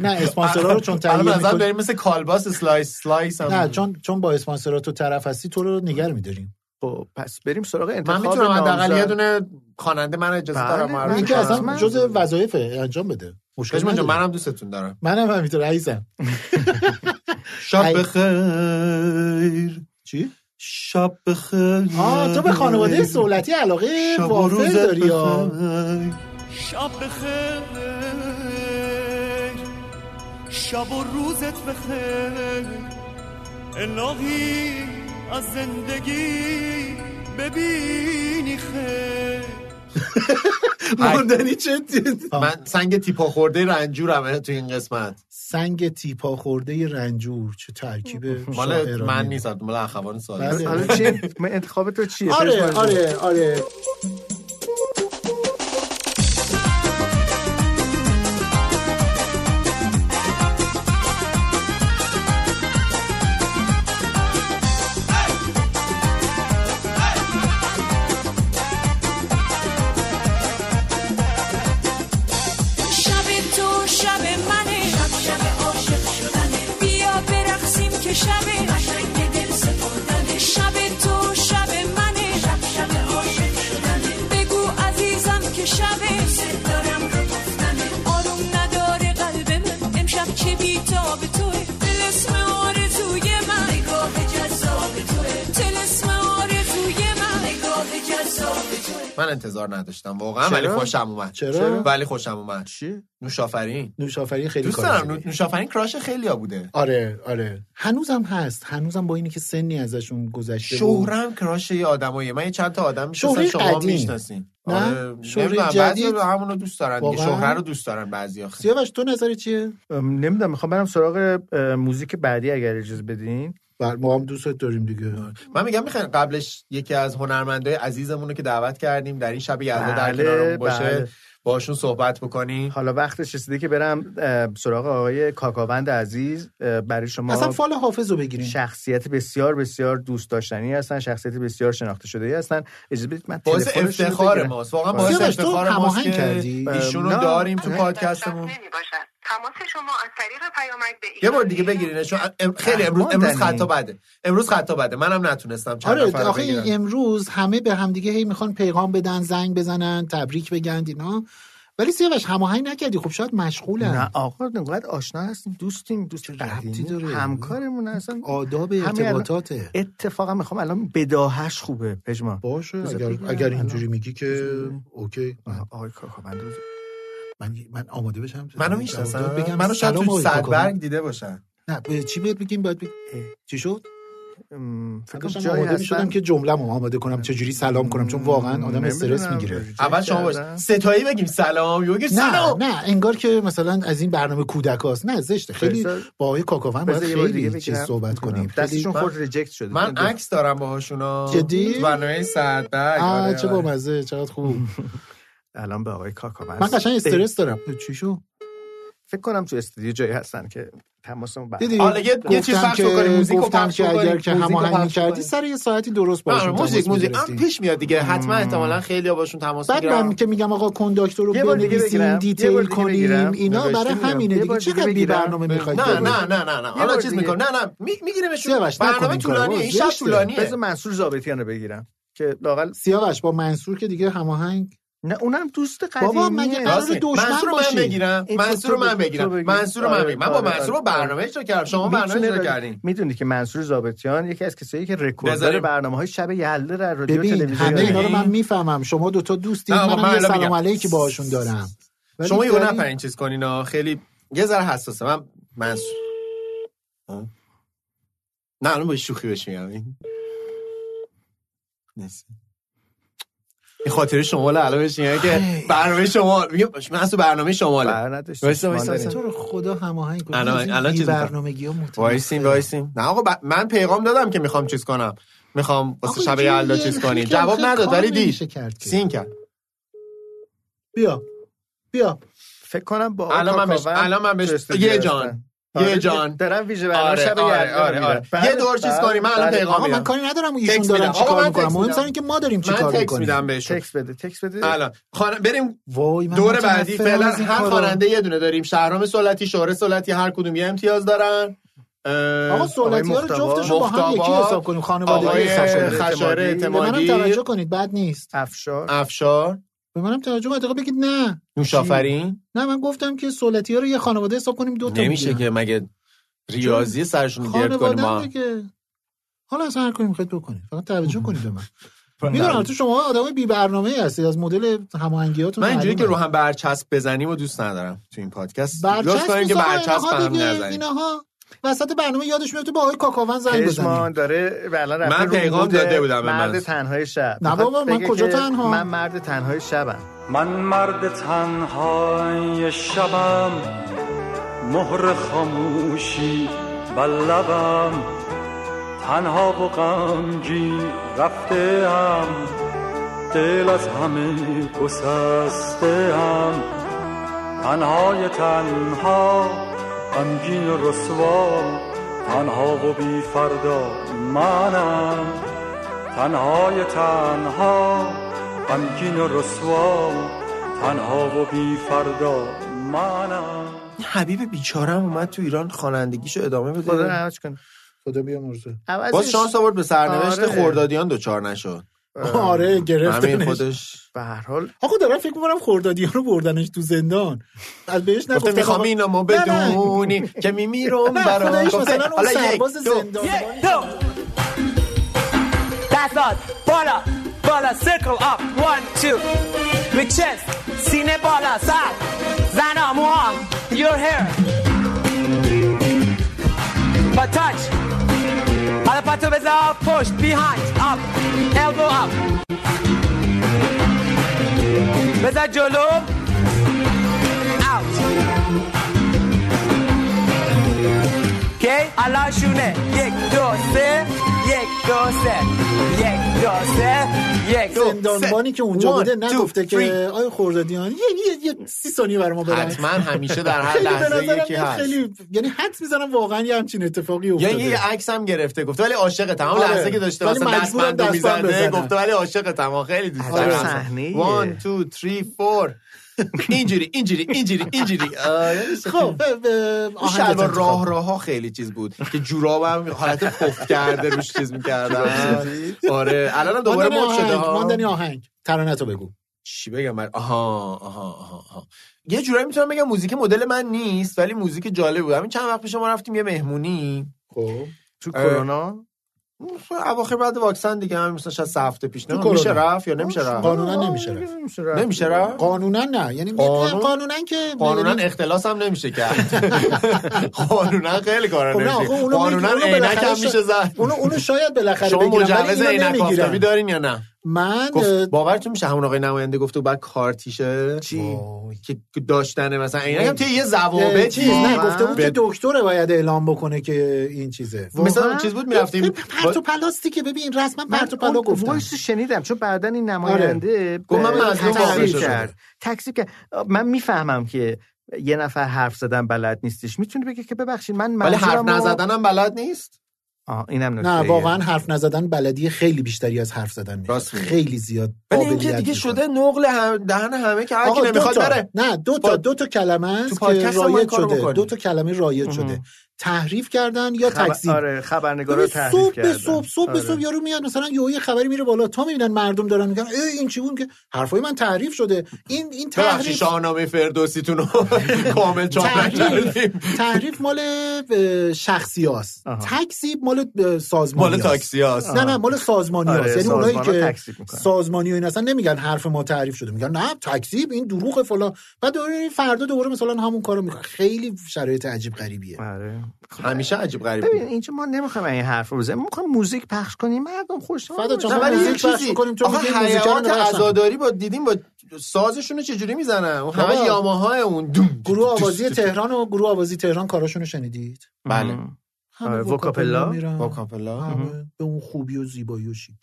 S4: نه اسپانسرها رو چون تهیه
S5: الان نظرم
S4: می‌کنی-
S5: داریم مثل کالباس سلایس سلایس هم
S4: نه چون چون با اسپانسرها تو طرف هستی تو رو نگر میداریم
S6: خب پس بریم سراغ
S5: من
S6: انتخاب
S5: میتونم حداقل یه
S6: نامزد.
S5: دونه خواننده من اجازه آره.
S6: بله،
S5: دارم
S6: من
S5: معرفی
S4: این که
S5: کنم
S4: اصلا
S6: من-
S4: جز وظایفه انجام بده مشکل
S5: پژمان جان،
S4: نداره.
S5: منم دوستتون دارم
S4: منم همینطور عزیزم
S5: شب
S4: ای.
S5: بخیر
S4: چی
S5: شب بخیر
S4: آه تو به خانواده سولتی علاقه
S5: شب و
S4: وافر
S5: روزت
S4: داری یا
S5: بخیر.
S9: شب بخیر شب و روزت بخیر الهی از زندگی ببینی خیر
S5: ماندنی
S4: چه
S5: من سنگ تیپا خورده رنجورم تو این قسمت
S4: سنگ تیپا خورده رنجور چه ترکیب
S5: مال
S4: شاعرانه.
S5: من نیست آره، مال اخوان
S4: بله.
S5: سالی
S6: حالا چی من انتخاب تو چیه
S4: آره
S6: پژمان جان؟
S4: آره آره
S1: شب تو شب منه شب شب عاشق شدنه بیا برقصیم که شب قشنگ دل سپردنه شب تو شب منه شب شب عاشق شدنه بگو عزیزم که شب دوست دارم رو گفتنه آروم نداره قلب من امشب چه بیتاب توه تلسم آرزوی من نگاه جذاب توه تلسم آرزوی من نگاه جذاب توه
S5: من انتظار نداشتم واقعا ولی خوشم اومد
S4: چرا؟
S5: ولی خوشم اومد
S6: چی
S5: نوشافرین
S4: نوشافری خیلی
S5: دوست
S4: کار
S5: دارم
S4: زیبایی.
S5: نو- نوشافرین کراش خیلی ها بوده
S4: آره آره هنوزم هست هنوزم با اینی که سنی ازشون گذشته بود.
S5: شهرم کراش یه آدماییه من یه چند تا آدم میشناسم
S4: شهره
S5: شما هم
S4: قدیم.
S5: میشناسین آره.
S4: نه؟ شهره
S5: بعضی
S4: جدید؟
S5: همونو دوست دارن دیگه.
S4: واقعا؟
S5: شهره رو دوست دارن بعضی ها
S4: سیاوش تو نظر چیه
S6: نمیدونم میخوام برم سراغ اه، موزیک بعدی اگر اجازه بدین
S4: بر ما هم دوستت داریم دیگه
S5: من میگم میخواین قبلش یکی از هنرمندای عزیزمون رو که دعوت کردیم در این شب یلدا در
S6: بله،
S5: کنارمون باشه
S6: بله.
S5: باشون صحبت بکنیم
S6: حالا وقتش رسیده که برم اه، سراغ آقای کاکاوند عزیز اه، برای شما
S4: اصلا فال حافظ رو بگیریم
S6: شخصیت بسیار بسیار دوست داشتنی هستن شخصیت بسیار شناخته شده ای هستن اجازه بدید من
S5: باعث
S6: تلفنشون رو
S5: افتخار
S6: بگیرم.
S5: ماست واقعا باعث
S4: بله. سیاوش، تو
S5: افتخار ماست
S4: هماهنگ
S5: که
S4: کردی؟
S5: ایشون رو
S6: نه.
S5: داریم تو
S6: نه.
S1: آره.
S5: پادکستمون
S16: نمی باشد تماس شما از طریق پیامک به ایران
S5: یه بار دیگه بگیرینش چون ام- خیلی امروز امروز
S6: ماندنی.
S5: خطا بده امروز خطا بده منم نتونستم چند
S4: آره
S5: نفر رو
S4: آخه این
S5: بگیرم
S4: امروز همه به همدیگه هی میخوان پیغام بدن زنگ بزنن تبریک بگن اینا ولی سیاوش هماهنگ نکردی خب شاید مشغولن
S6: نه آقا انقدر آشنا هستیم دوستیم دوست ربطی داره همکارمون اصلا
S4: آداب
S6: همین الان-
S4: ارتباطاته
S6: اتفاقا میخوام الان بداهش خوبه پژمان
S4: باشه
S6: بذار
S4: اگر,
S6: ببینم
S4: اگر
S6: الان.
S4: اینجوری میگی که اوکی من
S6: آقای کارکامند
S4: من, من آماده بشم
S5: منو
S4: جواب
S5: میشناسن
S4: داد بگم
S5: منو شاید
S4: سلام
S5: تو
S4: آقای
S5: صدبرگ
S4: کاکاوند.
S5: دیده باشن
S4: نه به چی بهت بگیم باید بگیم چی شد
S6: فکر کنم
S4: داشتم
S6: جایی
S4: آماده
S6: هستن
S4: میشدم که جمله‌مو آماده کنم چجوری سلام کنم چون واقعا آدم استرس
S6: نمی‌دونم.
S4: میگیره
S5: اول شما باش ستایی بگیم سلام یو بگیم
S4: نه
S5: سلام
S4: نه انگار که مثلا از این برنامه کودک هاست نه زشته خیلی
S6: بذار-
S4: با آقای کاکاون باید
S6: بذار یه بار دیگه
S4: خیلی
S6: بگم.
S4: چیز صحبت کنیم
S6: دستشون
S4: خیلی-
S6: خود ریجکت شده
S5: من عکس دارم باهاشونا
S4: جدی؟
S5: تو برنامه صدبرگ
S4: آه
S5: آره،
S4: چه
S5: آره.
S4: با مزه چقدر خوب
S6: الان به آقای کاکاوند
S4: من قشنگ استرس دارم چی شو
S6: فکر کنم تو استودیو جایی هستن که تماسمون برقرار
S4: دیدی
S5: حالا یه- یه چیز
S4: گفتم
S5: پخش
S4: که-
S5: بکنیم، موزیک رو
S4: گفتم
S5: پخش
S4: که
S5: بکنیم،
S4: اگر که
S5: موزیک رو
S4: هماهنگ
S5: پخش
S4: می‌کردی
S5: بکنیم.
S4: سر یه ساعتی درست
S5: نه آره،
S4: باشه
S5: موزیک موزیک هم پیش میاد دیگه حتما احتمالا خیلی باشون تماس
S4: بعد من
S5: میگیرم
S4: که میگم آقا کنداکتور رو
S6: یه بار دیگه
S4: بنویسیم
S6: بگیرم. یه بار
S4: دیتیل
S6: دیگه
S4: کنیم
S6: بگیرم.
S4: اینا
S6: نوشته
S4: برای
S6: میگم.
S4: همینه
S6: یه
S4: دیگه
S6: بار دیگه
S4: چقدر بی
S6: بگیرم.
S4: برنامه میخواید
S5: نه نه نه نه نه حالا
S6: بار
S5: چیز
S6: دیگه.
S5: میکنم نه نه می- میگیریمشون
S4: سیاوش، نکن
S5: برنامه
S4: این کارو،
S5: طولانیه
S4: بابا،
S5: این شب
S4: زشته.
S5: طولانیه
S6: بذار منصور زابطیان رو بگیرم که لاقل
S4: سیاوش با منصور که دیگه هماهنگ
S6: نه اونم دوست قدیمیه
S4: بابا، مگه قرار
S5: راسته.
S4: دشمن
S5: منصور رو
S4: باشی.
S5: من بگیرم
S6: این تو-
S5: منصور رو
S6: تو
S5: من
S6: بگی،
S5: بگیرم
S6: تو بگی.
S5: منصور رو من
S6: آره،
S5: بگیرم من با
S6: آره،
S5: منصور رو
S6: آره.
S5: برنامه اجرا کردم شما برنامه اجرا کردین
S6: میدونی که منصور زابطیان یکی از کسایی که رکورددار
S5: بذاریم.
S6: برنامه های شب یلده در رادیو
S4: ببین
S6: تلویزیون
S4: همه اینا رو
S6: ایرانه.
S4: من میفهمم شما دوتا دوستین
S5: نه، آقا،
S4: منم
S5: من
S4: یه
S5: الان
S4: سلام
S5: میگم.
S4: علیکی باهاشون دارم ولی
S5: شما یهو
S4: داری-
S5: نپرین چیز کنین ها. خیلی یه ذره حساسه من منصور آه. نه الان با شوخی بهش میگم این نیست. این خاطر شما الان بهش میگم که برنامه شما میگم منصور برنامه
S4: بله.
S5: شماله
S6: بر نداشت.
S5: وایسا، وایسا،
S6: ماندنی.
S4: تو رو خدا هماهنگ کن
S5: الان- الان چیز می‌کنم.
S4: برنامگی ها متوسط.
S5: وایسیم وایسیم نه آقا ب- من پیغام دادم که میخوام چیز کنم میخوام
S4: آقا،
S5: واسه شب
S4: اینجوری
S5: یلدا
S4: یه-
S5: چیز کنیم
S4: خیلی
S5: جواب نداد
S4: کار
S5: ولی دی
S4: نمیشه کرد که.
S5: سین کرد
S4: بیا بیا
S6: فکر کنم با
S5: الان من بهش-
S6: کاکاوند
S5: الان من بهش-
S6: تو استودیو
S5: یه جان.
S6: هستن.
S5: یه
S6: آره،
S5: جان.
S6: دارم ویژه برنامه
S5: آره
S6: شب
S5: آره
S6: یلدا رو
S5: آره,
S6: می‌بینم.
S5: آره.
S6: بله،
S5: یه دور چیز
S6: بله،
S5: کنیم من الان
S6: بله.
S5: پیغام
S4: آقا
S5: میدم
S4: من کاری ندارم ایشون
S5: تکس
S4: دارن
S5: میدم. آقا،
S4: چیکار
S5: من
S4: میکنن
S5: تکس
S4: مهم
S5: میدم.
S4: سر که ما داریم
S5: من
S4: چیکار
S5: تکس
S4: میکنیم
S5: میدم بهشون
S6: تکس بده تکس بده
S5: الان خانم بریم
S4: وای من
S5: دور
S4: متنفرم
S5: بعدی فعلا
S4: از این
S5: هر
S4: کارا.
S5: خواننده یه دونه داریم شهرام سلطی شهره سلطی هر کدوم یه امتیاز دارن اه،
S4: آقا سوالاتی ها رو
S6: مختبا-
S4: جفتشون با هم یکی
S5: مختبا،
S4: حساب کنیم خانواده
S5: آقای
S4: حساب کنیم
S5: خشایار
S4: به منم
S5: اعتمادی
S4: توجه کنید بد نیست
S6: افشار
S5: افشار
S4: به منم توجه کنید آقا بگید نه
S5: نوشافرین
S4: نه من گفتم که سوالاتی ها رو یه خانواده حساب کنیم دو تا
S5: نمیشه
S4: میگیرم.
S5: که مگه ریاضی سرشون رو گرد کنیم
S4: خانواده
S5: ما
S4: دیگه حالا اصلا هر کاری میخواید بکنید فقط توجه کنید به من میدونم تو شما آدم بی برنامه هستید از مدل هماهنگیاتون
S5: من اینجوری که
S4: معلومه.
S5: رو هم برچسب بزنیم و دوست ندارم تو این پادکست لطف
S4: برچسب
S5: کنیم که
S4: بزنن،
S5: برچسب
S4: اینها
S5: به هم
S4: دیگه،
S5: نزنیم
S4: اینها وسط برنامه یادش میاد تو با آقای کاکاون زنگ
S6: پژمان
S4: بزنی
S6: داره بله رفته
S5: من
S6: رو
S5: پیغام
S6: مود
S5: داده بودم به
S6: مرد
S5: من.
S6: تنهای شب
S4: نه بابا، من
S6: بگه
S4: کجا
S6: که
S4: تنها؟
S6: من مرد تنهای شبم
S12: من مرد تنهای شبم مهر خاموشی بر لبم تنها و غمگین رفته ام دل از همه گسسته ام تنهای تنها غمگین و رسوا تنها و بی فردا منم تنهای تنها غمگین و رسوا تنها و بی فردا منم
S5: این حبیب بیچارم اومد تو ایران خوانندگیشو ادامه
S6: خدا
S5: بده
S6: رحمتش کنه
S4: خدا بیا مرزه
S6: عوضش-
S5: باز شانس آورد به سرنوشت
S6: آره.
S5: خوردادیان دوچار نشد
S4: آره
S5: همین
S4: گرفتنش
S5: خودش
S6: به هر حال
S4: آقا دارم فکر میکنم خوردادیان رو بردنش تو زندان از بهش
S5: گفته
S4: نگفتن
S5: میخوام
S4: آقا-
S5: اینو ما
S4: نه، نه.
S5: بدونی که میمیرم
S4: نه
S5: برام
S4: خداییش
S5: گفته،
S4: مثلا اون
S5: حالا یک،
S4: سرباز
S5: دو.
S4: زندان
S7: یک دو دستات بالا بالا سرکل آپ وان تو به چست سینه بالا سر زنا موها یور هیر با تاچ حالا پتو بذار پشت بیهایند آپ البو آپ بذار جلو اوت اوکی الان شونه یک دو سه یک دو سه یک دو سه یک دو
S4: زندانبانی که اونجا بوده
S5: One, two,
S4: نگفته
S5: three.
S4: که آیا خوردادیان یه یه یه سی ثانیه برای ما برن
S5: حتما همیشه در هر
S4: خیلی به
S5: لحظه
S4: نظرم
S5: یکی
S4: من
S5: هست
S4: خیلی یعنی حد میزنم واقعا یه همچین اتفاقی
S5: یا
S4: افتاده
S5: یه عکس هم گرفته گفته ولی عاشق تمام
S4: آره.
S5: لحظه که داشته
S4: ولی
S5: مثلا
S4: مجبورم
S5: دستبندو
S4: دستبند آره.
S5: میزنه
S4: بزنم.
S5: گفته ولی عاشق تمام خیلی دوست
S6: عجب
S5: دارم
S6: صحنه‌ایه.
S5: 1 2 3 4 اینجوری اینجوری اینجوری اینجوری آره، آه، یادش
S4: خب به- به
S5: اون
S4: آهنگت
S5: شلوار
S4: انتخاب
S5: راه
S4: کن.
S5: راه ها خیلی چیز بود که جورابم حالت پف کرده روش چیز میکردن آره الانم دوباره
S4: ماندنی
S5: مد شده
S4: آهنگ
S5: ها
S4: ماندنی آهنگ ترانه تو بگو
S5: چی بگم من آها آها آها, آها. یه جورایی میتونم بگم موزیک مدل من نیست ولی موزیک جالب بود همین چند وقت پیش ما رفتیم یه مهمونی
S4: خب
S5: تو
S6: کرونا
S5: اواخر بعد واکسن دیگه هم مثلا شاید سه هفته پیش نه
S4: کرونا.
S5: میشه رفت یا نمیشه رفت
S4: قانونا نمیشه رفت
S5: نمیشه رفت
S4: قانونا نه یعنی
S5: قانون؟
S4: قانونا که
S5: قانونا
S4: یعنی-
S5: اختلاس هم نمیشه کرد قانونا خیلی کار
S4: خب نه آخه
S5: نمیشه
S4: اونو
S5: قانونا
S4: می‌گی- اونو
S5: عینک
S4: بالاخره
S5: هم
S4: شا-
S5: میشه زد
S4: اونو اونو شاید بالاخره
S5: شما
S4: بگیرن ولی
S5: مجوز
S4: اینو
S5: عینک
S4: نمی‌گیرن.
S5: آفتابی دارین یا نه
S4: من
S5: گفت
S4: اه،
S5: باورتون میشه همون آقای نماینده گفته بود بعد کارتیشه چی که داشتن مثلا عینک هم توی یه
S4: اه،
S5: ضوابط
S4: چیز نه گفته بود که دکتره باید اعلام بکنه که این چیزه
S5: مثلا
S4: واقعا؟
S5: چیز بود می‌رفتیم-
S4: پرت و پلاستیکه ببین رسما پرت و
S6: اون
S4: پلا گفتن
S6: وایس رو شنیدم چون بعدا این نماینده به-
S5: گفت من مظلوم واقع
S6: تکذیب
S5: شدم.
S6: کرد تکذیب کرد من میفهمم که یه نفر حرف زدن بلد نیستش میتونه بگه که ببخشید من
S5: ولی حرف
S6: منظورمو-
S5: نزدن هم بلد نیست
S6: آه، اینم
S4: نه
S6: نکته
S4: واقعا حرف نزدن بلدی خیلی بیشتری از حرف زدن میشه
S5: راست میگی.
S4: خیلی زیاد
S5: ولی اینکه
S4: قابلیت
S5: دیگه
S4: می‌خواد.
S5: شده نقل هم- دهن همه که هر
S4: آقا، دو
S5: کی نمیخواد
S4: تا.
S5: نره
S4: نه دو تا دو تا کلمه
S5: تو
S4: است که
S5: پادکست هم ما این
S4: رایج
S5: کارو
S4: شده
S5: بکنیم.
S4: دو تا کلمه رایج شده تحریف کردن یا
S6: خبر...
S4: تکذیب
S6: آره خبرنگارا
S4: ببین،
S6: تحریف
S4: صبح به
S6: کردن
S4: صبح صبح به
S6: آره.
S4: صبح یارو میاد مثلا یهو یه خبری میره بالا تا میبینن مردم دارن میگن ای این چی بود که حرفای من تحریف شده این این
S5: ببخشید
S4: تحریف
S5: شاهنامه فردوسیتون رو کامل چاپ
S4: تحریف,
S5: نکردیم
S4: تحریف مال اه، شخصی هاست تکسیب مال سازمانی
S5: مال تاکسی‌هاست.
S4: نه نه مال سازمانی
S6: آره،
S4: هاست یعنی اونایی
S6: سازمانا
S4: که
S6: تکذیب می‌کنن.
S4: سازمانی و این اصلا نمیگن حرف ما تعریف شده میگن نه تکسیب این دروغ فلان بعد دوباره این فردا دوباره مثلا همون کارو میکنن خیلی شرایط عجیب غریبیه
S6: آره.
S4: خب،
S5: همیشه عجیب غریب
S6: ببین اینجا ما نمیخوایم این حرف رو بزنیم ما میخوایم موزیک پخش کنیم مردم خوش
S4: فدا جان،
S5: نه،
S4: ما
S5: ولی یه
S4: موزیک پخش
S5: چیزی
S4: می‌کنیم، تو
S5: آخه
S4: میگی موزیک رو
S5: حیوانات
S4: نباید سن.
S5: عزاداری با دیدیم با سازشون رو چجوری میزنن اون همه
S4: بابا.
S5: یاماها اون دوم
S4: گروه آوازی تهران و گروه آوازی تهران کاراشونو شنیدید
S5: بله
S4: همه
S6: آره،
S4: وکاپلا
S6: وکاپلا.
S4: میرن
S5: با کاپلا
S4: همه به اون خوبی و زیبایی و شیک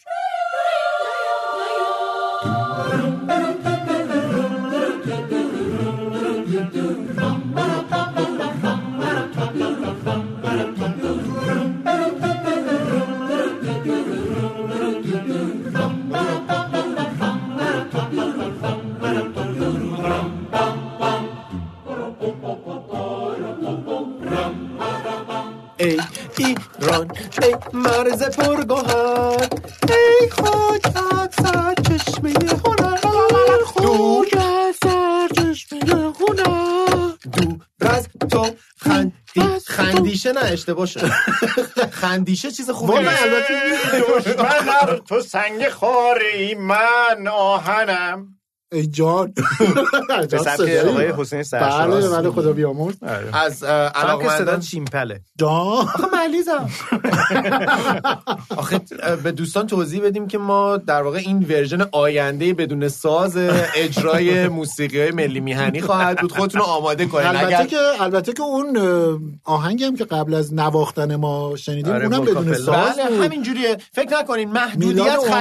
S5: ای ایران ای مرز پرگوهر ای خود از سرچشمه هنر دور از سرچشمه هنر دور از تو خندی خندیشه نه اشتباه شد خندیشه چیز خوبی نیست
S7: دشمنم تو سنگ خاری من آهنم
S4: ای جان
S6: به سبک آقای حسین سرشناس
S4: بله بله خدا بیامرز
S6: آره.
S5: از اه،
S6: فقط
S5: علاقمندان-
S6: صدا چیمپله
S4: جان
S5: ملیزم آخه اه، به دوستان توضیح بدیم که ما در واقع این ورژن آینده بدون ساز اجرای موسیقی های ملی میهنی خواهد بود خودتون رو آماده کنین
S4: البته
S5: خب، اگر
S4: که البته که اون اه، آهنگی هم که قبل از نواختن ما شنیدیم
S6: آره،
S4: اونم بدون
S6: وکاپلا.
S4: ساز
S5: بله
S4: بود
S5: همین جوریه فکر نکنین محدودیت
S4: میلاد
S5: خلاقیت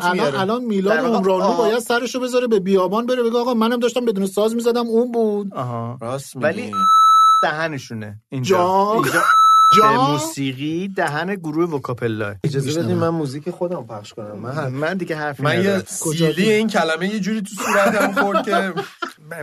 S4: خلاقیت الان,
S5: میاره
S4: الان میلاد
S6: در واقع-
S4: عمرانو
S6: آه.
S4: باید سرشو بذاره به بیابان بره بگه آقا منم داشتم بدون ساز میزدم اون بود
S6: آها
S5: راست میگی.
S6: ولی دهنشونه اینجا
S4: جان
S6: اینجا به
S4: جان
S6: موسیقی دهن گروه وکاپلا
S5: اجازه بدین من موزیک خودم پخش کنم من هر-
S6: من دیگه حرف
S5: من یه
S4: آره.
S6: ندارم
S5: سیلی این کلمه یه جوری تو صورتم خورد که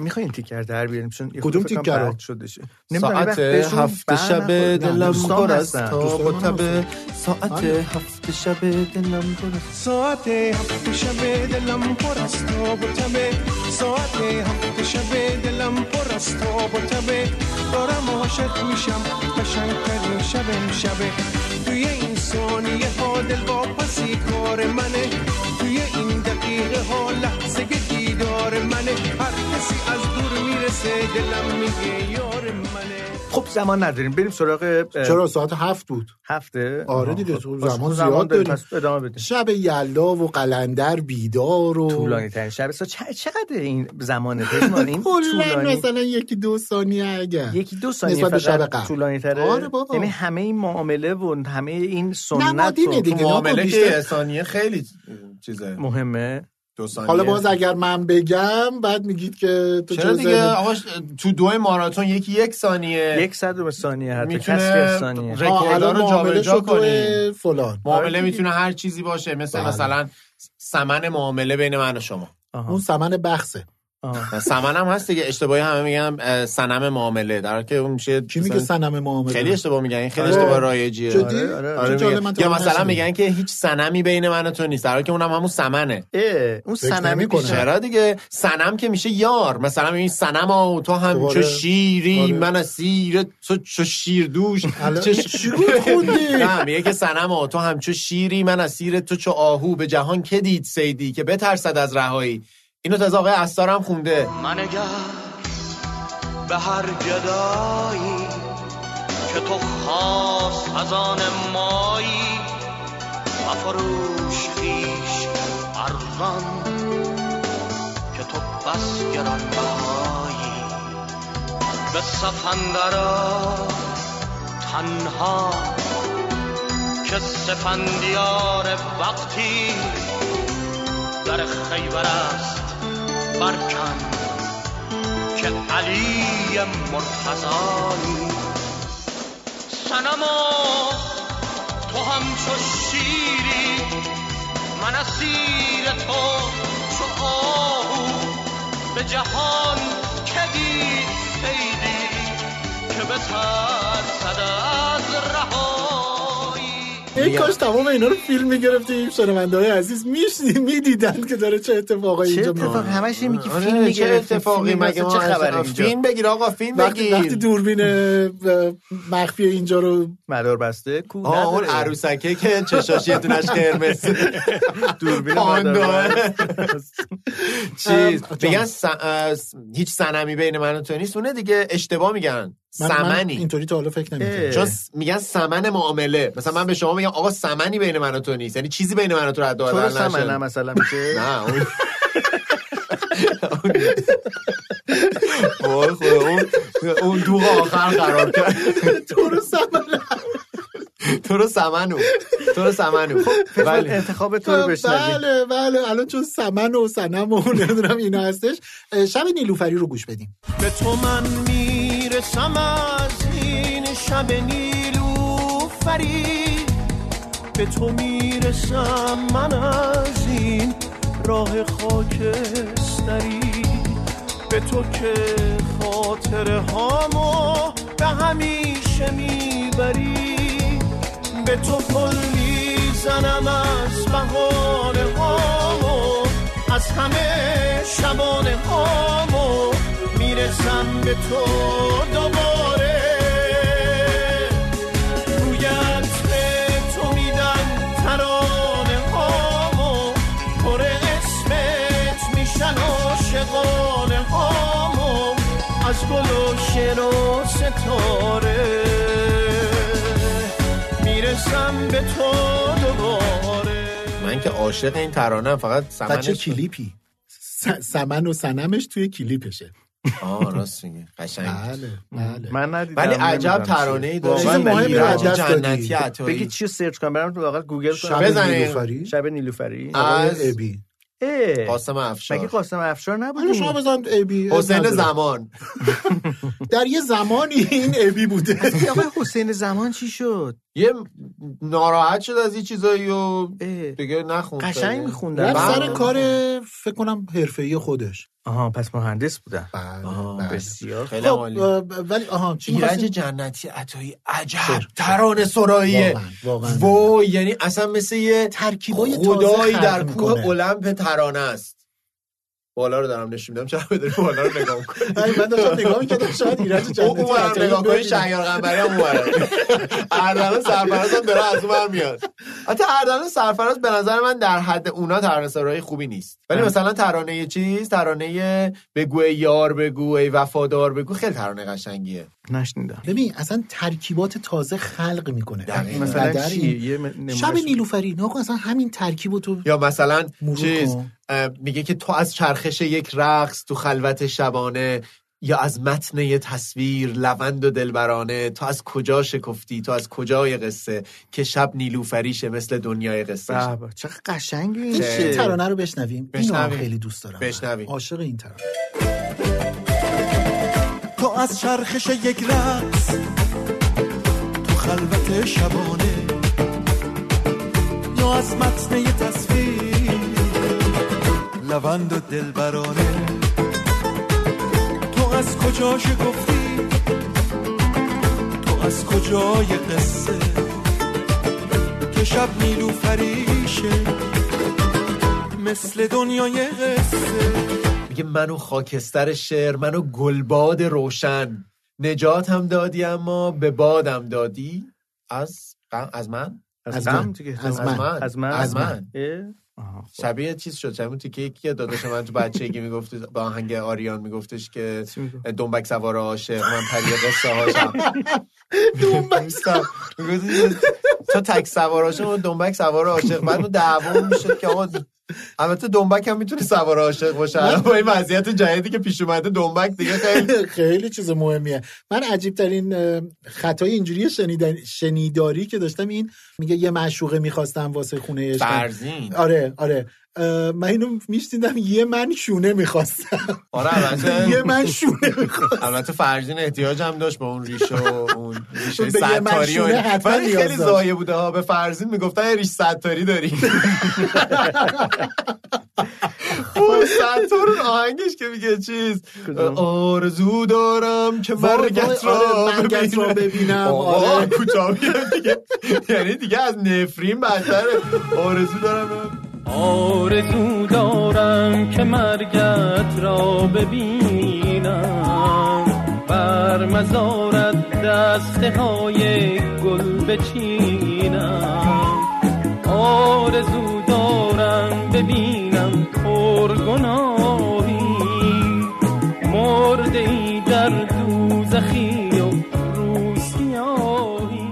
S6: میخوای این تیکر در بیاریم چون یه
S4: کدوم
S6: خود فکرم
S4: تیکر رو؟
S6: بد شدشه نمی‌دونم، یه وقت
S5: ساعت
S6: بهشون
S5: هفت
S6: بر
S5: شب
S6: نخوره.
S5: دلم
S6: دوستان
S5: پر از
S6: هستن.
S5: تاب و
S4: دوستان آره، هم
S5: تبه ساعت هفت شب دلم پر از
S7: ساعت هفت شب دلم پر از تاب و تبه ساعت هفت شب دلم پر از تاب و تبه دارم عاشق میشم قشنگترین شب امشبه توی این ثانیه ها دل واپسی کار منه توی این دقیقه ها لحظه دیدار منه هر کسی از دور میرسه دلم میگه یار منه
S6: خب زمان نداریم بریم سراغ اه،
S4: چرا ساعت هفت بود
S6: هفته
S4: آره
S6: آها،
S4: دیگه،
S6: خب،
S4: تو
S6: باشه،
S4: زمان زیاد داریم. خب.
S6: پس ادامه بدیم
S4: شب یلدا و قلندر بیدار و
S6: طولانی ترین شب سا چ- چقدر این زمان پشمان این
S4: کلا
S6: طولانی
S4: مثلا یکی دو ثانیه اگر
S6: یکی دو ثانیه
S4: نسبت به
S6: فقط
S4: شب قبل.
S6: طولانی تره
S4: آره بابا.
S6: یعنی همه این معامله و همه این سنت
S4: نمادینه
S6: و خب،
S4: دیگه. نگاه کن
S5: معامله
S4: بیشتر.
S5: که ثانیه خیلی چیزه
S6: مهمه
S5: دو ثانیه
S4: حالا باز اگر من بگم بعد میگید که تو
S5: چرا
S4: جزء
S5: دیگه آقا ش- تو دو ماراتون یکی یک ثانیه
S6: یک صد ثانیه حتی
S5: میتونه
S6: کسری از ثانیه
S5: ر-
S4: آه، الان
S5: رکوردها رو
S4: معامله
S5: جابجا
S4: شد تو
S5: کنی.
S4: فلان آره،
S5: معامله میتونه هر چیزی باشه مثل
S4: بله.
S5: مثلا سمن معامله بین من و شما
S6: آها.
S4: اون سمن بخصه
S5: سمنم هست دیگه اشتباهی همه میگن سنم معامله در حالی که اون میشه
S4: کی میگه
S5: مثلا-
S4: سنم معامله
S5: خیلی اشتباه میگن این خیلی
S4: آره.
S5: اشتباه رایجیه
S4: جدی؟ چه
S5: آره
S4: جالب،
S5: میگن.
S4: من تا
S5: یا
S4: حالا
S5: مثلا
S4: نشنیدم.
S5: میگن که هیچ سنمی بین من و تو نیست در حالی که اونم همون سمنه
S6: اون سنمی
S5: کنه
S6: بیچاره.
S5: چرا دیگه سنم که میشه یار مثلا این سنم و تو هم
S6: آره.
S5: چه شیری من از سیر تو چه شیر دوش چه شیر
S4: خوندی؟
S5: نه میگه که سنم و تو هم چه شیری من از سیر تو چه آهو به جهان که دید سیدی که بترسد از رهایی اینو تازه آقای استار هم خونده
S12: من اگر به هر گدایی که تو خاص از آن مایی مفروش خیش ارزان که تو بس گران بهایی به سفندرا تنها که سفندیار وقتی در خیبر است برکن که علی مرتضایی سنم و تو همچو شیری من اسیر تو چو آهو به جهان که دید خیلی که به ترسد از رهایی
S4: ای کاش تمام اینا رو فیلم میگرفتی این شنونده های عزیز میشنی میدیدن که داره چه اتفاقایی
S6: چه
S4: اینجا
S6: اتفاق
S4: میفته.
S6: همش میگی
S4: آره،
S6: فیلم
S4: چه
S6: میگرفتیم،
S4: اتفاقی؟
S6: فیلم
S4: مگه
S6: واسه
S4: ما
S6: چه خبره
S4: اصلا
S6: اینجا
S4: فیلم
S5: بگیر آقا فیلم
S4: وقتی,
S5: بگیر
S4: وقتی دوربین اه، مخفی اینجا رو
S6: مدار بسته کو
S5: آه اون عروسکه که چشاش یه دونش قرمز
S6: دوربین
S5: پاندوه
S6: مدار
S5: چیز
S4: ام، جان.
S5: میگن س- اه، س- هیچ سنمی بین من و تو نیست اونه دیگه اشتباه میگن
S4: من- من
S5: سمنی
S4: اینطوری تا حالا فکر نمی‌کردم.
S5: چون س- میگن سمن معامله مثلا من به شما میگم آقا سمنی بین من و تو نیست یعنی چیزی بین من و تو رد و
S6: تو رو
S5: بدل نشه.
S6: سمنه مثلا میشه
S5: نه اون وای خدا، اون اون دوغ آخر قرار کرد
S4: تو رو سمن
S5: تو رو سمنو تو رو سمنو
S4: خب،
S6: ولی
S5: بله.
S6: انتخاب تو رو بشنویم
S4: بله بله الان چون سمن و سنم و نمیدونم اینا هستش اه، شب نیلوفری رو گوش بدیم
S12: به تو من میرسم از این شب نیلوفری به تو میرسم من از این راه خاکستری به تو که خاطر هامو به همیشه میبری به تو پل میزنم از بهانه هامو از همه شبانه هامو میرسم به تو دوباره رویت به تو میدم ترانه هامو پر اسمت میشن عاشقانه هامو از گل و شعر و ستاره میرسم به تو دوباره
S5: من که عاشق این ترانه فقط
S4: و
S5: سمنش
S4: چه کلیپی س- سمن و سنمش توی کلیپشه
S5: آه راست میگه قشنگ
S4: بله بله
S6: من ندیدم
S5: ولی
S6: نمی‌دونم
S5: عجب
S6: چیه.
S5: ترانه ای داره
S6: واقعاً چیز مهمی رو از
S5: ایرج
S6: دست دادی.
S5: جنتی
S6: بگی
S5: عطایی
S6: چی رو سرچ کنم برم تو واقعا گوگل کنم
S5: شب بزنیم.
S4: نیلوفری؟
S6: شب نیلوفری
S5: از
S4: ابی
S6: اه،
S5: قاسم
S6: مگه
S5: افشار
S6: قاسم افشار
S4: حالا
S6: نبود
S4: شما بزن ابی
S5: حسین
S4: نداره.
S5: زمان
S4: در یه زمانی این ابی بوده
S6: اصلا آقای حسین زمان چی شد
S5: یه ناراحت شد از این چیزایی و
S6: اه،
S5: دیگه نخوند
S6: قشنگ میخوندن
S4: رفت
S5: بله.
S4: سر کار فکر کنم حرفه‌ای خودش
S6: آها پس مهندس بودن
S4: بله
S5: آه،
S4: بله
S6: بسیار
S5: خیلی
S4: خب
S5: عالی
S4: اه، ولی آها چی
S5: ایرج
S4: می‌خواستی؟ خب،
S5: جنتی عطایی عجب ترانه سراییه
S4: واقعاً، واقعاً.
S5: وای یعنی اصلا مثل یه
S4: ترکیبای تازه
S5: خدایی
S4: خلق
S5: در کوه
S4: می‌کنه.
S5: المپ ترانه است بالا رو دارم نشون میدم چرا بداری بالا رو نگاه میکنی
S4: آره، من داشتم نگاه می‌کردم شاید ایرج
S5: اون
S4: جنتی
S5: اونورم
S4: عطایی
S5: نگاه
S4: رو
S5: کنی
S4: ببینم.
S5: شهریار قنبری هم اونورم اردلان سرفراز هم داره از اونور میاد حتی اردلان سرفراز به نظر من در حد اونا ترانه سرایی خوبی نیست ولی مثلا ترانه چیز ترانه بگو ای یار بگو ای وفادار بگو خیلی ترانه قشنگیه
S6: نشنیدم
S4: ببین اصلا ترکیبات تازه خلق میکنه
S5: دقیقاً.
S6: مثلا چی یه م- نمونهش
S4: شب
S6: بگو.
S4: نیلوفری نکن اصلا همین ترکیب رو تو
S5: یا مثلا
S4: مرور
S5: چیز
S4: کن.
S5: اه، میگه که تو از چرخش یک رقص تو خلوت شبانه یا از متن یه تصویر لوند و دلبرانه تو از کجا شکفتی تو از کجای قصه که شب نیلوفریشه مثل دنیای قصه
S6: به به، چقدر قشنگه این
S4: این
S6: شعر.
S4: این ترانه رو بشنویم اینو هم
S5: بشنویم.
S4: خیلی دوست دارم
S5: بشنویم.
S4: عاشق این ترانه
S12: تو از چرخش یک رقص تو خلوت شبانه یا از متن یه تصویر لوند و دلبرانه
S7: از کجا شکفتی تو از کجای قصه که شب نیلو فریشه مثل دنیای قصه
S5: میگه منو خاکستر شعر منو گلباد روشن نجات هم دادی اما به بادم دادی از غم- از من
S6: از غم من. دیگه.
S5: از من از من از من
S6: آها، خب.
S5: شبیه چیز شد شبیه اون تیکه یکی که داداش من تو بچگی میگفت با آهنگ آریان میگفتش که دنبک سوار عاشق من پری قصه هاشم دنبک سوار تو تک سوار عاشق و دنبک سوار عاشق بعد اون دعوا میشد که آقا البته دنبک هم میتونه سوار عاشق باشه با این وضعیت جدیدی که پیش اومده دنبک دیگه خیلی
S4: خیلی چیز مهمیه من عجیب ترین خطای اینجوری شنیدن- شنیداری که داشتم این میگه یه معشوقه میخواستم واسه خونه عشقم.
S5: فرزین.
S4: آره آره اه، من اینو میشنیدم یه من شونه میخواستم
S5: آره البته
S4: یه من شونه
S5: البته فرزین احتیاج هم داشت به اون ریشه و اون ریشه
S4: به یه من
S5: ستاری و
S4: شونه
S5: اینا.
S4: حتما
S5: ولی
S4: نیاز
S5: خیلی
S4: داشت.
S5: زایه بوده ها به فرزین میگفتن یه ریش ستاری داری اون خب، ستارون آهنگش که میگه چیز آرزو دارم که
S4: وای، وای،
S5: مرگت را
S4: آره، مرگت را ببینم،
S5: آقا
S4: آره.
S5: کوتاه میگم دیگه یعنی دیگه از نفرین بدتره آرزو دارم
S17: آرزو دارم که مرگت را ببینم بر مزارت دسته های گل بچینم آرزو دارم ببینم پرگناهی مرده ای در دوزخی و روسیاهی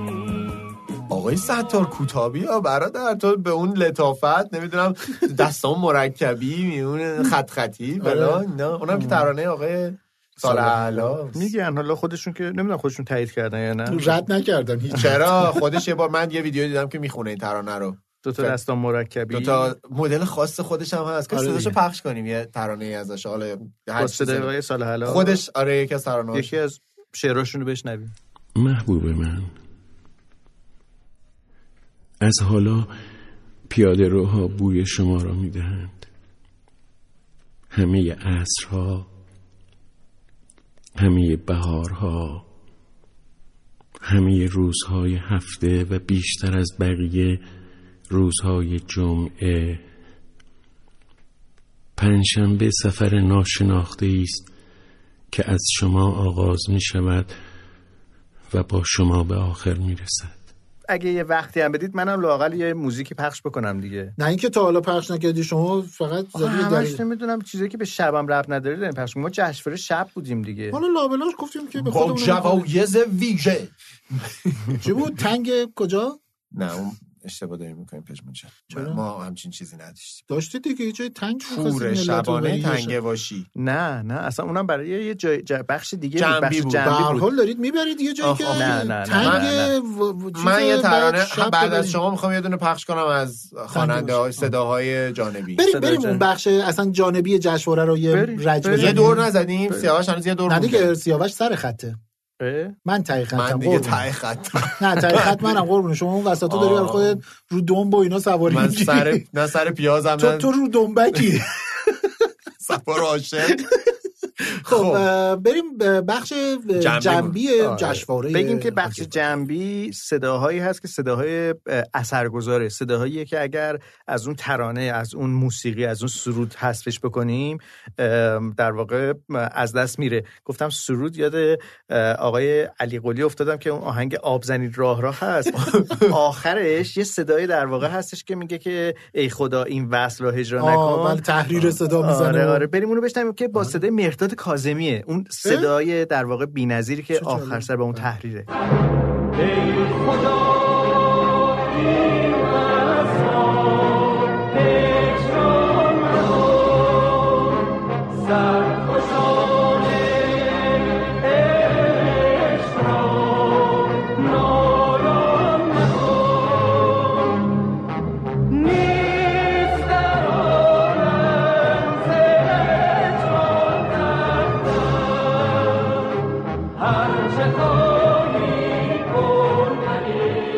S5: آقای ستار کوتابی ها برادر تو به اون لطافت نمیدونم دستان مرکبی میون خط خطی
S6: آره.
S5: بلا نه اونم که ترانه آقای سال اعلی
S6: میگن حالا خودشون که نمیدونم خودشون تایید کردن یا نه
S4: رد نکردن هیچ
S5: چرا خودش یه بار من یه ویدیو دیدم که میخونه این ترانه رو
S6: دو تا دستان مرکبی
S5: دو تا مدل خاص خودش هم هست که
S6: آره
S5: صداشو
S6: دیگه.
S5: پخش کنیم یه ترانه ای ازش حالا هر
S6: با
S5: چیزی.
S6: صدای آقای سالحلا
S5: خودش آره یکی از ترانه
S6: یکی از شعراشون رو بشنویم
S18: محبوب من از حالا پیاده روها بوی شما را میدهند همه عصرها همه بهارها همه روزهای هفته و بیشتر از بقیه روزهای جمعه پنجشنبه سفر ناشناخته است که از شما آغاز می شود و با شما به آخر می رسد
S6: اگه یه وقتی هم بدید منم لاقل یه موزیکی پخش بکنم دیگه
S4: نه اینکه تا حالا پخش نکردی شما فقط
S6: آخه
S4: زدی
S6: همش
S4: در
S6: نمیدونم چیزایی که به شبم رب نداره داریم پخش می‌کنیم. ما جشنواره شب بودیم دیگه
S4: حالا لابلاش گفتیم که به
S6: با
S4: خودمون
S5: جوایز ویژه
S4: چی بود تنگ کجا
S5: نه اون اشتباه داریم میکنیم پشمون شد ما همچین چیزی نداشتیم
S4: داشتی دیگه یه جای تنگ
S5: پور شبانه تنگه باشی
S6: نه نه اصلا اونم برای یه جای جا- بخش دیگه
S5: جنبی
S6: بود، بله. بخش
S4: به
S5: بود.
S6: جنبی
S4: هر
S6: بود.
S4: حال دارید میبرید یه جایی
S6: آه،
S4: که
S6: آه، نه، نه، نه،
S4: تنگ
S6: نه،
S4: و- و- چیز
S5: من یه
S4: بعد
S5: ترانه
S4: شب
S5: بعد از
S4: ببرید.
S5: شما میخوام یه دونه پخش کنم از خواننده های صداهای جانبی
S4: بریم بریم اون بخش اصلا جانبی جشنواره رو یه
S5: بریم.
S4: رج
S5: بریم.
S4: بزنیم
S5: یه دور نزدیم سیاوش هنوز یه دور
S4: نه دیگه
S5: مونده.
S4: سیاوش سر خطه من تای خطم
S5: من دیگه
S4: قربونت.
S5: ته خطم
S4: نه تای خط منم قربونه شما اون وسط داری
S5: آه.
S4: برای خودت رو دنب و اینا سواری
S5: من
S4: می‌کنی.
S5: سر نه سر پیازم
S4: تو
S5: نه
S4: تو رو دنبکی
S5: سفر عاشق
S4: خب اه، بریم به بخش اه، جنبی
S6: آره.
S4: جشنواره
S6: بگیم که بخش جنبی صداهایی هست که صداهای اه، اثرگذاره صداهایی که اگر از اون ترانه از اون موسیقی از اون سرود حذفش بکنیم ام، در واقع م، از دست میره گفتم سرود یاد اه، آقای علی قلی افتادم که اون آهنگ آبزنی راه راه هست آخرش یه صدای در واقع هستش که میگه که ای خدا این وصل را هجرا
S4: آه،
S6: نکن
S4: بله، تحریر صدا میزنه
S6: آره
S4: و-
S6: آره بریم اونو بشنویم که با صدای مهرداد کاظمیه اون صدای در واقع بی‌نظیری که آخر سر به اون تحریره
S1: هر چه خواهی کن ولی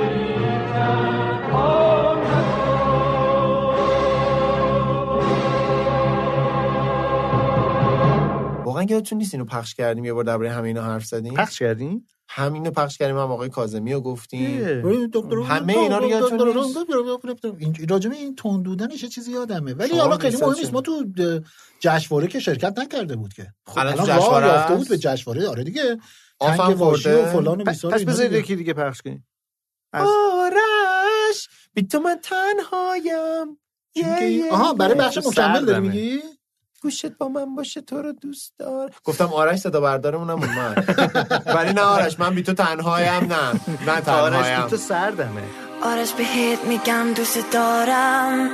S5: واقعا یادتون نیست اینو پخش کردیم یه بار درباره همینا حرف زدیم
S6: پخش کردیم
S5: همینو پخش کردیم هم آقای کاظمی رو گفتیم
S4: دکتر-
S5: همه اینا رو یادتون نیست
S4: این راجبه این تون دودنش یه چیزی یادمه ولی
S5: شما
S4: حالا خیلی
S5: مثال
S4: مهم
S5: چی؟
S4: نیست ما تو جشنواره که شرکت نکرده بود که خب
S5: الان
S4: الان
S5: تو
S4: راه یافته
S5: جشنواره
S4: بود
S5: هست؟
S4: به جشنواره آره دیگه
S5: آفم
S4: تنگ واشی
S5: خورده؟
S4: و فلان و
S5: پس-
S4: بیسار و
S6: پس
S4: اینا
S6: بذارید
S4: دیگه.
S6: یکی دیگه پخش کنیم
S5: آرش بی تو من تنهایم
S4: که این- آها برای بخش مکمل داری میگی
S5: گوشت با من باشه تو رو دوست دار گفتم آرش صدا بردارمونم اومد ولی نه آرش من بی تو تنهایم نه من
S6: آرش تو
S5: تنهایم
S6: سردمه
S1: آرش بهت میگم دوست دارم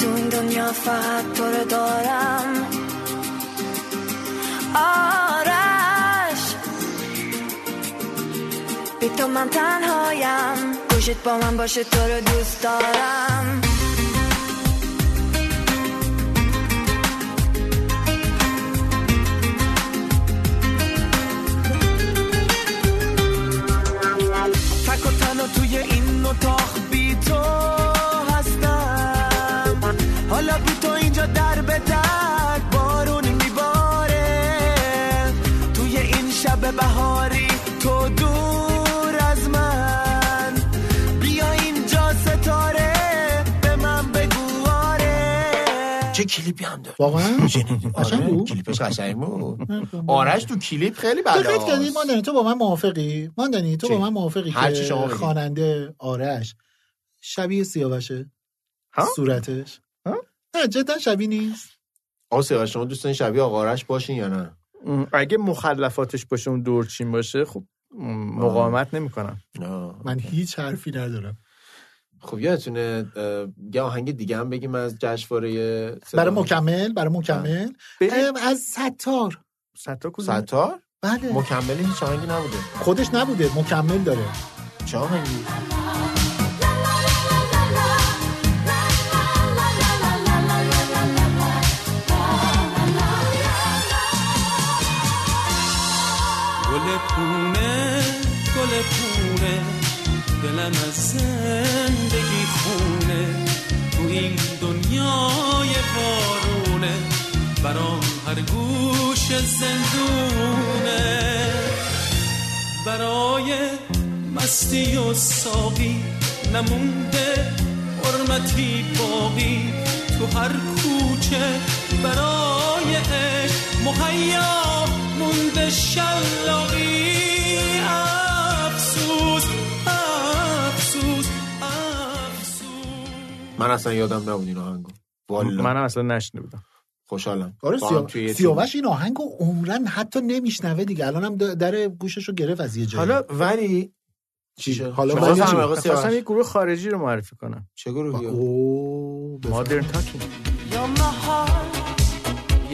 S1: تو این دنیا فقط تو رو دارم آرش بی تو من تنهایم گوشت با من باشه تو رو دوست دارم
S7: تک و تنها توی این اتاق بی تو هستم حالا بی تو اینجا در به در بارون میباره توی این شب بهاری تو دور از من بیا اینجا ستاره به من بگو آره
S5: چه کلیپی هم داره
S4: واقعا
S5: آره، کلیپش قشنگ بود آرش تو کلیپ خیلی
S4: تو فکر کردی
S5: بلاست
S4: ماندنی تو با من موافقی ماندنی تو
S5: چی؟
S4: با من موافقی
S5: هر چی
S4: که
S5: شما بگید.
S4: خواننده آرش شبیه سیاوشه صورتش نه جدا شبیه نیست
S5: آقا سیاوش، شما دوستان شبیه آقا آرش باشین یا نه
S6: ام، اگه مخلفاتش باشه اون دورچین باشه خب ام، مقاومت نمیکنم
S5: آه.
S4: من هیچ حرفی ندارم
S5: خب یادتونه اه، یه آهنگ دیگه هم بگیم از جشنواره صدا؟
S4: برای مکمل برای مکمل ام، از ستار
S6: ستار
S5: ستار
S4: بله
S5: مکمل هیچ آهنگی نبوده
S4: خودش نبوده مکمل داره
S5: چه آهنگی
S17: گل پونه گل پونه دلم از زندگی خونه تو این دنیای بارونه برام هر گوش زندونه برای مستی و ساقی نمونده حرمتی باقی تو هر کوچه برای عشق مهیا مونده شلاقی افسوس افسوس
S5: من اصلا یادم نبود این آهنگو والا
S6: منم اصلا نشنیده بودم
S5: خوشحالم
S4: آره
S5: با هم
S4: سیا-
S5: توی یه
S4: سیاوش این آهنگ رو عمرن حتی نمیشنوه دیگه الان هم در گوشش رو گرفت از یه
S5: تیم.
S4: جایی
S5: حالا ولی چی شد؟
S4: حالا
S5: شما
S4: ولی چی؟
S5: بفرمایید آقا سیاوش.
S6: خواستم یه گروه خارجی رو معرفی کنم
S5: چه گروهی
S6: مادرن تاکینگ
S7: You're my heart,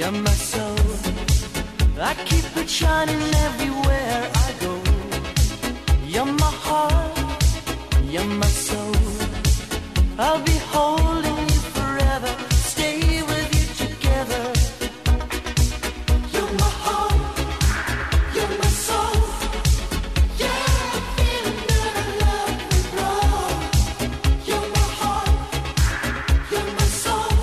S7: you're my soul. I keep it shining everywhere I go. You're my heart, you're my soul. I'll be holding you forever, stay with you together. You're my heart, you're my soul. Yeah, I'm feeling that I love you, You're my heart, you're my soul.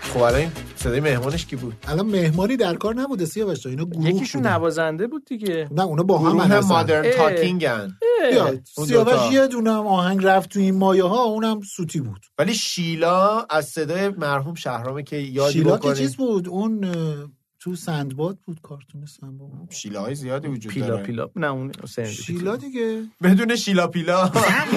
S5: خب الان این صدای مهمانش کی بود
S4: الان مهمانی در کار نبوده سیاوش جان. اینا گروه
S6: یکیشون
S4: بودن.
S6: نوازنده بود دیگه
S4: نه اونا با هم
S5: گروه
S4: هستن.
S5: مادرن
S6: اه.
S5: تاکینگن
S6: اه.
S4: بیا،
S5: اون دوتا.
S4: سیاوش یه دونه هم آهنگ رفت تو این مایه ها اونم سوتی بود
S5: ولی شیلا از صدای مرحوم شهرامه که یادی
S4: شیلا که چیز
S5: بکنید
S4: بود اون اه، تو سندباد بود کارتون سندباد
S5: شیلا های زیادی وجود
S6: پیلا
S5: داره
S6: پیلا نه اون حسین دیگه.
S4: شیلا دیگه
S5: بدون شیلا پیلا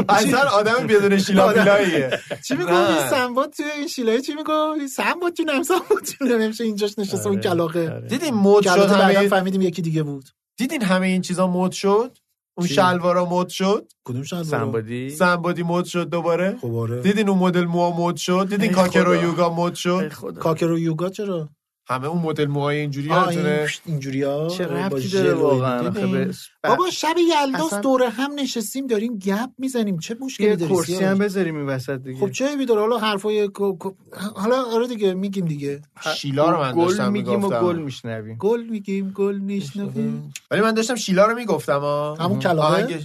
S5: اصلا آدم بدون شیلا پیلاییه
S4: چی میگو
S5: نه.
S4: این سندباد توی این شیلای چی میگو سندباد تو نم سندباد تو نم همیشه اینجاش نشسته اون
S6: آره،
S4: کلاقه
S5: دیدین مد شد
S4: کلاقه بعدا
S5: همه
S4: فهمیدیم یکی دیگه بود
S5: دیدین همه این چیزا مد شد اون
S4: چی؟
S5: شلوارا مد شد
S4: کدوم شاید
S6: سنبادی
S5: سنبادی مد شد دوباره
S4: خب آره
S5: دیدین اون مدل موها مد شد دیدین کاکرو
S6: خدا.
S5: یوگا مد شد
S4: کاکرو یوگا چرا
S5: همه اون مدل موهای اینجوری
S4: آه، این
S5: یادتونه
S4: اینجوری ها
S6: چه
S4: آره، با
S6: ربطی
S4: ژل
S6: داره
S4: و اینا.
S6: واقعا آخه
S4: ببین.
S6: به-
S4: بابا شب یلداست
S6: اصلا-
S4: دوره هم نشستیم داریم گپ میزنیم چه مشکلی
S6: یه
S4: داری
S6: کرسی
S4: سیاوش؟
S6: هم بذاریم این وسط دیگه
S4: خب چه عیبی داره حالا حرفای کو- کو- حالا آره دیگه میگیم دیگه
S5: شیلا رو من
S6: گل
S5: داشتم
S6: میگیم و
S5: میگفتم
S6: گل میشنویم
S4: گل میگیم گل میشنویم
S5: ولی من داشتم شیلا رو میگفتم ها
S4: همون کلاغه؟
S5: آهنگ-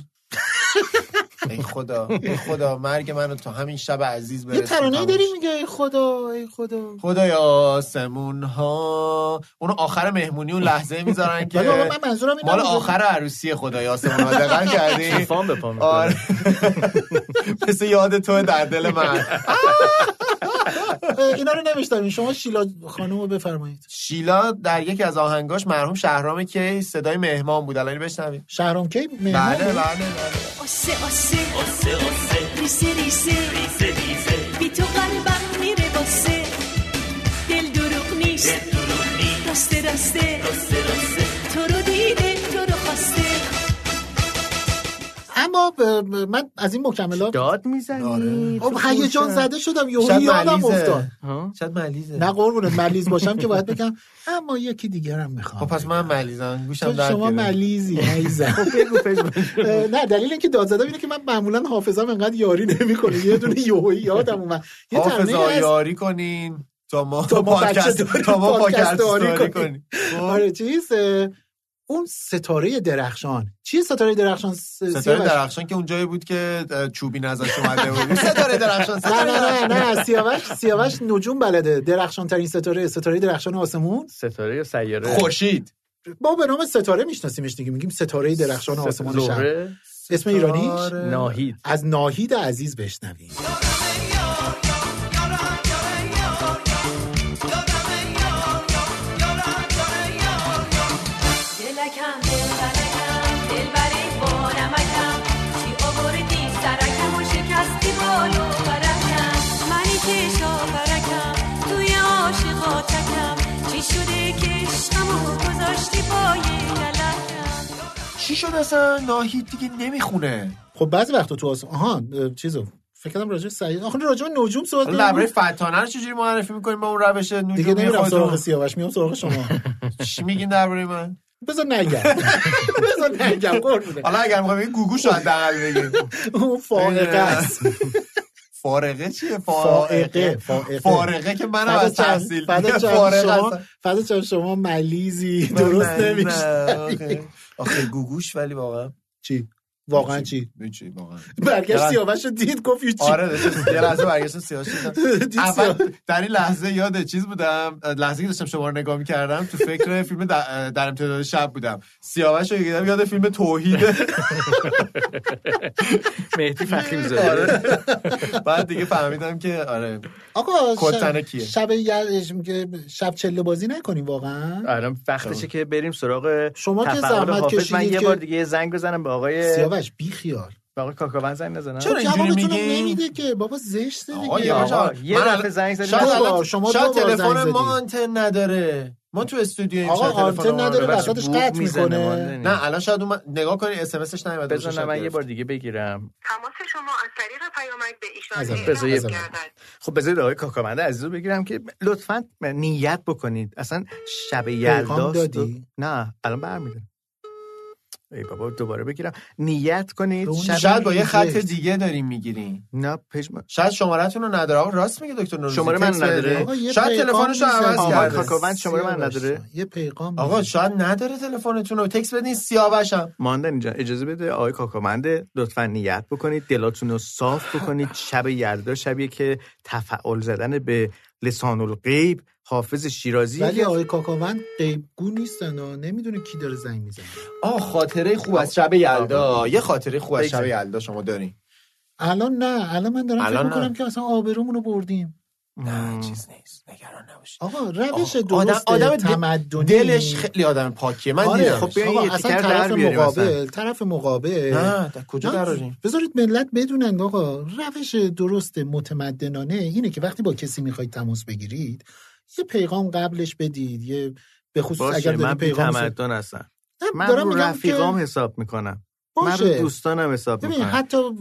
S5: ای خدا ای خدا مرگ منو تا همین شب عزیز برسون
S4: یه ترانه
S5: تموم
S4: داری
S5: شد. خب
S4: میگه ای خدا ای خدا
S5: خدای آسمون ها اونو آخر مهمونی اون لحظه میذارن که
S4: ولی آقا من منظورم اینه
S5: مال
S4: که-
S5: آخر عروسی خدای آسمون ها دقیقا کردی
S6: شفام به پا می‌کنه.
S5: آره مثل یاد تو در دل من
S4: اه، اینا رو نمیشتم شما شیلا خانم رو بفرمایید
S5: شیلا در یکی از آهنگاش مرحوم شهرام کی صدای مهمان بود الان اینو بشنویم
S4: شهرام کی مهمان
S5: بله
S4: بود؟
S5: بله
S1: آسه آسه آسه آسه ریسه ریسه ریسه ریسه بی تو قلبم میره باسه دل دروغ نیست دل دروغ نیست راسته راسته راسته راسته تو رو دیده تو رو خواسته
S4: اما اه، من از این مکملات
S6: داد میزنی
S4: خب هیجان زده شدم یهو
S5: شاید
S4: یادم
S5: ملیزه.
S4: افتاد
S5: شاید ملیزه
S4: نه قربونت ملیز باشم که باید بگم اما یکی دیگرم میخوام
S5: خب پس من ملیزم گوشم
S4: تو
S5: درد
S4: شما
S5: گرفت.
S4: ملیزی عزیزم اه، نه دلیل اینکه داد زدم اینه که من معمولا حافظم انقدر یاری نمیکنه یه دونه یهویی یادم اومد یه ترانه
S5: حافظا
S4: هست
S5: یاری کنین تا ما
S4: تا ما
S5: پادکست-
S4: بچه‌داری-
S5: تا ما
S4: پادکست داری
S5: پادکستاری
S4: کنیم.
S5: کنیم خب،
S4: آره چیز اه، اون ستاره درخشان چیه ستاره درخشان س-
S5: ستاره
S4: سیاوش؟
S5: درخشان که اون جایی بود که اه، چوبی نزاش اومده بود ستاره درخشان
S4: نه
S5: ستاره
S4: نه نه
S5: درخشان
S4: نه سیاوش سیاوش نجوم بلده درخشان ترین ستاره ستاره درخشان آسمون
S6: ستاره یا سیاره
S5: خورشید
S4: ما به نام ستاره میشناسیمش دیگه میگیم ستاره درخشان
S6: ست-
S4: آسمان شب
S6: زهره آره.
S4: اسم ایرانیش
S6: ناهید
S4: از ناهید عزیز بشنویم
S1: دلکم دلبرکم دلبری با نمکم چی آوردی سرکم و شکستی بالو برکم منی که شاپرکم توی عاشقاتکم چی شده که عشقمو گذاشتی پای للکم
S5: چی شد اصلا ناهید دیگه نمیخونه
S4: خب بعضی وقتا تو آسمان آها اه، چیزو فکر کردم راجع به سعید آخه راجع به نجوم صحبت
S5: حالا درباره
S4: نمی‌کنی؟
S5: فتانه رو چجوری معرفی میکنیم با اون روش
S4: دیگه
S5: نجومی
S4: نمیرم سراغ
S5: خودتون
S4: سیاوش میام سراغ شما
S5: چی میگین درباره من
S4: بذار نگم بذار نگم قربونه
S5: حالا اگر میخوام بگین گوگو شاید دقل بگین
S4: اون
S5: آره.
S4: فائقه است
S5: فارقه چیه
S4: فائقه
S5: فارقه
S4: فائقه
S5: فارقه که منم
S4: فدا
S5: از
S4: چم-
S5: تحصیل
S4: فدا چم
S5: فارقه
S4: شما
S5: هستم.
S4: فدا چم شما ملیزی درست
S5: نه، نه،
S4: نمیشه
S5: آخه- آخه گوگوش ولی واقعا
S4: چی واقعا چی
S5: هیچی، واقعا
S4: برگشت
S5: دارن-
S4: سیاوش رو دید گفت یه چی
S5: آره داشتم یه لحظه برگشتم سیاه شدم
S4: دید
S5: اول
S4: سیاوش.
S5: در این لحظه یاد چیز بودم لحظه که داشتم شما رو نگاه میکردم تو فکر فیلم در, در امتداد شب بودم سیاوش رو یادم یاد فیلم توحید
S6: مهدی فخری زاده
S5: بعد دیگه فهمیدم که آره
S4: آقا
S5: کتنه
S4: شب,
S5: کیه؟
S4: شب یلش میگه شب چله بازی نکنیم واقعا
S6: الان وقتشه که بریم سراغ
S4: شما که
S6: تفاعل
S4: زحمت
S6: حافظ. من
S4: کشیدید
S6: یه
S4: که-
S6: بار دیگه یه زنگ بزنم به
S5: آره.
S6: آقای
S4: سیاوش بی خیال
S6: به آقای کاکاون زنگ نزنم
S5: چرا اینجوری
S4: جوابتون رو
S5: میگی
S4: نمیده که بابا زشته
S5: آقا
S4: دیگه
S5: یه بار
S6: آقا،
S5: جواب-
S6: یه
S5: من
S6: دفعه
S5: الان-
S6: زنگ خب، زدی،
S5: شاید
S4: دو بار،
S5: الان-
S4: شما
S5: شاید
S4: دو بار زنگ
S5: تلفن
S4: زدی.
S5: ما آنتن نداره ما تو استودیو
S4: آقا، آنتن نداره،
S6: بچه
S4: وسطش
S6: بوق
S4: قطع
S6: میزنه،
S4: می‌کنه.
S6: والله.
S5: نه الان شاید اومد- نگاه کنی اس ام اسش نیومده باشه،
S6: بزن
S5: شاید
S6: من یه
S5: گرفت.
S6: بار دیگه بگیرم
S16: تماس شما از طریق پیامک به ایشان
S4: عزب،
S16: اعلام
S6: بذار یه-
S16: گردد.
S6: خب بذارید آقای کاکامنده عزیز رو بگیرم که لطفا نیت بکنید اصلا شب
S4: پیغام
S6: یلداست و-
S4: دادی؟
S6: نه الان برمیده ای بابا دوباره بگیرم نیت کنید
S4: به اون
S6: شب
S5: شاید با یه خط
S4: زشت.
S5: دیگه داریم میگیریم
S6: نه پشم
S5: شاید شمارهتون رو نداره آقا راست میگه دکتر نوروزی
S6: شماره من
S5: تکس
S6: نداره؟
S5: بده.
S4: آقا، یه
S5: شاید
S4: پیغام
S5: تلفنش رو عوض
S4: می‌زنی.
S6: آقا،
S5: کرده
S6: کاکا. کاکاوند شماره من
S4: سیاوش
S6: نداره؟
S4: جان، یه پیغام
S5: آقا
S4: می‌زنی.
S5: شاید نداره تلفنتون رو تکس بدین سیاوشم
S6: ماندن اینجا اجازه بده آقای کاکامنده لطفا نیت بکنید دلاتون رو صاف بکنید شب یلدا شبیه که تفعال زدن به لسان الغیب حافظ شیرازی
S4: ولی آقای کاکاوند قیبگو نیستن و نمیدونه کی داره زنگ میزنه
S5: آه خاطره خوب از شب یلدا
S6: آقا.
S5: یه خاطره خوب از
S6: بگذار.
S5: شب یلدا شما دارین
S4: الان نه الان من دارم
S5: الان
S4: فکر
S5: نه.
S4: میکنم که اصلا آبرومون رو بردیم
S5: نه چیز نیست نگران نباشید
S4: آقا روش
S5: آه،
S4: درست
S5: آدم- آدم د-
S4: تمدنی
S5: دلش خیلی آدم پاکیه من
S4: آره
S5: دیدم
S4: خب
S6: بیاین یه
S4: اصلا
S6: تیکر در
S4: طرف
S6: بیاریم
S4: مقابل طرف مقابل
S5: نه در کجا
S4: نه،
S5: قراریم
S4: بذارید ملت بدونن آقا روش درست متمدنانه اینه که وقتی با کسی میخواید تماس بگیرید یه پیغام قبلش بدید یه به خصوص
S6: باشه
S4: اگر
S6: من
S4: دارید پیغام
S6: بی‌تمدن هستم
S4: نه،
S6: من
S4: دارم
S6: رو
S4: میگم
S6: رفیقام
S4: که
S6: حساب میکنم من رو
S4: باشه.
S6: دوستانم حساب
S4: ببین
S6: میکنم
S4: حتی اه،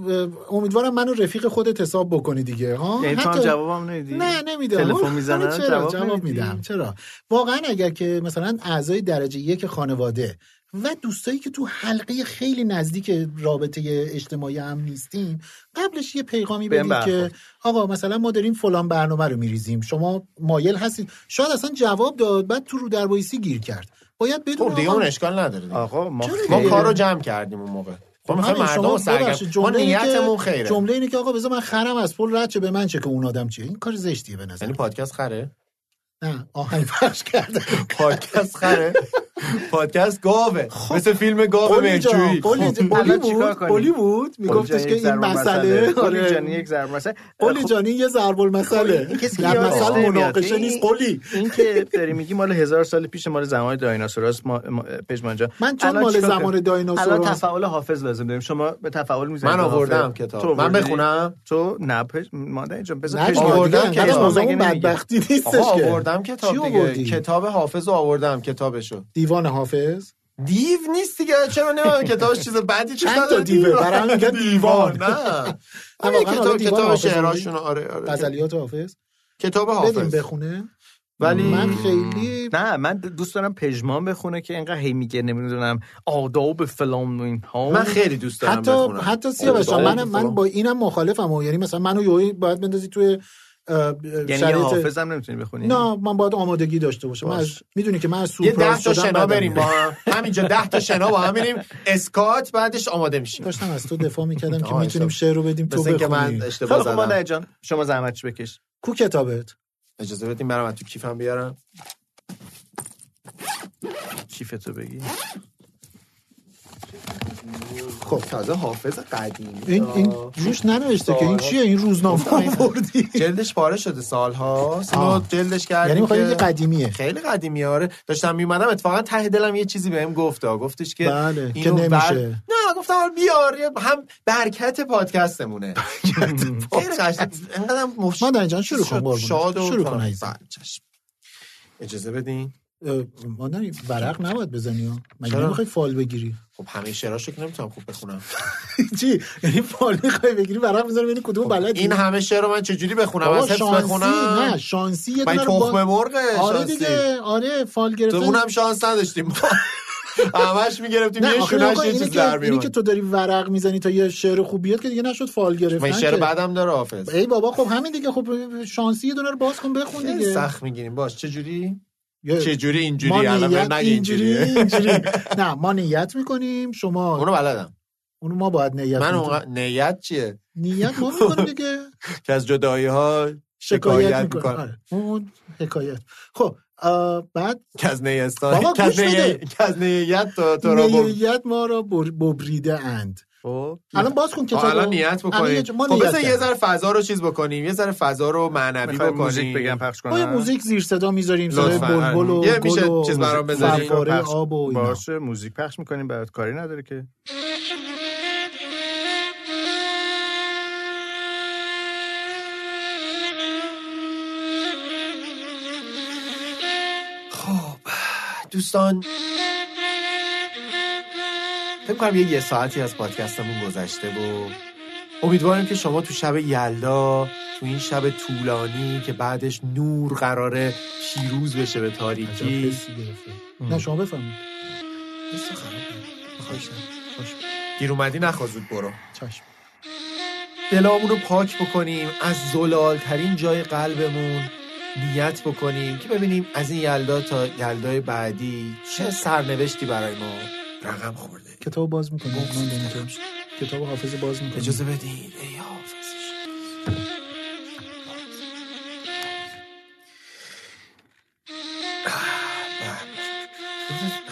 S4: امیدوارم منو رفیق خودت حساب بکنی دیگه ها
S6: یعنی تو هم
S4: حتی-
S6: جوابم نمیدی
S4: نه نمیدم
S6: تلفن
S4: آره،
S6: میزنن
S4: چرا
S6: جواب,
S4: جواب,
S6: نمیدی؟
S4: میدم چرا واقعا اگر که مثلا اعضای درجه یک خانواده و دوستایی که تو حلقه خیلی نزدیک رابطه اجتماعی هم نیستیم قبلش یه پیغامی
S6: بهم
S4: بدید که
S6: برخورد.
S4: آقا مثلا ما داریم فلان برنامه رو میریزیم شما مایل هستید شاید اصلا جواب داد بعد تو رو دربایسی گیر کرد باید بدون
S6: خب
S5: خب دیگه اون اشکال نداره دیگه.
S6: آقا ما
S4: چرا
S6: خیلی-
S5: ما کار رو جمع کردیم اون موقع خب میخوایم
S4: همین،
S5: مردم رو
S4: شما
S5: سرگرم
S4: ببخشید،
S5: ما
S4: جمله اینه که-
S5: نیتمون خیره
S4: جمله اینه که آقا بذار من خرم از پل رد شه به من چه که اون آدم چیه این کار زشتیه به نظر
S5: یعنی پادکست خره
S4: نه آهنگ پخش کرده
S5: خب پادکست خره پادکست گاوه
S4: خب.
S5: مثل فیلم گاو خب.
S4: قلی جان،
S5: مرجویی
S4: قلی جان، قلی بود قلی بود میگفتش
S6: جان
S4: که
S6: یک
S4: این
S6: ضرب
S4: مسئله
S6: قلی جان خب،
S4: آره
S6: یک ضرب مسئله خب،
S4: قلی جان این یه ضرب المثله در مثل مناقشه نیست قلی
S6: این که داری میگی مال هزار سال پیش مال زمان دایناسوراست ما... ما... پژمان جان
S4: من چون
S6: الان
S4: مال
S6: چیکار کنیم؟
S4: زمان دایناسوراست-
S6: الان تفاول حافظ لازم داریم شما به تفاول میزنید
S5: من آوردم کتاب. من بخونم؟
S6: تو نه پش... مادر جان بذار
S5: نه،
S6: پژمان
S5: آوردم
S6: دیگه،
S5: کتاب.
S6: الان
S5: موضوع
S6: مگه
S4: اون
S6: نمیگی؟
S4: بدبختی نیستش
S5: آقا
S4: که.
S5: آوردم
S4: چی
S5: کتاب
S4: آوردی؟
S5: دیگه کتاب حافظ رو آوردم کتابشو
S4: دیوان حافظ
S5: دیو نیست دیگه چرا نمیدونم کتابش چیز بعدی چیز
S4: چند تا
S5: نداره
S4: دیوه؟ برای همین میگن دیوان.
S5: نه
S4: واقعا
S5: همین
S4: حالا دیوان
S5: کتاب کتاب
S4: حافظ
S5: شعراشون
S4: می‌گی؟
S5: آره آره
S4: غزلیات حافظ
S5: کتاب
S4: بدیم
S5: حافظ
S4: بخونه
S5: ولی
S4: من خیلی
S6: نه من دوست دارم پژمان بخونه که اینقدر هی میگه نمیدونم آداب فلان و اینها
S5: من خیلی دوست دارم
S4: حتی
S5: بخونم آره،
S4: حتی سیاوش جان، من
S5: آداب
S4: من
S5: فلان.
S4: با اینم مخالفم و یعنی مثلا منو یوهی باید بندازی توی اه، اه،
S6: یعنی یه
S4: شرایط-
S6: حافظم نمیتونی بخونی
S4: نه من باید آمادگی داشته باشم من از- میدونی که من از
S5: یه ده
S4: سورپرایز
S5: تا
S4: شدم
S5: شنا
S4: بدم
S5: بریم
S4: میاد.
S5: با هم همینجا ده تا شنا با هم بریم اسکات بعدش آماده میشیم
S4: داشتم از تو دفاع میکردم که
S5: آه،
S4: میتونیم
S5: حساب.
S4: شعر رو بدیم تو
S5: مثل اینکه
S4: بخونی
S5: من اشتباه
S6: خیلی خب
S5: زدم
S6: مادر جان شما زحمتش بکش
S4: کو کتابت
S5: اجازه بدیم برم از تو کیفم بیارم
S6: کیفتو بگی
S5: خب تازه حافظ قدیمی
S4: این این روش ننوشته که این چیه این روزنامه آوردی
S5: جلدش پاره شده سالها اینو
S4: آه.
S5: جلدش کردیم
S4: یعنی می‌خوای
S5: که-
S4: بگی قدیمیه
S5: خیلی قدیمی آره داشتم میومدم اتفاقا ته دلم یه چیزی بهم گفت آه. گفتش که
S4: بله، که
S5: اینو
S4: نمیشه.
S5: نه گفتم حالا بیار یه- هم برکت پادکستمونه خیلی قشنگ انقدرم مش...
S4: مادر جان شروع کن قربونت.
S5: شاد و
S4: شروع کن
S5: فلان.
S4: عزیزم.
S5: بله، چشم. اجازه بدین
S4: اه، مادر ورق نباید بزنی ها مگه
S5: چرا؟
S4: نمیخوای فال بگیری
S5: خب همه شعراشو که نمیتونم خوب بخونم
S4: چی یعنی فال میخوای بگیری ورق میذاری ببینی کدوم بلدی
S5: خب، این همه شعر رو من چجوری بخونم
S4: بابا
S5: از حفظ
S4: شانسی
S5: بخونم
S4: نه شانسی یه
S5: من
S4: دونه رو
S5: تخم
S4: با-
S5: مرغه
S4: آره
S5: شانسی.
S4: دیگه آره فال
S5: تو
S4: گرفتن
S5: اونم شانس نداشتیم همش میگرفتیم
S4: نه
S5: یه
S4: آخه
S5: شونش
S4: نکن،
S5: یه
S4: اینه
S5: چیز
S4: که
S5: در
S4: اینی که
S5: میاد
S4: تو داری ورق میزنی تا یه شعر خوب بیاد که دیگه نشد فال
S5: من
S4: گرفتن
S5: شعر
S4: که.
S5: بعدم داره حافظ
S4: ای بابا خب همین دیگه خب شانسی یه دونه رو باز کن بخون
S5: خیلی
S4: دیگه
S5: سخت میگیریم باش چجوری
S4: یه-
S5: چجوری اینجوری
S4: ما
S5: الان
S4: نیت
S5: بهم نگی
S4: اینجوری
S5: اینجوریه.
S4: اینجوری نه ما نیت میکنیم شما
S5: اونو بلدم
S4: اونو ما باید نیت
S5: من
S4: می‌کنیم.
S5: اونقدر نیت چیه
S4: نیت ما میکنیم دیگه
S5: که از جدایی ها
S4: شکایت
S5: شکایت
S4: میکنه
S5: میکنه
S4: آره. اون حکایت خب آه، بعد
S5: که از
S4: بابا
S5: نیستان که از
S4: گوش
S5: نی-
S4: بده.
S5: که از نیت تو تو را بم-
S4: نیت ما را بر- ببریده اند
S5: خب.
S4: الان باز کن کتاب
S5: آه، الان
S4: رو.
S5: نیت
S4: الان یه
S5: بکنیم
S4: جو- ما
S5: خب
S4: نیت
S5: بذار یه
S4: کردیم.
S5: ذره فضا رو چیز بکنیم یه ذره فضا رو معنوی
S6: میخوای
S5: بکنیم
S6: موزیک بگم پخش
S4: ما خب، یه
S6: کنم
S4: موزیک زیر صدا میذاریم صدای
S5: لطفاً.
S4: بلبل و
S5: یه میشه
S4: گل و
S5: چیز برام خب، بذاری؟
S4: فرفاره
S6: پخش-
S4: آب و اینا
S6: باشه موزیک پخش میکنیم برات کاری نداره که
S5: خب دوستان فکر کنم یه یه ساعتی از پادکستمون گذشته و امیدواریم که شما تو شب یلدا تو این شب طولانی که بعدش نور قراره پیروز بشه به
S4: عجب
S5: تاریکی
S4: حسی گرفته. نه شما بفهمید
S5: گیر اومدی نخوا زود برو
S4: چشم
S5: دلامون رو پاک بکنیم از زلالترین جای قلبمون نیت بکنیم که ببینیم از این یلدا تا یلدای بعدی چه سرنوشتی برای ما رقم خورده
S4: کتاب باز میکنیم
S5: خب.
S4: کتاب حافظ باز میکنیم
S5: اجازه بدین ای حافظش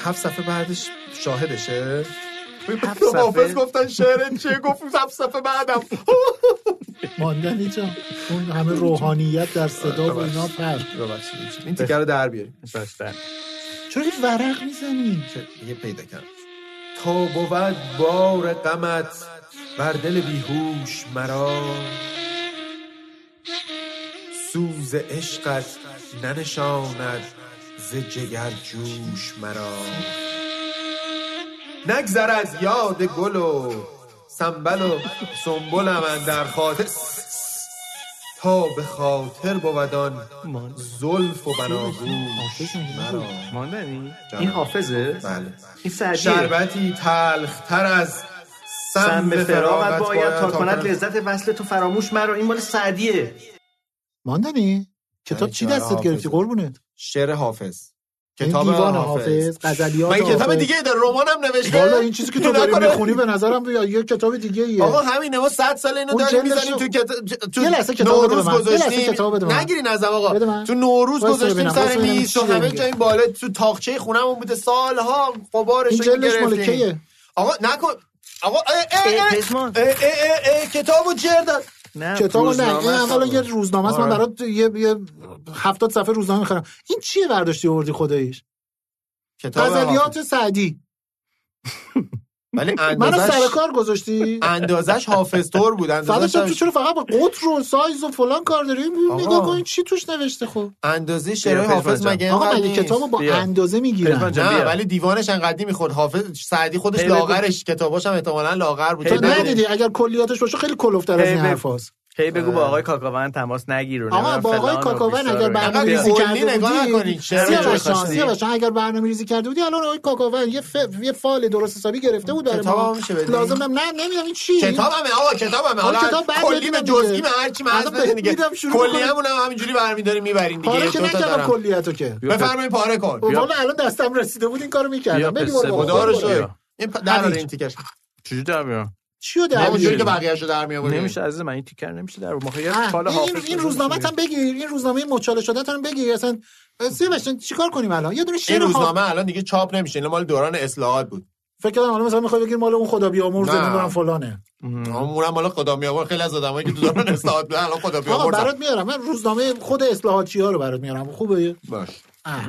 S5: هفت صفحه بعدش شاهدشه
S6: هفت صفحه؟
S5: حافظ گفتن شعر چیه گفت هفت صفحه بعدم
S4: ماندن اینجا اون همه روحانیت در صدا و اینا پر
S5: ببخشید. این تیکر رو در بیاریم
S6: داشتن
S4: چرا هیچ ورق میزنی
S5: که دیگه پیدا کردم تا بود بار غمت بر دل بیهوش مرا سوز عشقت ننشاند ز جگر جوش مرا نگذر از یاد گل و سنبل و سنبلم در خاطر تا به خاطر بود آن زلف و بناگوش مرا
S6: ماندنی
S5: جانم.
S6: این حافظه
S5: بله
S6: این سعدیه
S5: شربتی تلختر از سم
S6: سم
S5: فراغت
S6: فراغت باید تا کند
S5: لذت
S6: لذت وصل تو فراموش مرا این مال سعدیه
S4: ماندنی کتاب چی
S5: جان
S4: دستت گرفتی
S5: حافظه.
S4: قربونت
S5: شعر حافظ
S4: کتاب دیوان حافظ غزلیات
S5: من یه کتاب
S4: حافظ.
S5: دیگه در رمانم نوشته
S4: والا این چیزی که تو داری
S5: نکنه.
S4: میخونی به نظرم یا یه کتاب دیگه ایه
S5: آقا همینه ما 100 سال اینو
S4: اون
S5: داریم
S4: جلدشو-
S5: میزنیم تو کت... تو
S4: یه لحظه کتاب بده
S5: نوروز
S4: به من. یه لحظه
S5: گذاشتیم.
S4: کتاب بده به من.
S5: نگیرین ازم آقا
S4: بده من.
S5: تو نوروز
S4: وایسا
S5: گذاشتیم
S4: ببینم، وایسا
S5: سر
S4: ببینم
S5: میز تو
S4: چی
S5: همه
S4: داری
S5: جای بالا تو تاخچه خونمون بوده سالها
S4: این
S5: قبارش رو
S4: جلدش مال
S5: گرفتیم
S4: کیه؟
S5: آقا نکن آقا اه، اه، اه،
S4: اه،
S5: اه، اه، اه، اه، کتابو جر داد
S4: کتاب رو نه این
S5: روزنامه
S4: اولا یه روزنامه است من
S5: آره.
S4: برات یه یه هفتاد صفحه روزنامه میخرم این چیه برداشتی آوردی خداییش
S5: کتاب
S4: غزلیات سعدی
S5: ولی
S4: منو سر
S5: اندازش
S4: کار گذاشتی
S5: اندازش حافظ تور بود
S4: فدا شد تو
S5: اندازش
S4: چرا فقط با قطر و سایز و فلان کار داری
S5: آقا.
S4: نگاه کن این چی توش نوشته خب
S5: اندازه شعرهای
S4: بیا،
S5: حافظ
S4: پژمان
S5: مگه
S4: جان. آقا،
S5: اینقدر
S4: مگه
S5: نیست؟
S4: کتابو با
S5: بیا.
S4: اندازه میگیرن؟
S5: پژمان جان،
S4: نه،
S5: بیا.
S4: ولی
S5: ولی دیوانش انقدی میخورد حافظ سعدی خودش
S4: هی بگو.
S5: لاغرش کتاباش هم احتمالاً لاغر بود
S4: تو
S5: تو ندیدی؟
S4: خب، ندیدی اگر کلیاتش باشه خیلی کلوفتر از
S6: هی
S4: این
S6: بگو.
S4: حرفاست
S6: هی بگو با آقای کاکاون تماس نگیر و
S4: آقا
S6: نمیدونم
S4: با آقای
S6: فلان و
S4: کاکاون
S6: بیسار
S4: اگر
S6: و اینا.
S4: برنامه ریزی
S5: کلی
S4: کرده
S5: نگاه
S4: بودی
S5: نکنین. چرا
S4: سیاوش
S5: اینجوری
S4: جان،
S5: خواستی؟
S4: سیاوش جان، اگر برنامه ریزی کرده بودی الان آقای کاکاون یه ف... یه فال درست حسابی گرفته بود برای
S5: کتاب
S4: ما
S5: هم میشه بدی؟
S4: لازم هم نه نمیدونم این چی
S5: کتابمه آقا
S4: حالا
S5: کتابمه حالا
S4: خب، کتاب بعد
S5: کلی
S4: بدیدم
S5: به جزئی
S4: دیگه.
S5: به هر چی
S4: الان
S5: مرز بده دیگه
S4: بدیدم شروع
S5: کلی
S4: کنیم.
S5: همون هم همینجوری برمیداریم میبریم
S4: پاره
S5: دیگه
S4: که
S5: دو تا
S4: نکردم
S5: دارم
S4: کلیتو که خب،
S5: بفرمایید پاره کن
S4: والا الان دستم رسیده بود این کارو
S6: بیا
S4: میکردم بگی
S6: قصه
S4: برو
S5: خدا رو
S4: بابا.
S5: شکر
S6: بیا.
S5: این پ- در آره
S6: همین.
S5: این تیکش
S6: چجوری در میارم
S4: چیو در
S5: همونجوری
S4: بیاری؟
S5: که بقیه‌شو در میآوردی
S6: نمیشه عزیز من این تیکر نمیشه در موقع یه
S4: اه،
S6: فال
S4: این,
S6: حافظ
S4: این
S6: بزن.
S4: روزنامه هم بگیر این روزنامه مچاله شده هم بگیر اصلا سیاوش جان، چیکار کنیم الان یه دونه
S5: این
S4: شعر حافظ
S19: خب
S5: روزنامه الان دیگه چاپ نمیشه این مال دوران اصلاحات بود
S4: فکر کردم الان مثلا میخوای بگیر مال اون خدا بیامرز
S5: نه.
S4: نمیدونم فلانه
S5: اونم مال خدا میآورد خیلی از آدمایی که تو دوران اصلاحات بودن الان خدا
S4: آقا
S5: میآورد
S4: برات میارم من روزنامه خود اصلاحاتی ها رو برات میارم خوبه
S5: باش
S4: اه.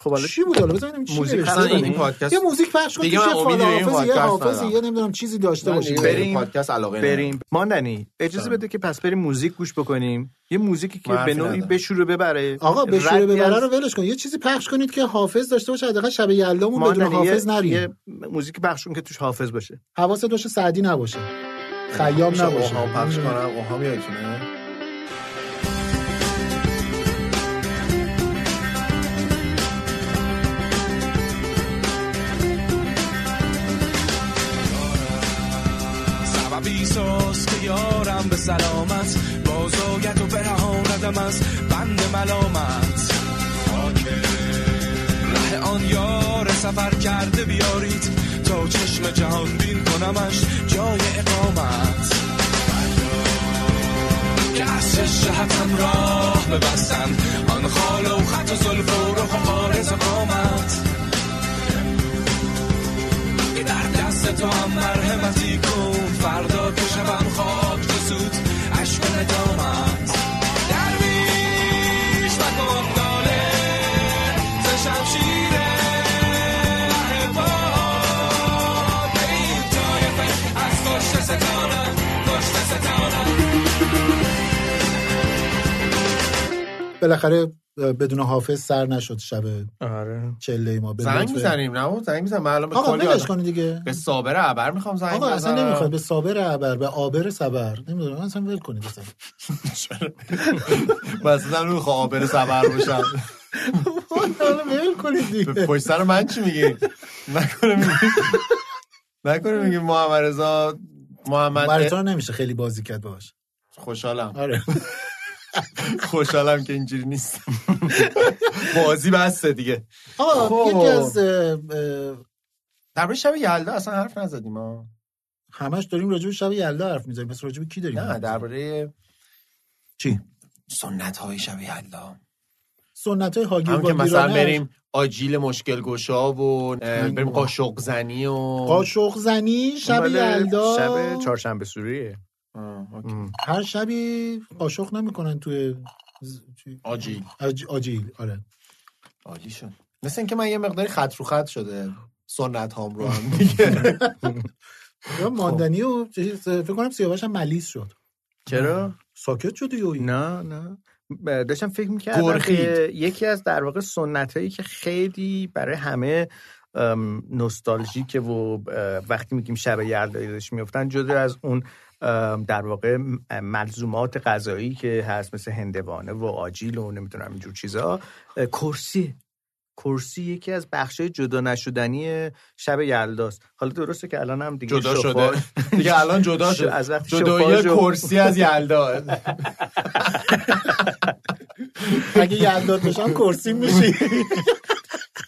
S6: خب حالا
S4: چی بود حالا بزنیم چی
S6: موزیک
S4: نوشته
S6: پخش
S4: بود.
S5: بله. این پادکست
S4: یه موزیک پخش کن
S5: دیگه
S4: توش
S5: من
S4: یه
S5: امیدی به این
S4: حافظ یه
S5: پادکست
S4: حافظی
S5: ندارم.
S4: یه نمیدونم چیزی داشته
S5: من
S4: باشیم
S5: دیگه به
S6: بریم.
S5: پادکست علاقه ندارم.
S6: بریم ماندنی اجازه بده که پس بریم موزیک گوش بکنیم یه موزیکی که
S5: من حرفی
S6: به نوعی
S5: ندارم.
S6: بشوره ببره
S4: آقا به شوره
S6: ردی
S4: ببره
S6: از-
S4: رو ولش کن یه چیزی پخش کنید که حافظ داشته باشه حداقل شب یلدامون بدون
S6: ماندنی یه-
S4: حافظ
S6: یه
S4: نریم
S6: موزیک پخش کن که توش حافظ باشه
S4: حواست باشه سعدی نباشه خیام
S5: میشه
S4: نباشه
S5: اوهام پخش کنم اوهام یادتونه
S7: سببی ساز که یارم به سلامت باز آید و برهاندم از بند ملامت ره آن یار سفر کرده بیارید تا چشم جهان بین کنمش جای اقامت که از شش جهتم راه ببستن آن خال و خط و زلف و رخ و عارض و قامت که در دست تو هم مرحمتی کن فردا که شبم خاک تو سود عشق ندامت درویش مکن ناله ز شمشیر ره باد به این طایفه از کشت ستانم کشت ستانم
S4: بالاخره اه، بدون حافظ سر نشد شب
S6: آره
S4: چله ما به
S5: زنگ
S4: لطف-
S5: میزنیم نه بابا، زنگ میزنم من الان به
S4: آقا
S5: کلی
S4: ولش
S5: آدم-
S4: کن دیگه
S5: به صابر ابر میخوام زنگ
S4: آقا اصلا
S5: بزنم.
S4: نمیخواد به صابر ابر به آبر صبر نمیدونم اصلا ول کنید اصلا
S5: بس نه نمیخوام آبر سبر باشم
S4: حالا ول کنید دیگه
S5: پشت سر من چی میگی نکنه میگی نکنه میگی محمد رضا محمد
S4: براتون نمیشه خیلی بازی کرد باش
S5: خوشحالم
S4: آره
S5: خوشحالم که اینجوری نیست بازی بسته دیگه
S4: آقا
S5: خب.
S4: یکی از اه، اه،
S5: در شب یلدا اصلا حرف نزدیم ما
S4: همش داریم راجع به شب یلدا حرف میزنیم پس راجع به کی داریم
S5: نه
S4: حرف می‌زنیم؟
S5: درباره
S4: چی
S5: سنت های شب یلدا
S4: سنت های هاگیر
S5: هم که مثلا
S4: واگیرانه،
S5: بریم آجیل مشکل گشا و اه، بریم قاشق زنی و
S4: قاشق زنی شب
S6: بله،
S4: یلدا
S6: شب چهارشنبه سوریه
S5: آه، اوکی.
S6: ام.
S4: هر شبی قاشق نمیکنن توی ز- چی؟
S5: آجیل
S4: آج- آجیل آره
S5: عالی شد مثل اینکه من یه مقداری خط رو خط شده سنت هام رو هم خب. دیگه
S4: یا ماندنی و چیز- فکر کنم سیاوش هم ملیس شد
S6: چرا
S4: ساکت شد یهو این.
S6: نه نه ب- داشتم فکر میکردم
S5: گرخید.
S6: که یکی از در واقع سنت هایی که خیلی برای همه ام، نوستالژیکه و اه، وقتی میگیم شب یلدا یادش میفتن جدا از اون ام، در واقع م- ملزومات غذایی که هست مثل هندوانه و آجیل و نمیدونم اینجور چیزا اه، کرسی کرسی یکی از بخشای جدا نشدنی شب یلداست حالا درسته که الان هم دیگه
S5: جدا
S6: شفاف-
S5: شده دیگه الان جدا شد
S6: از وقتی
S5: جدایی
S6: شفاژ و-
S5: کرسی از یلدا
S4: اگه یلدات بشم کرسی میشی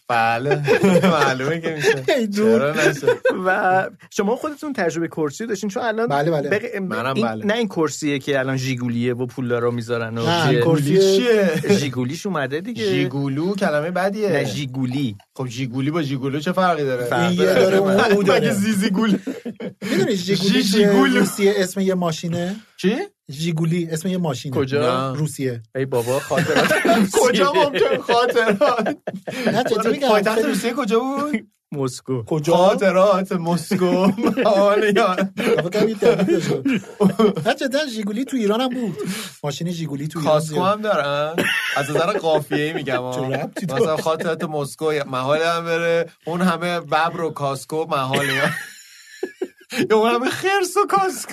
S5: بله معلومه که میشه چرا نشه؟
S6: و شما خودتون تجربه کرسی داشتین چون الان
S4: بله، بله.
S6: بق-
S4: منم
S6: این-
S4: بله.
S6: نه این کرسیه که الان ژیگولیه و پولدارا میذارن و
S5: نه،
S6: چیه.
S5: کرسی چیه؟
S6: ژیگولیش اومده دیگه
S5: ژیگولو کلمه بدیه
S6: نه ژیگولی
S5: خب ژیگولی با ژیگولو چه فرقی داره
S6: فرق این یه داره، داره. اون-
S4: اون داره.
S5: مگه زیزی گول
S4: میدونی ژیگولی
S5: ژی-
S4: چیه؟
S5: ژیگولو.
S4: روسیه اسم یه ماشینه
S5: چی
S4: ژیگولی اسم یه ماشینه
S6: کجا؟
S4: نه. روسیه
S6: ای بابا خاطرات
S5: کجا ممکن خاطرات
S4: نه جدی میگم
S5: پایتخت
S4: خیلی-
S5: روسیه کجا بود
S6: مسکو
S4: کجا
S5: خاطرات مسکو آنیا
S4: فکر یه تعریف داشت. نه جدا ژیگولی تو ایران هم بود ماشین ژیگولی تو ایران
S5: کاسکو
S4: زیاد.
S5: هم دارن از نظر قافیه میگم
S4: چه ربطی داره؟
S5: مثلا خاطرات مسکو محال هم بره اون همه ببر و کاسکو محاله یا اون همه خرس و کاسکو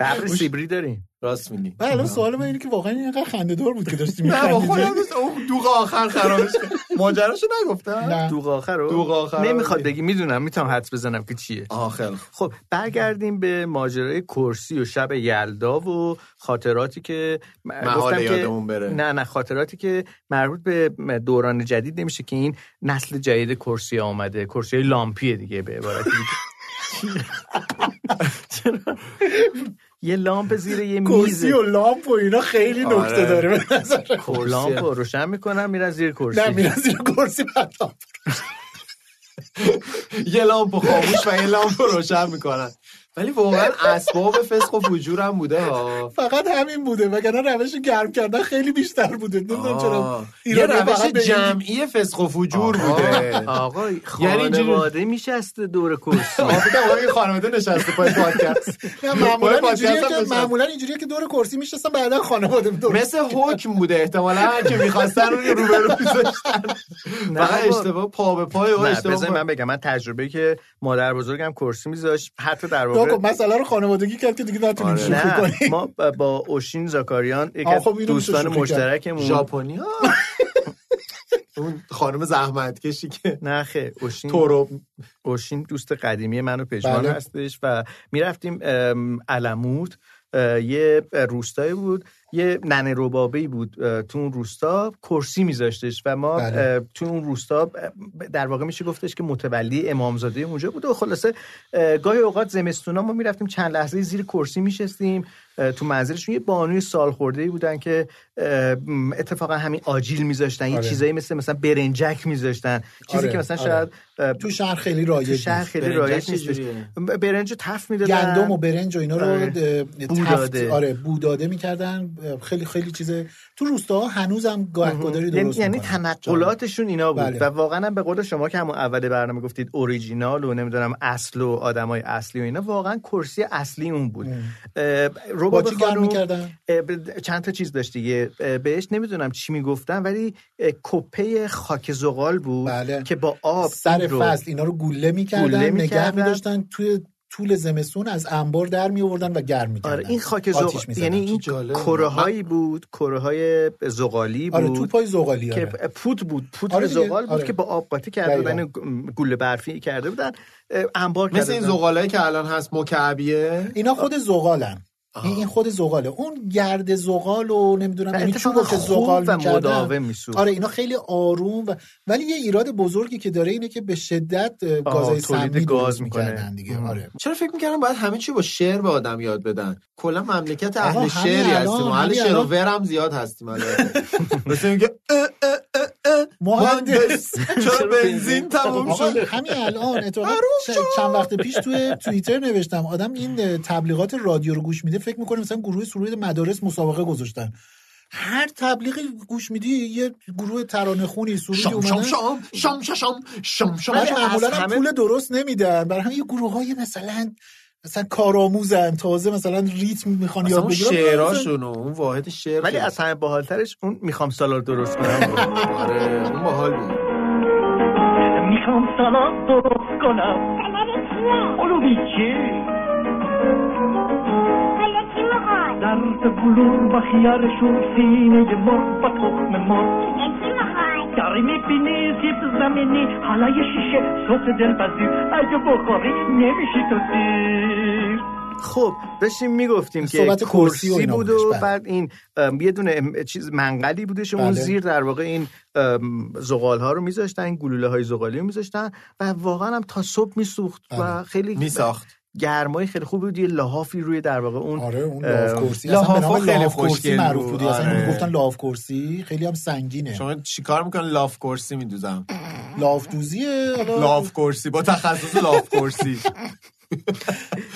S6: ببر سیبری داریم
S5: راست میگی
S4: و بله، الان سوال من اینه که واقعا این اینقدر خنده دار بود که داشتی
S5: نه با خودم
S4: میخندیدی
S5: دوست اون دوغ آخر خرابش کرد ماجراشو نگفتم
S4: نه
S6: دوغ آخر رو
S5: دوغ آخر رو
S6: نمیخواد
S5: بگی.
S6: بگی میدونم میتونم حدس بزنم که چیه
S5: آخر
S6: خب برگردیم به ماجرای کرسی و شب یلدا و خاطراتی که م-
S5: محاله
S6: گفتم
S5: یادمون
S6: که
S5: بره.
S6: نه نه خاطراتی که مربوط به دوران جدید نمیشه که این نسل جدید کرسی ها آمده کرسی های لامپیه دیگه به عبارت دیگه. چرا؟ یه لامپ زیر یه میز
S4: کرسی و لامپ و اینا خیلی
S5: آره.
S4: نکته داره به نظر
S6: لامپ رو روشن میکنم میرن زیر کرسی
S4: نه میرن زیر کرسی بعد لامپ.
S5: یه لامپو خاموش و یه لامپو روشن میکنن ولی واقعا اسباب فسق و فجور هم بوده ها
S4: فقط همین بوده وگرنه روش گرم کردن خیلی بیشتر بوده نمیدونم چرا
S5: آه. یه روش
S4: فقط به این-
S5: جمعی فسق و فجور بوده
S6: آقا
S4: یعنی
S5: اینجوری-
S6: خانواده میشسته دور کرسی
S5: آفیدم این خانواده نشسته پای پادکست
S4: نه،
S5: پای
S4: معمولا
S5: خب، پادکست
S4: اینجوریه
S5: هم
S4: که
S5: نشسته.
S4: معمولا اینجوریه که دور کرسی میشستن بعدا خانواده دور
S5: مثل حکم بوده احتمالا هر که میخواستن اون روبرو میذاشتن
S6: نه
S5: فقط
S6: بابا.
S5: اشتباه پا به پای و
S6: نه
S5: اشتباه
S6: بذار من
S5: پا-
S6: بگم من تجربه که مادر بزرگم کرسی میذاشت حتی در
S4: نگاه
S6: واقع
S4: کن مسئله رو خانوادگی کرد که دیگه نتونیم
S5: آره.
S4: شوخی
S6: نه
S4: کنیم
S6: ما با- با اوشین زاکاریان یک
S4: آه،
S6: از
S4: خب اینو میشه
S6: دوستان
S4: شوخی کرد.
S6: مشترکمون
S5: ژاپنی ها اون خانم زحمت کشی که
S6: نه خیر اوشین
S5: تورو
S6: اوشین دوست قدیمی من و پژمان
S4: بله.
S6: هستش و میرفتیم علموت اه، یه روستایی بود یه ننه ربابه‌ای بود اه، تو اون روستا کرسی میذاشتش و ما
S4: بله.
S6: اه، تو اون روستا اه، در واقع میشه گفتش که متولی امامزاده اونجا بود و خلاصه اه، گاهی اوقات زمستونا ما میرفتیم چند لحظه زیر کرسی میشستیم تو منزلشون یه بانوی سال خورده ای بودن که اه، م، اتفاقا همین آجیل میذاشتن یه
S4: آره.
S6: چیزایی مثل مثلا برنجک میذاشتن چیزی
S4: آره،
S6: که مثلا
S4: آره.
S6: شاید اه،
S4: تو شهر خیلی
S6: تو
S4: رایج
S6: شهر
S4: بود
S6: خیلی
S5: برنجک
S6: رایج
S5: چه
S6: نیستش
S5: جوریه؟
S6: برنج رو تف میدادن
S4: گندم و برنج و اینا
S6: آره.
S4: رو ده-
S6: بو
S4: تفت-
S6: داده.
S4: آره بوداده میکردن خیلی خیلی چیز تو روستاها هنوزم گاه گداری
S6: یعنی,
S4: درست
S6: یعنی
S4: می‌کنن.
S6: تنقلاتشون اینا بود
S4: بله.
S6: و واقعا هم به قول شما که همون اول برنامه گفتید اوریجینال و نمیدونم اصل و آدمای اصلی و اینا واقعا کرسی اصلی اون بود اه،
S4: با
S6: رباب
S4: چی گرم
S6: خانم-
S4: میکردن
S6: اه، ب- چند تا چیز داشت دیگه اه، بهش نمیدونم چی میگفتن ولی اه، کپه خاک زغال بود
S4: بله.
S6: که با آب
S4: سر
S6: این رو-
S4: فصل اینا رو گله میکردن
S6: گله
S4: نگه
S6: می‌کردن.
S4: میداشتن توی طول زمستون از انبار در می آوردن و گرم میکردن
S6: آره این خاک
S4: آتیش
S6: زغال
S4: می‌زدن.
S6: یعنی این
S5: جالبه.
S6: کره هایی بود کره های زغالی بود
S4: آره تو پای زغالی
S6: که
S4: آره.
S6: پود بود پود
S4: آره دیگه،
S6: زغال بود
S4: آره.
S6: که با آب قاطی کرده
S4: دقیقاً.
S6: بودن گ- گوله برفی کرده بودن اه، انبار کرده
S5: مثل این
S6: بودن.
S5: زغالایی که الان هست مکعبیه
S4: اینا خود زغالن این این خود زغاله اون گرد زغال و نمیدونم
S6: و
S4: این
S6: اتفاقا
S4: چوب که
S6: خوب
S4: زغال
S6: و
S4: می‌کردن.
S6: مداوم می‌سوخت.
S4: آره اینا خیلی آروم و ولی یه ایراد بزرگی که داره اینه که به شدت اه،
S6: آه،
S4: گازهای
S6: تولید
S4: سمی
S6: گاز
S4: درست
S6: می‌کنه.
S4: میکردن دیگه آره
S5: چرا فکر میکردم باید همه چی با شعر به آدم یاد بدن کلا مملکت
S4: آقا،
S5: اهل
S4: همین
S5: شعری
S4: الان،
S5: هستیم اهل
S4: همین
S5: شعر و
S4: الان.
S5: ورم زیاد هستیم الان. مثل اینکه اه، اه، اه، اه،
S4: مهندس
S5: چرا بنزین تموم
S4: آقا
S5: شد
S4: همین الان اتفاقا چ- چند وقت پیش توی توییتر نوشتم آدم این اه، تبلیغات رادیو رو گوش میده فکر میکنه مثلا گروه سرود مدارس مسابقه گذاشتن هر تبلیغی گوش میدی یه گروه ترانه خونی سرودی
S5: شام شام
S4: اومدن
S5: شام شام شام شام شام شام
S4: ولی
S5: شام.
S4: معمولا
S6: از
S4: هم
S6: همه-
S4: پول درست نمیدن برای همین یه گروه های مثلا مثلا کارآموزن تازه مثلا ریتم میخوان
S5: اصلا
S4: یاد
S5: اون
S4: بگیرن
S5: شعراشون و اون واحد شعر
S6: ولی
S5: که-
S6: از همه باحالترش اون میخوام سالار درست کنم
S5: آره اون باحال بود
S17: میخوام سلام درست کنم علومی چی؟ درد بلور و خیارشون سینه مرد و تخم مرد داری میبینی زیب زمینی حالا یه شیشه صوت دل بزیر اگه بخوری نمیشی تو سیر
S6: خب داشتیم میگفتیم که
S4: صحبت کرسی
S6: کرسی
S4: و اینا
S6: بود
S4: بودش،
S6: و
S4: بله.
S6: بعد این ام، یه دونه ام، چیز منقلی بودش و اون
S4: بله.
S6: زیر در واقع این زغال ها رو میذاشتن این گلوله های زغالی رو میذاشتن و واقعا هم تا صبح میسوخت
S4: آره.
S6: و خیلی
S5: میساخت
S6: گرمای خیلی خوب بود یه لحافی روی در واقع اون
S4: آره اون
S6: ام،
S4: لاف کرسی اصلا به نام
S5: خیلی
S4: لاف کرسی
S5: خوشگل
S4: معروف
S5: بود.
S4: بودی اصلا
S5: آره.
S4: اینو گفتن لاف کرسی خیلی هم سنگینه
S5: شما چیکار میکنن لاف کرسی میدوزم
S4: لاف دوزیه حالا-
S5: لاف کرسی با تخصص لاف کرسی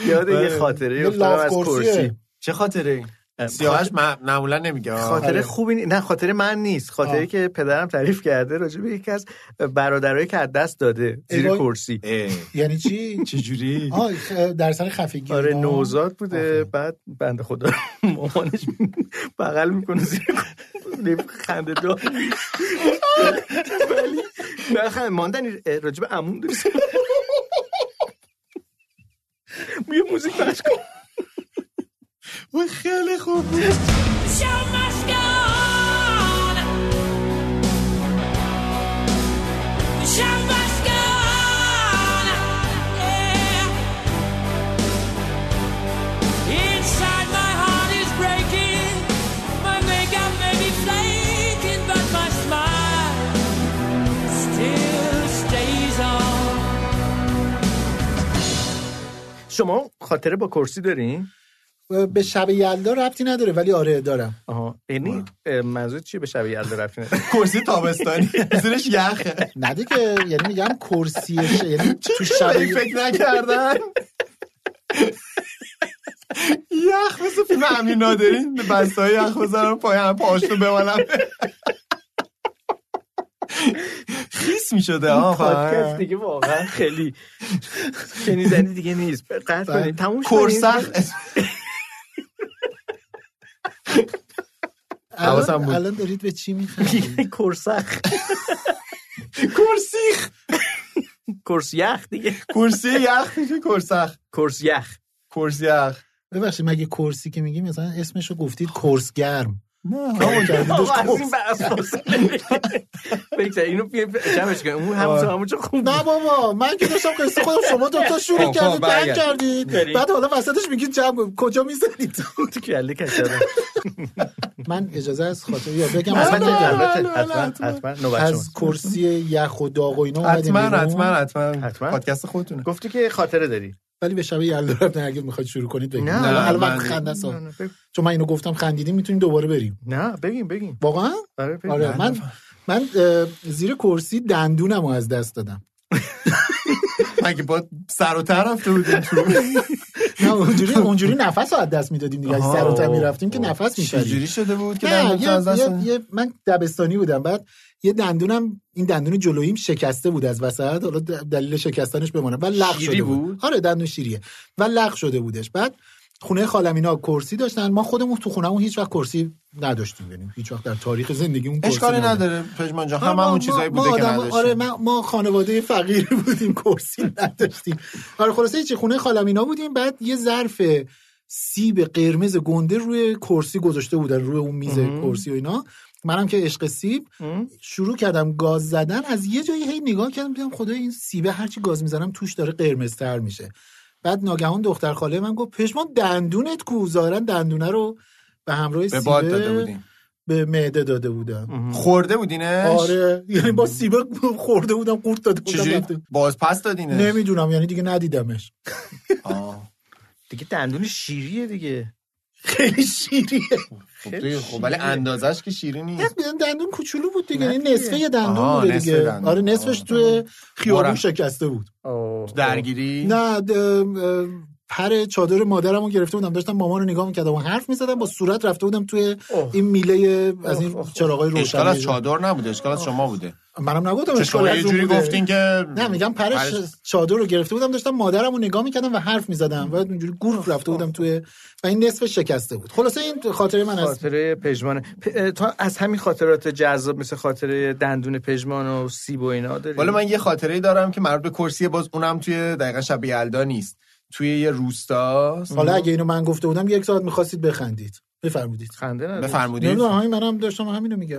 S6: یاد یه
S5: بله.
S6: خاطره
S5: یه آره.
S6: افتادم از
S5: لاف کرسیه.
S6: کرسی
S5: چه خاطره سیاوش م- معمولا نمیگه آه.
S6: خاطره خوبی نی- نه خاطره من نیست خاطره
S5: آه.
S6: که پدرم تعریف کرده راجع به یکی از برادرایی که از دست داده زیر
S4: وای.
S6: کرسی
S4: یعنی چی
S5: چجوری
S4: آه خ- در سر خفگی
S6: آره
S4: اینا.
S6: نوزاد بوده بعد بند خدا رو مامانش بغل میکنه زیر لب خنده دار ولی نه خنده ماندن راجب عموم داری صحبت. بیا موزیک پخش کن
S5: وای خیلی خوب
S1: شب مشکان شب مشکان Inside my heart is breaking My makeup may be flaking But my smile still stays on
S6: شما خاطره با کرسی دارین؟
S4: به شب یلدا ربطی نداره ولی آره دارم
S6: آها یعنی اه، منظور چیه به شب یلدا رفتین
S5: کرسی تابستانی زیرش یخه
S4: نه دیگه یعنی میگم کرسی ش- یعنی تو شب
S5: این فکر نکردن یخ مثل فیلم امیر نادرین بسته های یخ بزنم پای هم پاشتو بمالم خیس می شده
S6: این
S5: ها
S6: پادکست دیگه واقعا خیلی شنیدنی دیگه نیست بله. قطع کنید تموم شد
S5: کرسخ حواسم
S4: الان,
S5: بود.
S4: الان دارید به چی میخندید
S6: کرسخ
S5: کرسیخ
S6: کرس یخ دیگه
S5: کرسی یخ میشه کرسخ
S6: کرس یخ
S5: کرسی یخ
S4: ببخشید مگه کرسی که میگی مثلا اسمشو گفتید کرس گرم
S5: نه
S6: آقا از این بحث فاصله بگذار اینو بیایم جمعش کنیم اون همون همون چه خوب
S4: نه بابا من که داشتم قصه خودم شما دوتا شروع
S6: آه،
S4: کردید
S6: آه، خب،
S4: بند
S6: برگرد.
S4: کردید
S6: بریم.
S4: بعد حالا وسطش میگید جمع کن. کجا میزنید
S6: تو کله کشیدم
S4: من اجازه از خاطر یا بگم از
S6: البته
S4: بگم
S6: البته حتما حتما نوبت
S4: از
S6: شما
S4: کرسی یخ و داغ و اینا اومدیم
S5: حتما
S4: بیرون.
S5: حتما حتما
S6: حتما.
S5: پادکست خودتونه
S6: گفتی که خاطره داری
S4: ولی به شب یلدا رفتن اگه میخواید شروع کنید بگید
S6: نه،
S4: نه الان
S5: من-
S4: وقت خنده
S6: نه
S4: سا
S6: نه، بگو.
S4: چون من اینو گفتم خندیدیم میتونیم دوباره بریم
S6: نه بگیم بگیم
S4: واقعا
S6: آره بگیم.
S4: آره
S6: نه،
S4: من
S6: نه.
S4: من اه، زیر کرسی دندونم رو از دست دادم
S5: مگه با سر و تر رفته بودیم تو
S4: نه اونجوری اونجوری نفس رو از دست میدادیم دیگه اگه
S5: آها.
S4: سر و ته میرفتیم که
S6: خب.
S5: آه.
S4: نفس میشدیم
S5: چجوری شده بود که
S4: نه
S5: دندون تو از
S4: یه,
S5: دست
S4: یه,
S5: دادی؟
S4: یه من دبستانی بودم بعد یه دندونم این دندون جلوییم شکسته بود از وسط حالا د- دلیل شکستنش بمانه بعد لغ
S6: شیری
S4: شده بود.
S6: بود؟
S4: آره دندون شیریه و لغ شده بودش بعد خونه خالم اینا کرسی داشتن ما خودمون تو خونمون هیچ وقت کرسی نداشتیم یعنی هیچ وقت در تاریخ زندگیمون کرسی
S5: اشکالی
S4: نبود.
S5: نداره پژمان جان
S4: آره،
S5: هم همون
S4: ما-
S5: چیزایی
S4: ما- ما
S5: بوده که
S4: آدم-
S5: نداشتیم
S4: آره ما, ما خانواده فقیری بودیم کرسی نداشتیم آره خلاصه هیچی خونه خالم اینا بودیم بعد یه ظرف سیب قرمز گنده روی کرسی گذاشته بودن روی اون میز کرسی و اینا منم که عشق سیب شروع کردم گاز زدن از یه جایی هی نگاه کردم دیدم خدا این سیبه هرچی گاز میزنم توش داره قرمزتر میشه بعد ناگهان دختر خاله من گفت پشمان دندونت کو ظاهرا دندونه رو به همراه
S5: به باد داده
S4: سیبه
S5: بودیم
S4: به معده داده بودم
S5: خورده بودینش
S4: آره یعنی با سیبه خورده بودم قورت داده بودم
S5: چجوری
S4: رفته.
S5: باز پس دادینش
S4: نمیدونم یعنی دیگه ندیدمش
S5: آه. خب
S6: دیگه دندون شیریه دیگه
S4: خیلی شیریه یعنی
S5: خب دیگه، خب ولی اندازش که شیری نیست
S4: دندون کوچولو بود دیگه
S6: نه
S4: یعنی
S6: دیگه.
S4: نصفه یه دندون
S5: آه،
S4: بوده
S5: نصفه
S4: دیگه
S5: دندون.
S4: آره نصفش
S5: آه.
S4: توی خیابون
S5: بارم.
S4: شکسته بود
S6: آه،
S5: درگیری
S4: نه د- ام، پر چادر مادرمو گرفته بودم داشتم مامان رو نگاه میکردم و حرف میزدم با صورت رفته بودم توی
S6: آه.
S4: این میله از
S6: آه،
S4: این
S6: آه، آه.
S4: چراغای
S5: اشکال از
S4: روشن
S5: چادر نبوده اشکال از شما بوده
S4: منم نگفتم
S5: چون
S4: اشکال
S5: شما
S4: از
S5: یه
S4: اون
S5: جوری
S4: بوده.
S5: گفتین که
S4: نه میگم پرش
S5: پرش-
S4: چادر رو گرفته بودم داشتم مادرم رو نگاه میکردم و حرف میزدم و اونجوری گورف رفته
S5: خب.
S4: بودم توی و این نصف شکسته بود خلاصه این خاطره من از
S6: خاطره پژمانه پ... اه، تا از همین خاطرات جذاب مثل خاطره دندون پژمان و سیب و اینا داری
S5: ولی من یه خاطره دارم که مربوط به کرسی باز اونم توی دقیقا شب یلدا نیست توی یه روستاست
S4: حالا اگه اینو من گفته بودم یک ساعت میخواستید بخندید بفرمودید
S6: خنده نداره
S5: بفرمودید.
S4: نمیدونم همین منم داشتم همینو میگم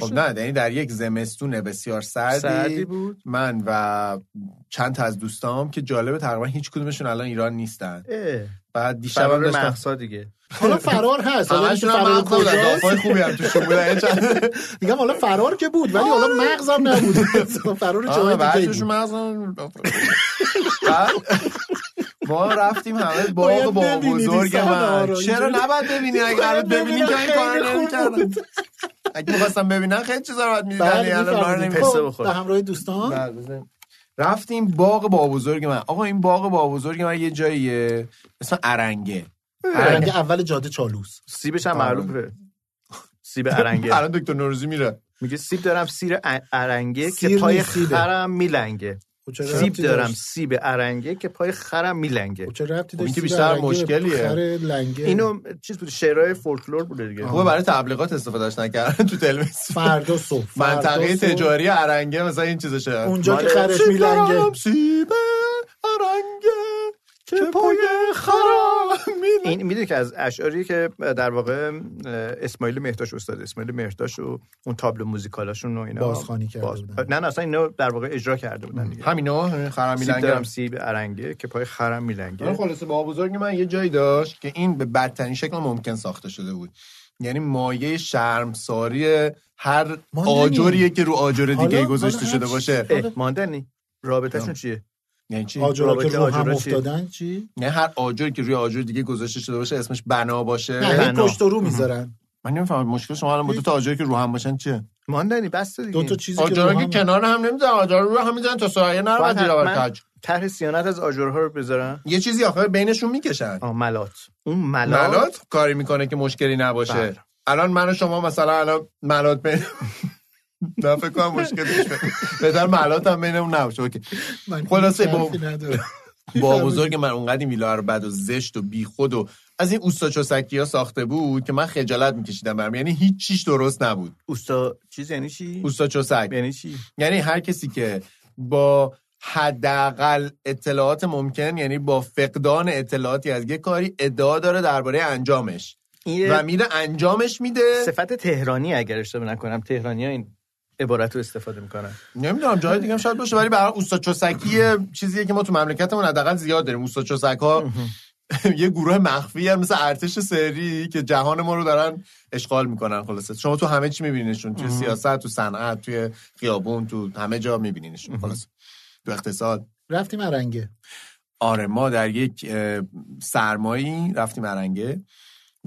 S5: خب نه یعنی در یک زمستون بسیار سردی,
S6: سردی بود.
S5: من و چند تا از دوستام که جالبه تقریبا هیچ کدومشون الان ایران نیستن
S6: اه.
S5: بعد دیشب هم
S6: فرار
S5: داشتم
S6: مهسا دیگه
S4: حالا فرار هست حالا اینکه
S5: همشون
S4: فرار
S5: هم مغز بودن
S4: کجاست؟
S5: دافای خوبی هم توشون بودن یه چند-
S4: میگم حالا فرار که بود ولی حالا مغزم نبود فرار
S5: آره. آه،
S4: جای دیگه
S5: بعضیشون
S4: بود
S5: مغز هم- بعد ما رفتیم همه
S4: باید
S5: باغ با
S4: ببینیدی
S5: بزرگ
S4: صحنه ها
S5: من
S4: رو
S5: چرا
S4: اینجوری.
S5: نباید ببینی اگه قرار ببینی که این کار
S4: خیلی خوب
S5: نمی‌کردم. اگه می‌خواستم ببینن خیلی چیزا رو باید می‌دیدن
S4: بله،
S5: یعنی الان کار
S4: می‌فرمایید.
S5: نمی‌کنم.
S4: خب، به همراه دوستان
S5: بله، بزنیم. رفتیم باغ با بزرگ من آقا این باغ با بزرگ من یه جاییه اسم ارنگه
S4: رنگ
S5: بله.
S4: اول جاده چالوس
S6: سیبش هم معلومه سیب ارنگه
S5: الان دکتر نوروزی میره
S6: میگه سیب دارم سیر ا- ارنگه که
S4: سیر
S6: پای
S4: نیست، سیبه.
S6: خرم میلنگه
S4: خب، چه
S6: سیب
S4: ربطی
S6: دارم
S4: داشت؟
S6: سیب ارنگه که پای خرم میلنگه
S4: خب، چه ربطی
S5: این
S4: داشت
S5: که
S4: سیب
S5: بیشتر
S4: عرقه به
S5: مشکلیه.
S4: خر لنگه
S6: اینو چیز بود شعرهای فولکلور بوده دیگه
S5: خوبه برای تبلیغات استفادهش نکردن تو تلویزیون
S4: فردا صبح فردا
S5: منطقه
S4: صبح.
S5: تجاری ارنگه مثلا این چیزشه
S4: اونجا که
S5: مال-
S4: خرش
S5: سیب
S4: میلنگه.
S5: دارم، سیب ارنگه که پای خرم میلنگه
S6: این میدونی که از اشعاری که در واقع اه، اسماعیل مهداش استاد اسماعیل مهداش و اون تابلو موزیکالاشون و اینا
S4: بازخوانی کرده بودن.
S6: نه نه اصلا اینا در واقع اجرا کرده بودن دیگه
S5: همینا همین خرم
S6: سیب دارم
S5: میلنگه آره، خب،
S6: سیب ارنگه که پای خرم
S5: حالا
S6: میلنگه
S5: خلاصه با بزرگ من یه جایی داشت که این به بدترین شکل ممکن ساخته شده بود یعنی مایه شرمساری هر
S4: ما
S5: آجریه که رو آجر دیگه
S4: حالا-
S5: گذاشته
S4: حالا
S5: شده
S4: هر
S5: باشه
S4: چیز-
S6: اه، ماندنی رابطهشون چیه
S5: یعنی چی
S4: آجرا که
S6: رابطه
S4: رو هم
S6: آجرا چیه؟
S4: افتادن چی
S5: یعنی هر آجر که روی آجر دیگه گذاشته شده باشه اسمش بنا باشه
S4: نه هی
S6: بنا.
S4: پشت و رو میذارن
S5: من نمیفهمم مشکل شما الان با دو تا آجر که رو هم باشن چیه
S6: ماندنی بس دیگه
S4: دو تا چیزی که رو
S5: آجرا
S4: هم
S5: که کنار هم نمیذارن آجر رو هم میذارن تا سایه نره
S6: باید
S5: تیر بر
S6: حتما
S5: کج
S6: طرح سیانت از آجرها رو بذارن
S5: یه چیزی آخر بینشون میکشن
S6: آه ملات اون ملات,
S5: ملات کاری میکنه که مشکلی نباشه
S6: بله.
S5: الان من و شما مثلا الان ملات بین نه فکر کنم مشکل پیش بیاد. بهتر ملات هم بینمون نباشه اوکی
S4: من
S5: خلاصه با-
S4: حرفی ندارم.
S5: با بزرگ من اونقدر این ویلا رو بد و زشت و بیخود و از این اوستا چوسکی ها ساخته بود که من خجالت میکشیدم برم یعنی هیچ چیش درست نبود
S6: اوستا چیز یعنی چی
S5: اوستا چوسک
S6: یعنی چی
S5: یعنی هر کسی که با حداقل اطلاعات ممکن یعنی با فقدان اطلاعاتی از یه کاری ادعا داره درباره انجامش
S6: این یه
S5: و میره انجامش میده
S6: صفت تهرانی اگر اشتباه نکنم تهرانی ها این عبارت رو استفاده میکنن
S5: نمیدونم جای دیگه هم شاید باشه ولی برای اوستا چوسکی چیزیه که ما تو مملکتمون حداقل زیاد داریم اوستا چوسک ها یه گروه مخفی هم مثل ارتش سری که جهان ما رو دارن اشغال میکنن خلاصه شما تو همه چی میبینینشون توی سیاست تو صنعت توی خیابون تو همه جا میبینینشون خلاصه تو اقتصاد
S4: رفتیم ارنگه
S5: آره ما در یک اه، سرمایی رفتیم ارنگه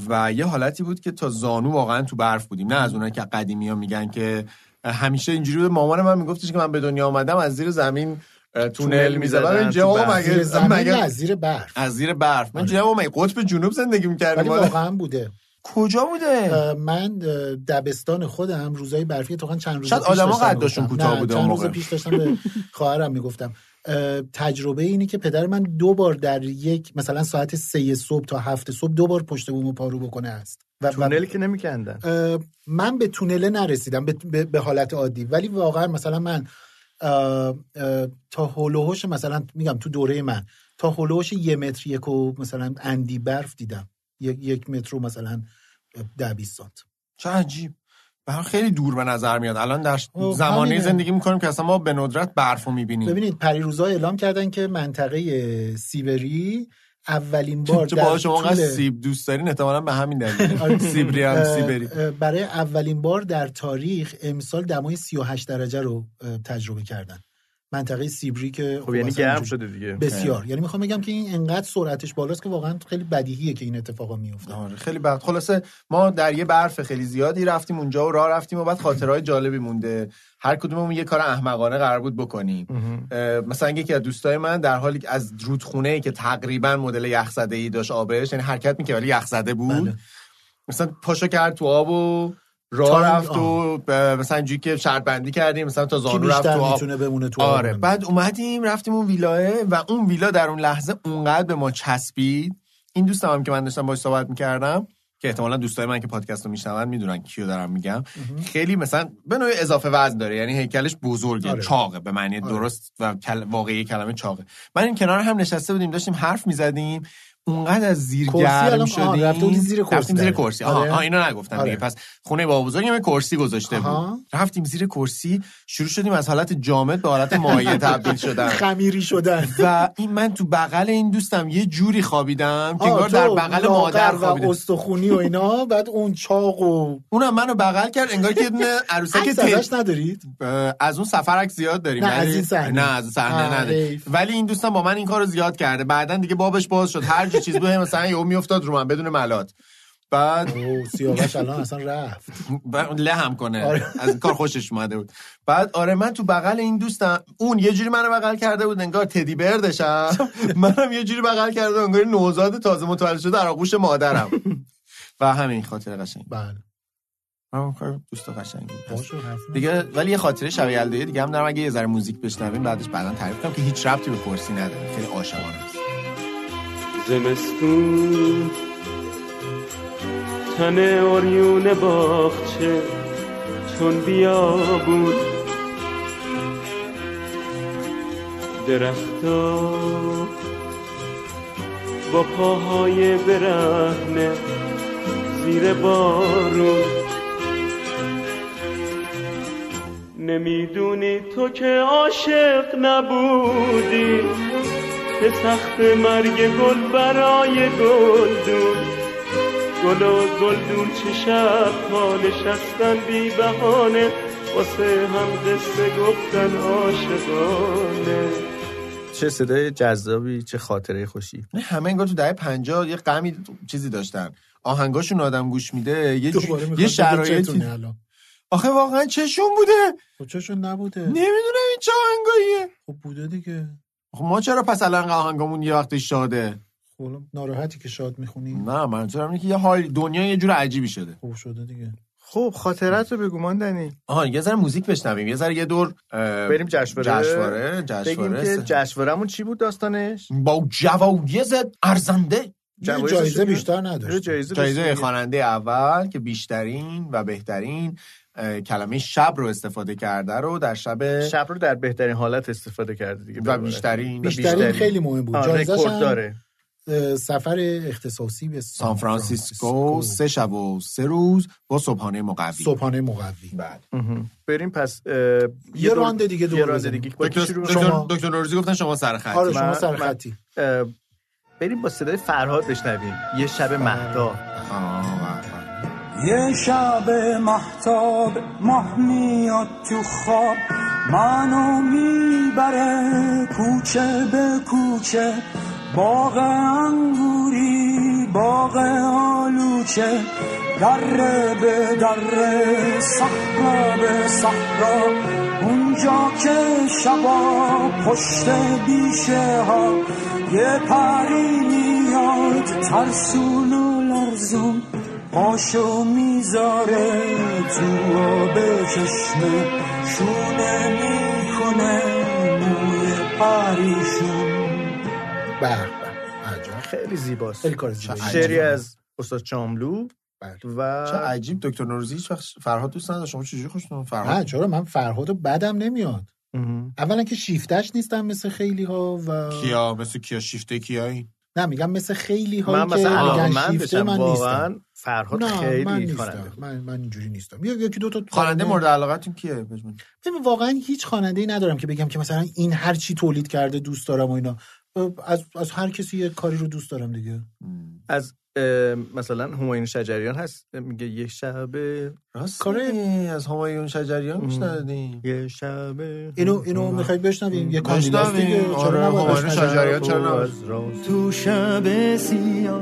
S5: و یه حالتی بود که تا زانو واقعا تو برف بودیم نه از اونایی که قدیمی ها میگن که همیشه اینجوری بود مامان من میگفتش که من به دنیا آمدم از زیر زمین اه، تونل
S6: تونل
S5: میزدم
S6: می‌زدن
S5: اینجا
S6: تو
S5: آقا
S6: برف.
S5: مگه
S4: زیر زمین
S5: مگه-
S4: نه، از زیر برف
S5: از زیر برف من جناب مگه قطب جنوب زندگی
S4: ولی
S5: میکردیم
S4: واقعا بوده
S5: کجا بوده
S4: اه، من اه، دبستان خودم روزای برفی اتفاقا چند روز
S5: شاید
S4: پیش
S5: آدما
S4: داشتم
S5: قدشون
S4: می‌گفتم.
S5: کوتاه
S4: نه،
S5: بوده
S4: چند
S5: اون
S4: روز
S5: موقع.
S4: پیش داشتم به خواهرم میگفتم اه، تجربه اینه که پدر من دو بار در یک مثلا ساعت سه صبح تا هفت صبح دو بار پشت بومو پارو بکنه است و و-
S6: تونل که نمیکندن
S4: اه، من به تونله نرسیدم به, به- به حالت عادی ولی واقعا مثلا من اه، اه، تا هلوهوش مثلا میگم تو دوره من تا هلوهوش یه متر یک و مثلا اندی برف دیدم یک, یک متر و مثلا ده بیست سانت
S5: چه عجیب برام خیلی دور به نظر میاد الان در
S4: خب،
S5: زمانه
S4: همینه.
S5: زندگی میکنیم که اصلا ما به ندرت برفو میبینیم
S4: ببینید پریروزا اعلام کردن که منطقه سیبری اولین بار
S5: چون
S4: در
S5: با شما
S4: طول-
S5: انقدر سیب دوست دارین احتمالا به همین دلیل
S4: آره.
S5: سیبری هم
S4: اه،
S5: سیبری
S4: اه، برای اولین بار در تاریخ امسال دمای 38 درجه رو اه، تجربه کردن منطقه سیبری که
S6: خب یعنی
S4: اصلا
S6: گرم
S4: اینجوری-
S6: شده دیگه
S4: بسیار یعنی میخوام بگم که این انقدر سرعتش بالاست که واقعا خیلی بدیهیه که این اتفاقا میفته
S5: آره خیلی بد خلاصه ما در یه برف خیلی زیادی رفتیم اونجا و راه رفتیم و بعد خاطرهای جالبی مونده هر کدوممون یه کار احمقانه قرار بود بکنیم اه، مثلا یکی از دوستای من در حالی که از رودخونه ای که تقریبا مدل یخزده ای داشت آبش یعنی حرکت میکرد ولی یخزده بود
S4: بله.
S5: مثلا پاشو کرد تو آب و
S4: تا
S5: راه
S4: این-
S5: رفت و اه، مثلا اینجوری که شرط بندی کردیم مثلا تا
S4: که
S5: زانو رفت تو
S4: بیشتر
S5: آب
S4: میتونه بمونه تو
S5: آره
S4: آبمون.
S5: بعد اومدیم رفتیم اون ویلاه و اون ویلا در اون لحظه اونقدر به ما چسبید این دوستم هم که من داشتم باش صحبت میکردم که احتمالا دوستای من که پادکست رو میشنون میدونن کیو دارم میگم خیلی مثلا به نوعی اضافه وزن داره یعنی هیکلش بزرگه
S4: آره.
S5: چاقه به معنی درست و کل... واقعی کلمه چاقه من این کنار هم نشسته بودیم داشتیم حرف میزدیم اونقدر از زیر
S4: کرسی
S5: گرم
S4: الان-
S5: شدیم
S4: آه، رفته بودی زیر کرسی
S5: رفتیم زیر
S4: دقیقا.
S5: کرسی آها
S4: آره.
S5: آه اینو نگفتم
S4: آره.
S5: دیگه پس خونه بابا بزرگم یه کرسی گذاشته
S4: آها.
S5: بود رفتیم زیر کرسی شروع شدیم از حالت جامد به حالت مایع تبدیل شدن
S4: خمیری شدن
S5: و این من تو بغل این دوستم یه جوری خوابیدم که انگار
S4: آه، تو
S5: در بغل
S4: لاغر
S5: مادر
S4: و
S5: خوابیدم
S4: استخونی و اینا بعد اون چاق و
S5: اونم منو بغل کرد انگار که یه دونه عروسک
S4: عکس
S5: تل-
S4: ازش ندارید
S5: اه، از اون سفرک زیاد داریم
S4: نه،
S5: ولی-
S4: از این صحنه.
S5: نه از اون
S4: آه،
S5: صحنه نداریم
S4: حیف.
S5: ولی این دوستم با من این کارو زیاد کرده بعدا دیگه بابش باز شد هر جو چیز بود مثلا یهو میافتاد رو من بدون ملات بعد
S4: سیاوش الان اصلا رفت
S5: ب- لهم کنه
S4: آره.
S5: از این کار خوشش اومده بود بعد آره من تو بغل این دوستم اون یه جوری منو بغل کرده بود انگار تدی بردشم منم یه جوری بغل کرده بودم، انگار نوزاد تازه متولد شده در آغوش مادرم و همین خاطر قشنگ
S4: بله
S5: دوستا قشنگ بود دیگه ولی یه خاطره شب یلدایی دیگه هم دارم اگه یه ذره موزیک بشنویم بعدش بعدا تعریف کنم که هیچ ربطی به کرسی نداره خیلی عاشقانه است
S19: زمستون تن اوریون باغچه چون بیابون درختا با پاهای برهنه زیر بارون نمیدونی تو که عاشق نبودی به تخت مرگ گل برای گلدون گل و گلدون چه شب ها نشستن بی بهانه واسه هم قصه گفتن عاشقانه
S6: چه صدای جذابی چه خاطره خوشی
S5: نه، یعنی همه انگار تو دهه 50 یه غمی چیزی داشتن آهنگاشون آدم گوش میده یه, جو- یه شرایطی آخه واقعا چشون بوده
S4: خب چشون نبوده
S5: نمیدونم این چه آهنگاییه
S4: خب بوده دیگه
S5: خب ما چرا پس الان آهنگامون یه وقتی شاده
S4: خب الان ناراحتی که شاد میخونی
S5: نه منظورم اینه که یه حال دنیا یه جور عجیبی شده
S4: خوب شده دیگه
S6: خب خاطرت رو بگو ماندنی
S5: آها یه ذره موزیک بشنویم یه ذره یه دور
S6: بریم جشنواره
S5: جشنواره
S6: بگیم
S5: جشنواره
S6: که جشنوارهمون چی بود داستانش
S5: با جوایز ارزنده
S4: یه جایزه بیشتر نداشت
S6: جایزه
S5: جایزه
S6: بسیاری.
S5: خواننده اول که بیشترین و بهترین اه، کلمه شب رو استفاده کرده رو در شب
S6: شب رو در بهترین حالت استفاده کرده دیگه
S5: و بیشترین
S4: بیشترین خیلی مهم بود
S6: آه،
S4: جایزش
S6: رکورد
S4: هم
S6: داره
S4: اه، سفر اختصاصی به
S5: سان فرانسیسکو سه شب و سه روز با صبحانه مقوی
S4: صبحانه مقوی
S5: بعد
S6: بریم پس اه،
S4: یه
S6: دور-
S4: رانده دیگه دور
S6: یه رانده
S4: بزنیم.
S6: دیگه با کی شروع
S5: دکتر-
S6: کنیم؟
S5: دکتر نوروزی گفتن شما سرخط
S4: آره
S6: من-
S4: شما
S6: من-
S4: سرخطی
S6: اه، بریم با صدای فرهاد بشنویم یه شب مهدا
S20: یه شب محتاب ماه میاد تو خواب منو میبره کوچه به کوچه باغ انگوری باغ آلوچه دره به دره صحرا به صحرا اونجا که شبا پشت بیشه ها یه پری میاد ترسون و لرزون پاشو میذاره تو آب چشمه شونه میکنه موی پریشون
S4: بله،
S6: خیلی زیباست
S4: خیلی کار زیبایی.
S6: شعری
S4: چه عجیب.
S6: از استاد چاملو
S4: بله.
S6: و
S5: چه آره. عجیب دکتر نوروزی هیچ وقت فرهاد دوست نداشت شما چجوری خوشتون اومد
S4: نه
S5: فرهاد
S4: چرا من فرهاد رو بدم نمیاد اولا که شیفتش نیستم مثل خیلی ها و
S5: کیا مثل کیا شیفته کیایی
S4: نه میگم مثل خیلی ها
S6: من
S4: که
S6: مثلا
S4: میگن
S6: علاقه‌مند
S4: شیفته
S6: بشم
S4: من
S6: واقعا
S4: نیستم
S6: فرهاد
S4: نه من
S6: خیلی
S4: نیستم
S6: خواننده
S4: من, من اینجوری نیستم یا یکی دو تا
S5: خواننده مورد علاقتون کیه بجمون
S4: ببین واقعا هیچ خواننده ای ندارم که بگم که مثلا این هر چی تولید کرده دوست دارم و اینا از, از هر کسی یه کاری رو دوست دارم دیگه
S6: از اه، مثلا هماین شجریان هست میگه یه شب
S5: کاری از همایون شجریان میشنادیم
S6: یه شب
S4: اینو اینو میخواید بشنویم یه کاری
S5: بشنویم.
S4: لاست دیگه چرا
S5: آره،
S4: نباید
S5: همایون
S4: بشنویم؟
S5: شجریان چرا نه؟
S6: از راست
S20: تو شب سیاه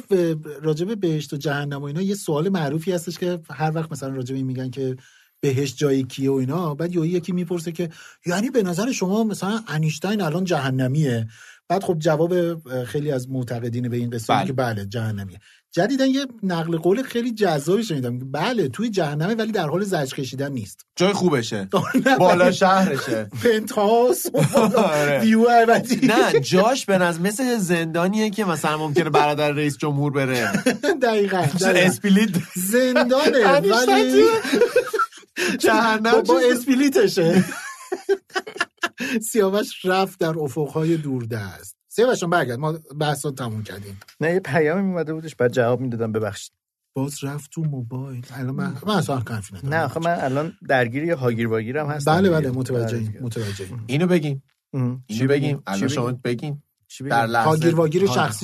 S4: راجب بهشت و جهنم و اینا یه سوال معروفی هستش که هر وقت مثلا راجب این میگن که بهشت جای کیه و اینا بعد یهو یکی میپرسه که یعنی به نظر شما مثلا انیشتین الان جهنمیه بعد خب جواب اه، خیلی از معتقدین به این قصه اینه که بله جهنمیه جدیدن یه نقل قول خیلی جذابی شنیدم که بله توی جهنمه ولی در حال زجر کشیدن نیست
S5: جای خوبشه بالا شهرشه
S4: پنتهاوس و
S5: آره.
S4: ویو عبدی
S5: نه جاش به نظر مثل زندانیه که مثلا ممکنه برادر رئیس جمهور بره
S4: دقیقاً
S5: مثل اسپلیت
S4: زندانه
S5: انیشتین
S4: ولی
S5: جهنم
S4: با- با
S5: چیز-
S4: اسپلیتشه سیاوش رفت در افقهای دورده است سیاوش جان برگرد ما بحث رو تموم کردیم
S6: نه یه پیامی میومده بودش بعد جواب میدادم ببخشید
S4: باز رفت تو موبایل الان من من اصلا حرفی ندارم.
S6: نه آخه من الان درگیر یه هاگیر واگیرم هستم
S4: بله بله
S6: دیگه.
S4: متوجهیم متوجهیم
S5: اینو بگیم
S6: چی
S5: اینو بگیم
S6: بگیم؟ چی
S5: الان
S6: بگیم؟
S5: شما بگیم
S6: چی بگیم؟
S5: در لحظه ها-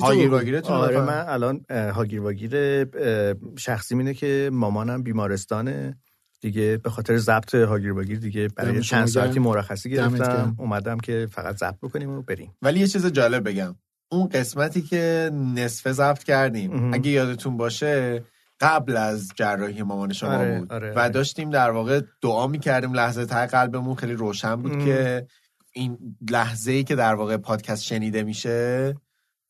S5: هاگیر واگیرتون رو
S6: آره
S5: بفرمایید.
S6: من الان اه، هاگیر واگیر اه، شخصی اینه که مامانم بیمارستانه دیگه به خاطر ضبط هاگیر واگیر دیگه برای
S5: دمت
S6: چند
S5: گرم.
S6: ساعتی مرخصی
S5: دمت
S6: گرفتم
S5: گرم.
S6: اومدم که فقط ضبط بکنیم و بریم
S5: ولی یه چیز جالب بگم اون قسمتی که نصفه ضبط کردیم
S6: مهم.
S5: اگه یادتون باشه قبل از جراحی مامان شما
S6: آره،
S5: بود
S6: آره،
S5: و
S6: آره.
S5: داشتیم در واقع دعا میکردیم لحظه ته قلبمون خیلی روشن بود
S6: ام.
S5: که این لحظه ای که در واقع پادکست شنیده میشه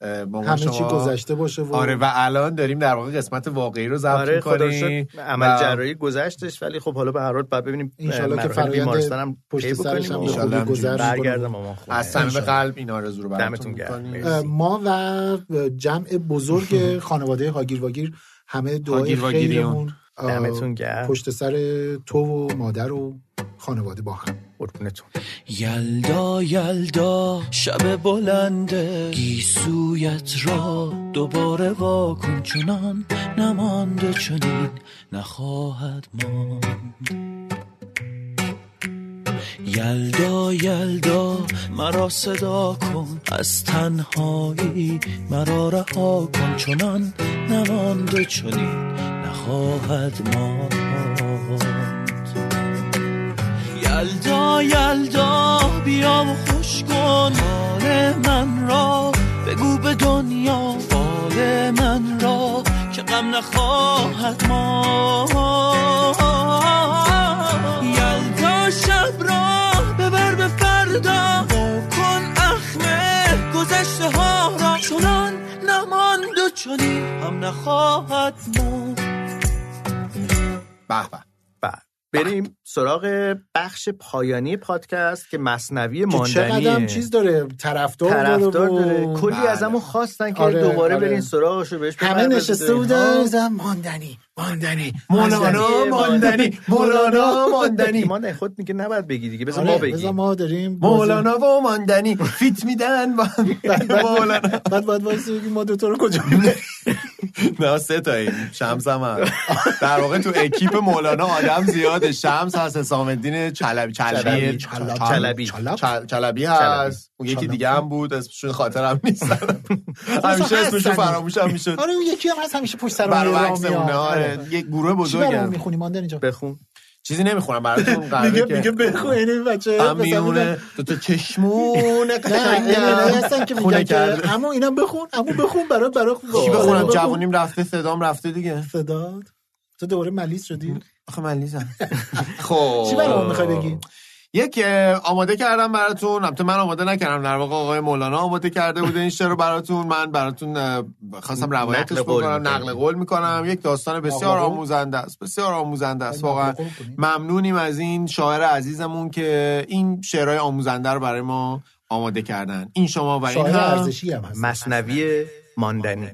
S5: اه، مامان
S4: همه
S5: شما
S4: چی گذشته باشه و
S5: آره و الان داریم در واقع قسمت واقعی رو ضبط
S6: آره خدا رو
S5: میکنیم
S6: شکر عمل جراحی گذشتش ولی خب حالا به هر حال بعد ببینیم
S5: انشالله که
S6: مراحل
S5: فرآیند
S6: بیمارستانم
S5: پشت
S6: طی
S5: سرش
S6: بکنیم
S5: هم
S6: و
S5: به خوبی
S6: انشالله
S5: گذر می‌کنه.
S6: برگردم مامان خونه.
S5: از صمیم
S6: انشالله.
S5: قلب این آرزو رو براتون
S6: دمتون گرم.
S5: می‌کنیم.
S4: اه، ما و جمع بزرگ خانواده هاگیر واگیر همه دعای
S6: هاگیر واگیریون.
S4: خیرمون اه،
S6: دمتون گرم.
S4: پشت سر تو و مادر و خانواده با هم
S12: یلدا یلدا شب بلنده گیسویت را دوباره واکن چنان نمانده چنین نخواهد ماند یلدا یلدا مرا صدا کن از تنهایی مرا رها کن چنان نمانده چنین نخواهد ماند یلدا یلدا بیا و خوش کن حال من را بگو به دنیا حال من را که غم نخواهد ما یلدا شب را ببر به فردا و کن اخمه گذشته ها را چنان
S20: تو چنین هم نخواهد مرد
S5: به به
S6: بله. بریم سراغ بخش پایانی پادکست که مصنوی
S4: که چقدر هم
S6: ماندنیه
S4: چیز داره طرفدار
S6: طرفدار
S4: و-
S6: داره کلی
S4: بله.
S6: از همون خواستن که
S4: آره،
S6: دوباره
S4: آره.
S6: برین سراغش رو بهش
S4: همه
S6: بپردازید.
S4: نشسته
S6: ها.
S4: بودن زن ماندنی ماندنی
S6: مولانا
S4: ماندنی،
S6: آره، ماندنی مولانا ماندنی ماندنی خود میگه نباید بگی دیگه بذار ما
S4: آره، بذار
S6: بگیم
S4: ما داریم
S5: مولانا و ماندنی فیت میدن با مولانا
S4: بعد باید وایسی بگیم ما دوتا رو کجا می‌بریم.
S5: نه سه تاییم شمس هم هست. در واقع تو اکیپ مولانا آدم زیاده شمس هست حسام الدین چلبی چلبی چلبی
S6: چلبی،
S5: چل- چلبی هست اون یکی دیگه هم بود اسمشون خاطرم نیست همیشه اسمشون فراموش هم میشد
S4: آره اون یکی هم هست همیشه پشت سر
S5: برای
S4: ما
S5: عکس
S4: میاد.
S5: اونه آره
S4: آره.
S5: یک گروه
S4: چی برام
S5: بزرگم
S4: میخونی ماندن اینجا
S6: بخون
S5: چیزی نمیخونم براتون
S4: میگه
S5: قراره
S4: میگه
S5: که
S4: بخون این بچه
S5: هم
S4: مثلا
S5: میونه
S4: میگن-
S5: دو تا چشمون
S4: نه اینا هستن که میگن
S5: خونه
S4: که
S5: کرده
S4: اما اینا بخون اما بخون برای برای
S5: چی
S6: خب.
S5: بخونم جوانیم رفته صدام رفته دیگه
S4: صداد تو دوباره ملیس شدی
S5: آخه ملیسم خب
S4: چی برای میخوای بگی
S5: یک اه، آماده کردم براتون البته من آماده نکردم در واقع آقای مولانا آماده کرده بوده این شعر رو براتون من براتون اه، خواستم روایتش
S6: نقل قول
S5: بکنم
S6: می‌کنی.
S5: نقل قول میکنم یک داستان بسیار
S6: آقا قول. خب،
S5: آموزنده است بسیار آموزنده است واقعا
S6: نقل قول
S5: ممنونیم از این شاعر عزیزمون که این شعرهای آموزنده رو برای ما آماده کردن این شما و این
S4: شاعر
S5: هم
S4: ارزشی هم هست
S6: مصنوی ماندنی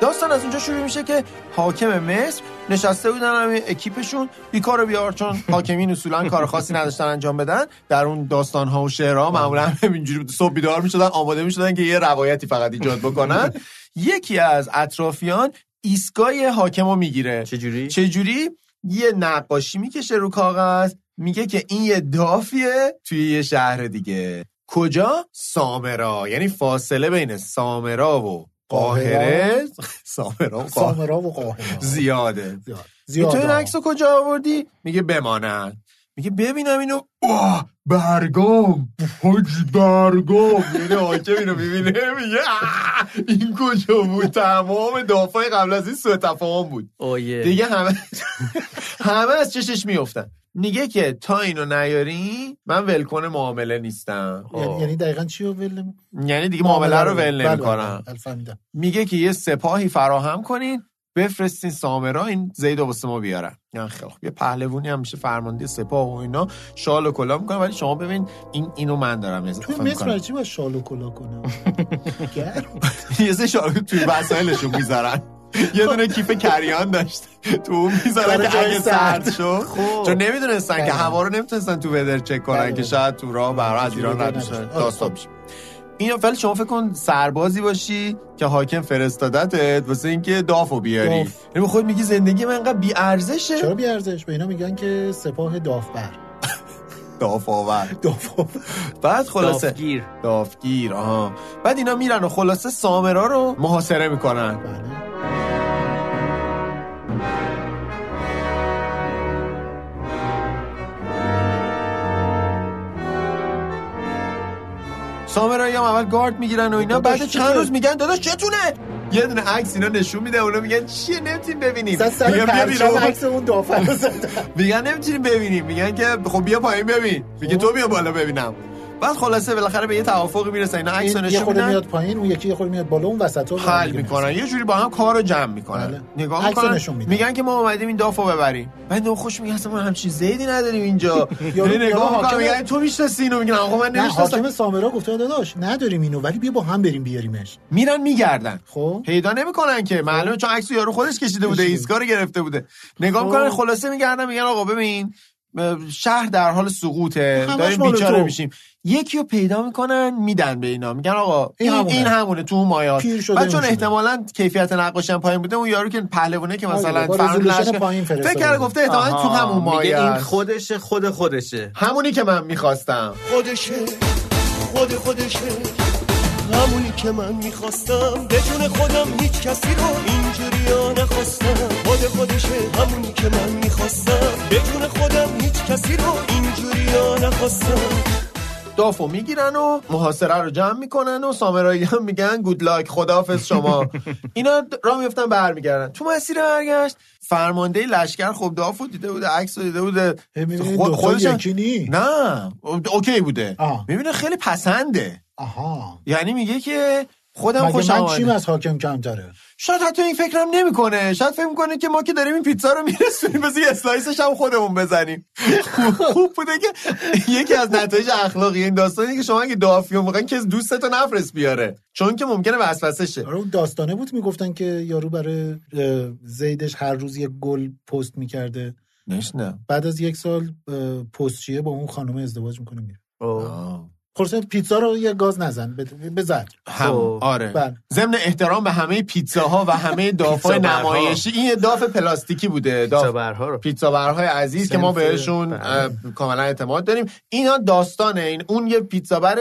S5: داستان از اونجا شروع میشه که حاکم مصر نشسته بودن همه اکیپشون بیکار و بیار چون حاکمین اصولا کار خاصی نداشتن انجام بدن در اون داستان ها و شعرها معمولا هم اینجوری بود. صبح بیدار میشدن آماده میشدن که یه روایتی فقط ایجاد بکنن یکی از اطرافیان ایستگاه حاکم رو میگیره
S6: چجوری؟
S5: چجوری یه نقاشی میکشه رو کاغذ میگه که این یه دافیه توی یه شهر دیگه کجا سامرا یعنی فاصله بین سامرا و قاهره سامرا و قاهره
S4: سامرا و قاهره
S5: زیاده
S4: زیاد
S5: تو این
S4: آه.
S5: عکس رو کجا آوردی میگه بمانن میگه ببینم اینو اوه برگام حج برگام میره حاکم اینو میبینه میگه آه، این کجا بود تمام دافای قبل از این سوء تفاهم بود دیگه همه همه از چشش میفتن میگه که تا اینو نیاری من ولکن معامله نیستم
S4: یعنی یعنی دقیقاً چی رو ول نمی-
S5: یعنی دیگه خب. معامله رو
S4: بله،
S5: ول
S4: بله،
S5: نمیکنم
S4: بله، فهمیدم
S5: میگه که یه سپاهی فراهم کنین بفرستین سامرا این زید و واسه ما بیارن نه خیلی خوب یه پهلوانی هم میشه فرمانده سپاه و اینا شال و کلاه میکنه ولی شما ببین این اینو من دارم
S4: توی
S5: اضافه
S4: مصر برای
S5: میکنم
S4: چی باید شال و کلا کنم گرم.
S5: یه سه شال توی وسایلشون میذارن یه دونه کیف کریان داشت تو اون میذارن
S4: برای
S5: که
S4: جای
S5: اگه
S4: سرد. خب.
S5: سرد شد چون نمیدونستن که
S4: بله.
S5: هوا رو نمیتونستن تو ودر چک
S4: بله.
S5: کنن که شاید تو راه برای از
S4: اینجوری
S5: ایران رد
S4: نداشت.
S5: بشن
S4: آره،
S5: داستان
S4: خب.
S5: میشه این ولی شما فکر کن سربازی باشی که حاکم فرستادتت واسه اینکه دافو بیاری یعنی
S4: داف.
S5: به خود میگی زندگی من انقدر بی
S4: چرا
S5: ارزشه
S4: بی ارزش به اینا میگن که سپاه دافبر
S5: داف آور
S4: دافبر
S5: بعد خلاصه
S6: دافگیر
S5: دافگیر آها بعد اینا میرن و خلاصه سامرا رو محاصره میکنن
S4: بله.
S5: سامرایی هم اول گارد میگیرن و اینا
S4: داداش
S5: بعد چند
S4: چطوره؟
S5: روز میگن داداش چتونه یه دونه عکس اینا نشون میده اونا میگن چیه نمیتونیم ببینیم
S4: سر سر
S5: میگن بیا
S4: پرچم
S5: بیرون.
S4: عکس اون دافر رو زدن
S5: میگن نمیتونیم ببینیم میگن که خب بیا پایین ببین میگه تو بیا بالا ببینم بعد خلاصه بالاخره به یه توافقی میرسن اینا عکس رو
S4: این یه
S5: نشون
S4: خورده
S5: میدن
S4: میاد پایین اون یکی یه خورده میاد بالا اون وسط ها رو
S5: حل
S4: دیگه
S5: میکنن یه جوری با هم کار رو جمع میکنن
S4: بله.
S5: نگاه
S4: عکس
S5: میکنن
S4: نشون میدن.
S5: میگن که ما اومدیم این دافو ببریم بعد نه خوش میگن اصلا ما همچین زیدی نداریم اینجا
S4: یارو-
S5: یعنی
S4: یارو
S5: نگاه میکنن
S4: حاکم-
S5: میگن تو میشناسی اینو میگن آقا من
S4: نه
S5: نمیشناسم
S4: حاکم سامرا گفته داداش نداریم اینو ولی بیا با هم بریم بیاریمش
S5: میرن میگردن
S4: خب
S5: پیدا نمیکنن که معلومه چون عکس یارو خودش کشیده بوده
S4: کشیده.
S5: ایستگاه رو گرفته بوده نگاه میکنن
S4: خب.
S5: خلاصه میگردن میگن آقا ببین اه، شهر در حال سقوطه
S4: خب، همش
S5: داریم
S4: مال
S5: بیچاره
S4: تو.
S5: میشیم یکی رو پیدا میکنن میدن به اینا میگن آقا
S4: این
S5: این,
S4: همونه.
S5: این همونه تو اون مایات
S4: پیر شده
S5: بعد چون
S4: اون شده.
S5: احتمالا کیفیت نقاشی هم پایین بوده اون یارو که پهلوانه که
S4: آره،
S5: مثلا
S4: با
S5: فرهاد
S4: رزولوشن
S5: لشکر-
S4: پایین فرستاده
S5: فکر کرده
S4: بود.
S5: گفته احتمالا تو
S6: آها،
S5: همون مایه
S6: میگه این
S5: است.
S6: خودشه خود خودشه
S5: همونی که من میخواستم
S12: خودشه خود خودشه همونی که من میخواستم بدون خودم هیچ کسی رو اینجوری ها نخواستم خود خودشه همونی که من میخواستم بدون خودم هیچ کسی رو اینجوری ها نخواستم
S5: گاف رو میگیرن و محاصره رو جمع میکنن و سامرایی هم میگن گود لاک خداحافظ شما اینا راه میفتن برمیگردن تو مسیر برگشت فرمانده لشکر خب دافو دیده بوده عکس رو دیده بوده
S4: می‌بینی دکتر یکی نی؟
S5: نه اوکی بوده
S4: آه.
S5: میبینه خیلی پسنده
S4: آها
S5: یعنی میگه که خودم
S4: مگه
S5: خوش
S4: من چیم
S5: آمده
S4: از حاکم کمتره
S5: شاید حتی این فکرم نمیکنه شاید فکر میکنه که ما که داریم این پیتزا رو میرسونیم بس یه اسلایسش هم خودمون بزنیم خوب بوده که یکی از نتایج اخلاقی این داستانی که شما اگه دافیو میخواین کس دوستتو نفرست بیاره چون که ممکنه وسوسه شه
S4: آره اون داستانه بود میگفتن که یارو برای اه، زیدش هر روز یک گل پست میکرده
S5: نه
S4: بعد از یک سال اه، پستچیه با اون خانم ازدواج میکنه میره خورسه پیتزا رو یه گاز نزن بد- بزن
S5: هم آره
S4: بله.
S5: ضمن احترام به همه پیتزاها و همه دافای
S4: پیتزا برها.
S5: نمایشی این یه داف پلاستیکی بوده پیتزا
S6: برها رو
S5: پیتزا برهای عزیز که ما
S6: سنف
S5: بهشون
S6: بله.
S5: اه، کاملا اعتماد داریم اینا داستانه این اون یه پیتزا بر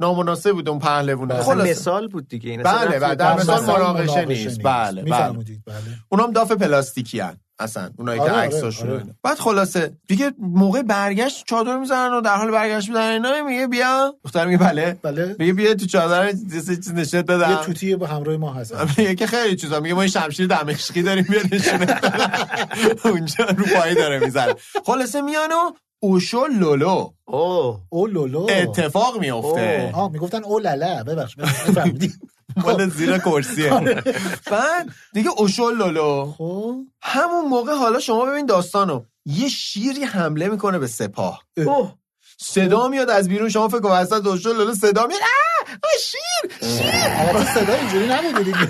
S5: نامناسب بود اون پهلوونه
S4: بله.
S6: خلاصه
S5: خلاصه.
S6: خب، مثال بود دیگه این اصلا
S5: بله
S6: رفتی
S5: بله در
S6: به
S5: مثال
S6: مثال
S5: مناقشه
S6: مناقشه
S5: نیست
S6: نیست.
S5: بله بله
S4: میفرمودید بله
S5: اونام داف پلاستیکی هن. اصلا اونایی که
S4: آره، آره،
S5: عکساشون
S4: آره.
S5: اینه. بعد خلاصه دیگه موقع برگشت چادر میزنن و در حال برگشت میزنن اینا میگه بیا دختر میگه بله
S4: بله
S5: میگه بیا تو چادر چیز چیز نشد دادم
S4: یه توتی به همراه ما هست
S5: میگه که خیلی چیزا میگه ما این شمشیر دمشقی داریم بیا نشونه بدم. اونجا رو پایی داره میزنه خلاصه میان و اوشو لولو
S6: او
S4: او لولو
S5: اتفاق میفته
S4: آه میگفتن او لله ببخش بفرمودید
S5: مال زیر کرسیه آره. بعد دیگه اوشو لولو
S4: خب،
S5: همون موقع حالا شما ببین داستانو یه شیری حمله میکنه به سپاه
S6: اوه.
S5: صدا میاد از بیرون شما فکر کن وسط اوشو لولو صدا میاد آه آه، شیر شیر
S4: البته صدا اینجوری نبوده دیگه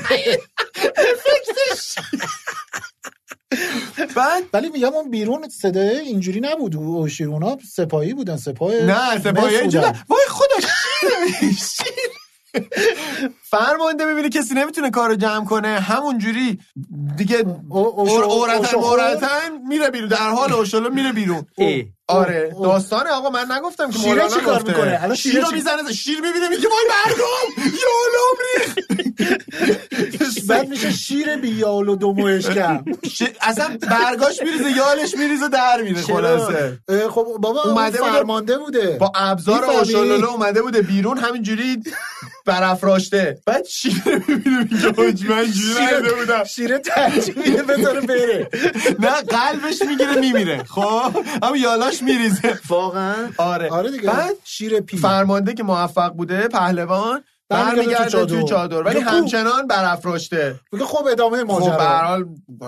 S5: بعد
S4: ولی میگم اون بیرون صدای اینجوری نبود او اونا سپاهی بودن سپاه
S5: نه سپاهی
S4: مصر
S5: اینجوری
S4: بودن.
S5: نه. وای خدا شیر شیر. فرمانده میبینه کسی نمیتونه کارو جمع کنه همونجوری دیگه اور- اورتن
S4: اوشو خور.
S5: اورتن میره بیرون در حال اوشلو میره بیرون
S6: ای.
S5: آره
S6: او.
S5: داستان آقا من نگفتم که
S4: شیره
S5: مولانا
S4: چی کار
S5: گفته.
S4: می‌کنه؟ الان شیره
S5: شیر رو
S4: چی-
S5: میزنه شیر میبینه میگه وای مردم یالام ریخت
S4: بعد میشه شیر بیال و دوموش کم
S5: ش- اصلا برگاش میریزه یالش میریزه در میره خلاصه
S4: اه، خب بابا
S5: اومده
S4: اومده
S5: بوده.
S4: فرمانده بوده
S5: با ابزار
S4: می‌فهمی؟
S5: آشالوله اومده بوده بیرون همینجوری برافراشته بعد شیر میبینه میگه حاج من اینجوری
S4: شیره-
S5: ندیده بودم
S4: شیره ترجیح میده بذاره بره
S5: نه قلبش میگیره میمیره خب هم یالاش میریزه
S6: واقعا
S5: آره
S4: آره دیگه
S5: بعد
S4: شیر پی
S5: فرمانده که موفق بوده پهلوان
S4: برمیگرده تو
S5: برمیگرده
S4: چادر.
S5: توی چادر ولی
S4: میگه کو.
S5: همچنان برافراشته
S4: میگه خب ادامه
S5: خب به هر
S4: ماجرا
S5: حال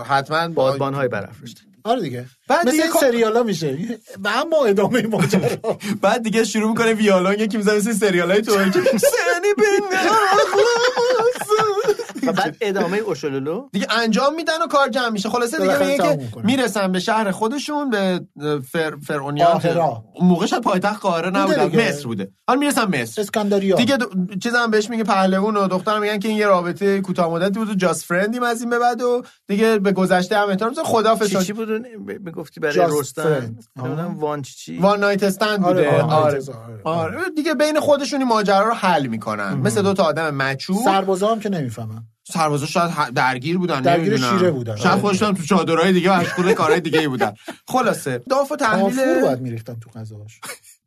S5: حتما
S6: بادبان های برافراشته
S4: آره دیگه
S5: بعد
S4: مثل
S5: دیگه
S4: این
S5: کا-
S4: سریالا میشه و اما ادامه ماجرا
S5: بعد دیگه شروع میکنه ویالون یکی میزنه مثل سریال های ترکی سنی بناخ.
S6: و بعد ادامه اوشلولو
S5: دیگه انجام میدن و کار جمع میشه خلاصه دیگه
S4: بالاخره
S5: میگه
S4: تموم
S5: که
S4: می‌کنه.
S5: میرسن به شهر خودشون به فر... فرعونیان
S4: قاهره.
S5: اون موقع شاید پایتخت قاهره
S4: بوده
S5: نبود
S4: دیگه.
S5: مصر بوده حالا میرسن مصر
S4: اسکندریا
S5: دیگه دو... چیزم بهش میگه پهلوون و دختر میگن که این یه رابطه کوتاه مدتی بود و جاست فرندیم از این به بعد و دیگه به گذشته هم احترام می‌ذاره. خداحافظ
S6: چی چی بود اون ب- میگفتی برای
S4: Just
S6: رستم
S4: friend.
S6: نمیدونم وان چی چی
S5: وان نایت استند بوده
S4: آره،
S5: آره,
S4: وان نایت استند، آره.
S5: آره. دیگه بین خودشون این ماجرا رو حل میکنن مثل دو تا آدم مچو
S4: سربازا هم که نمیفهمن
S5: سربازا شاید ه- درگیر بودن
S4: درگیر
S5: نمی‌دونم.
S4: شیره بودن.
S5: شاید خودشون هم تو چادرهای دیگه مشغول کارهای دیگه ای بودن خلاصه داف و تحویل
S4: کافور باید میریختن تو غذاش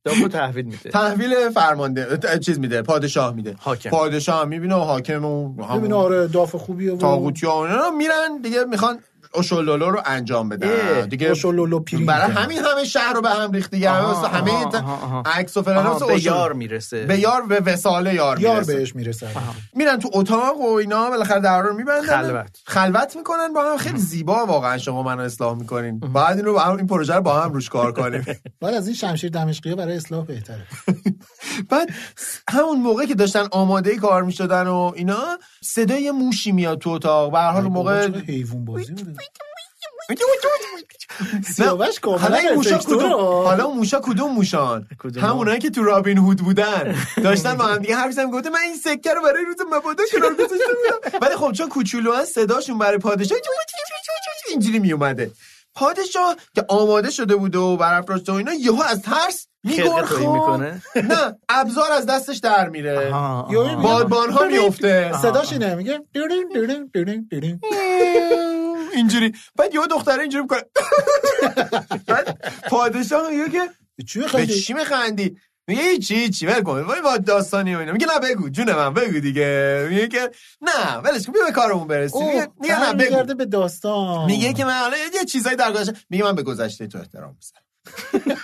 S6: داپو تحویل میده
S5: تحویل فرمانده ت- چیز میده پادشاه میده
S6: حاکم.
S5: پادشاه هم میبینه و حاکم و
S4: ببین
S5: همون
S4: آره داف خوبیه و
S5: تاغوتی ها و اینا رو میرن دیگه میخوان اوشولولو رو انجام بدن
S6: اه،
S5: دیگه
S4: خوشولولو پیرین
S5: برای
S4: می‌کنن.
S5: همین همه شهر رو به هم ریخت دیگه همه
S6: آها،
S5: واسه همه
S6: آها،
S5: ت-
S6: آها، آها.
S5: عکس و فلان
S6: آها،
S5: واسه
S6: به
S5: اوشولولو.
S6: یار میرسه
S5: به یار به وساله یار,
S4: یار
S5: میرسه.
S4: بهش میرسن
S5: میرن تو اتاق و اینا بالاخره در رو میبندن
S6: خلوت.
S5: خلوت میکنن با هم خیلی زیبا واقعا شما منو اصلاح میکنین بعد این رو با هم این پروژه رو با هم روش کار کنیم
S4: بعد از این شمشیر دمشقیه برای اصلاح بهتره
S5: بعد همون موقع که داشتن آماده کار میشدن و اینا صدای یه موشی میاد تو اتاق به هر حال اون موقع
S4: آره، چرا حیوان بازی بوده سیاوش
S5: نه،
S4: کاملا
S5: حالا این موشا
S4: افکتور
S5: کدوم
S4: ها.
S5: حالا اون موشا کدوم موشان
S6: کدوم ها؟
S5: همونایی که تو رابین هود بودن داشتن با هم دیگه حرف زدن گفته من این سکه رو برای روز مبادا قرار گذاشته بودم ولی خب چون کوچولو هست، صداشون برای پادشاه اینجوری می اومده پادشاه که آماده شده بوده و برافراشته و اینا یهو از ترس
S6: خلقه تویی
S5: میگرخون
S6: میکنه
S5: نه ابزار از دستش در میره
S6: آها،
S4: یهو میگم-
S5: بادبان ها میفته
S4: صداش اینه میگه دیرین دیرین دیرین دیرین
S5: اینجوری بعد یهو دختره اینجوری میکنه بعد پادشاه میگه که
S4: چی
S5: به
S4: می‌خندی
S5: چی میخندی میگه چی چی ول کن وای با داستانی و اینا میگه نه بگو جون من بگو دیگه میگه که نه ولش کن بیا به کارمون برسیم میگه میگه نه بگو
S4: برمیگرده به داستان
S5: میگه که من حالا یه چیزایی در گذشته میگه من به گذشته تو احترام میذارم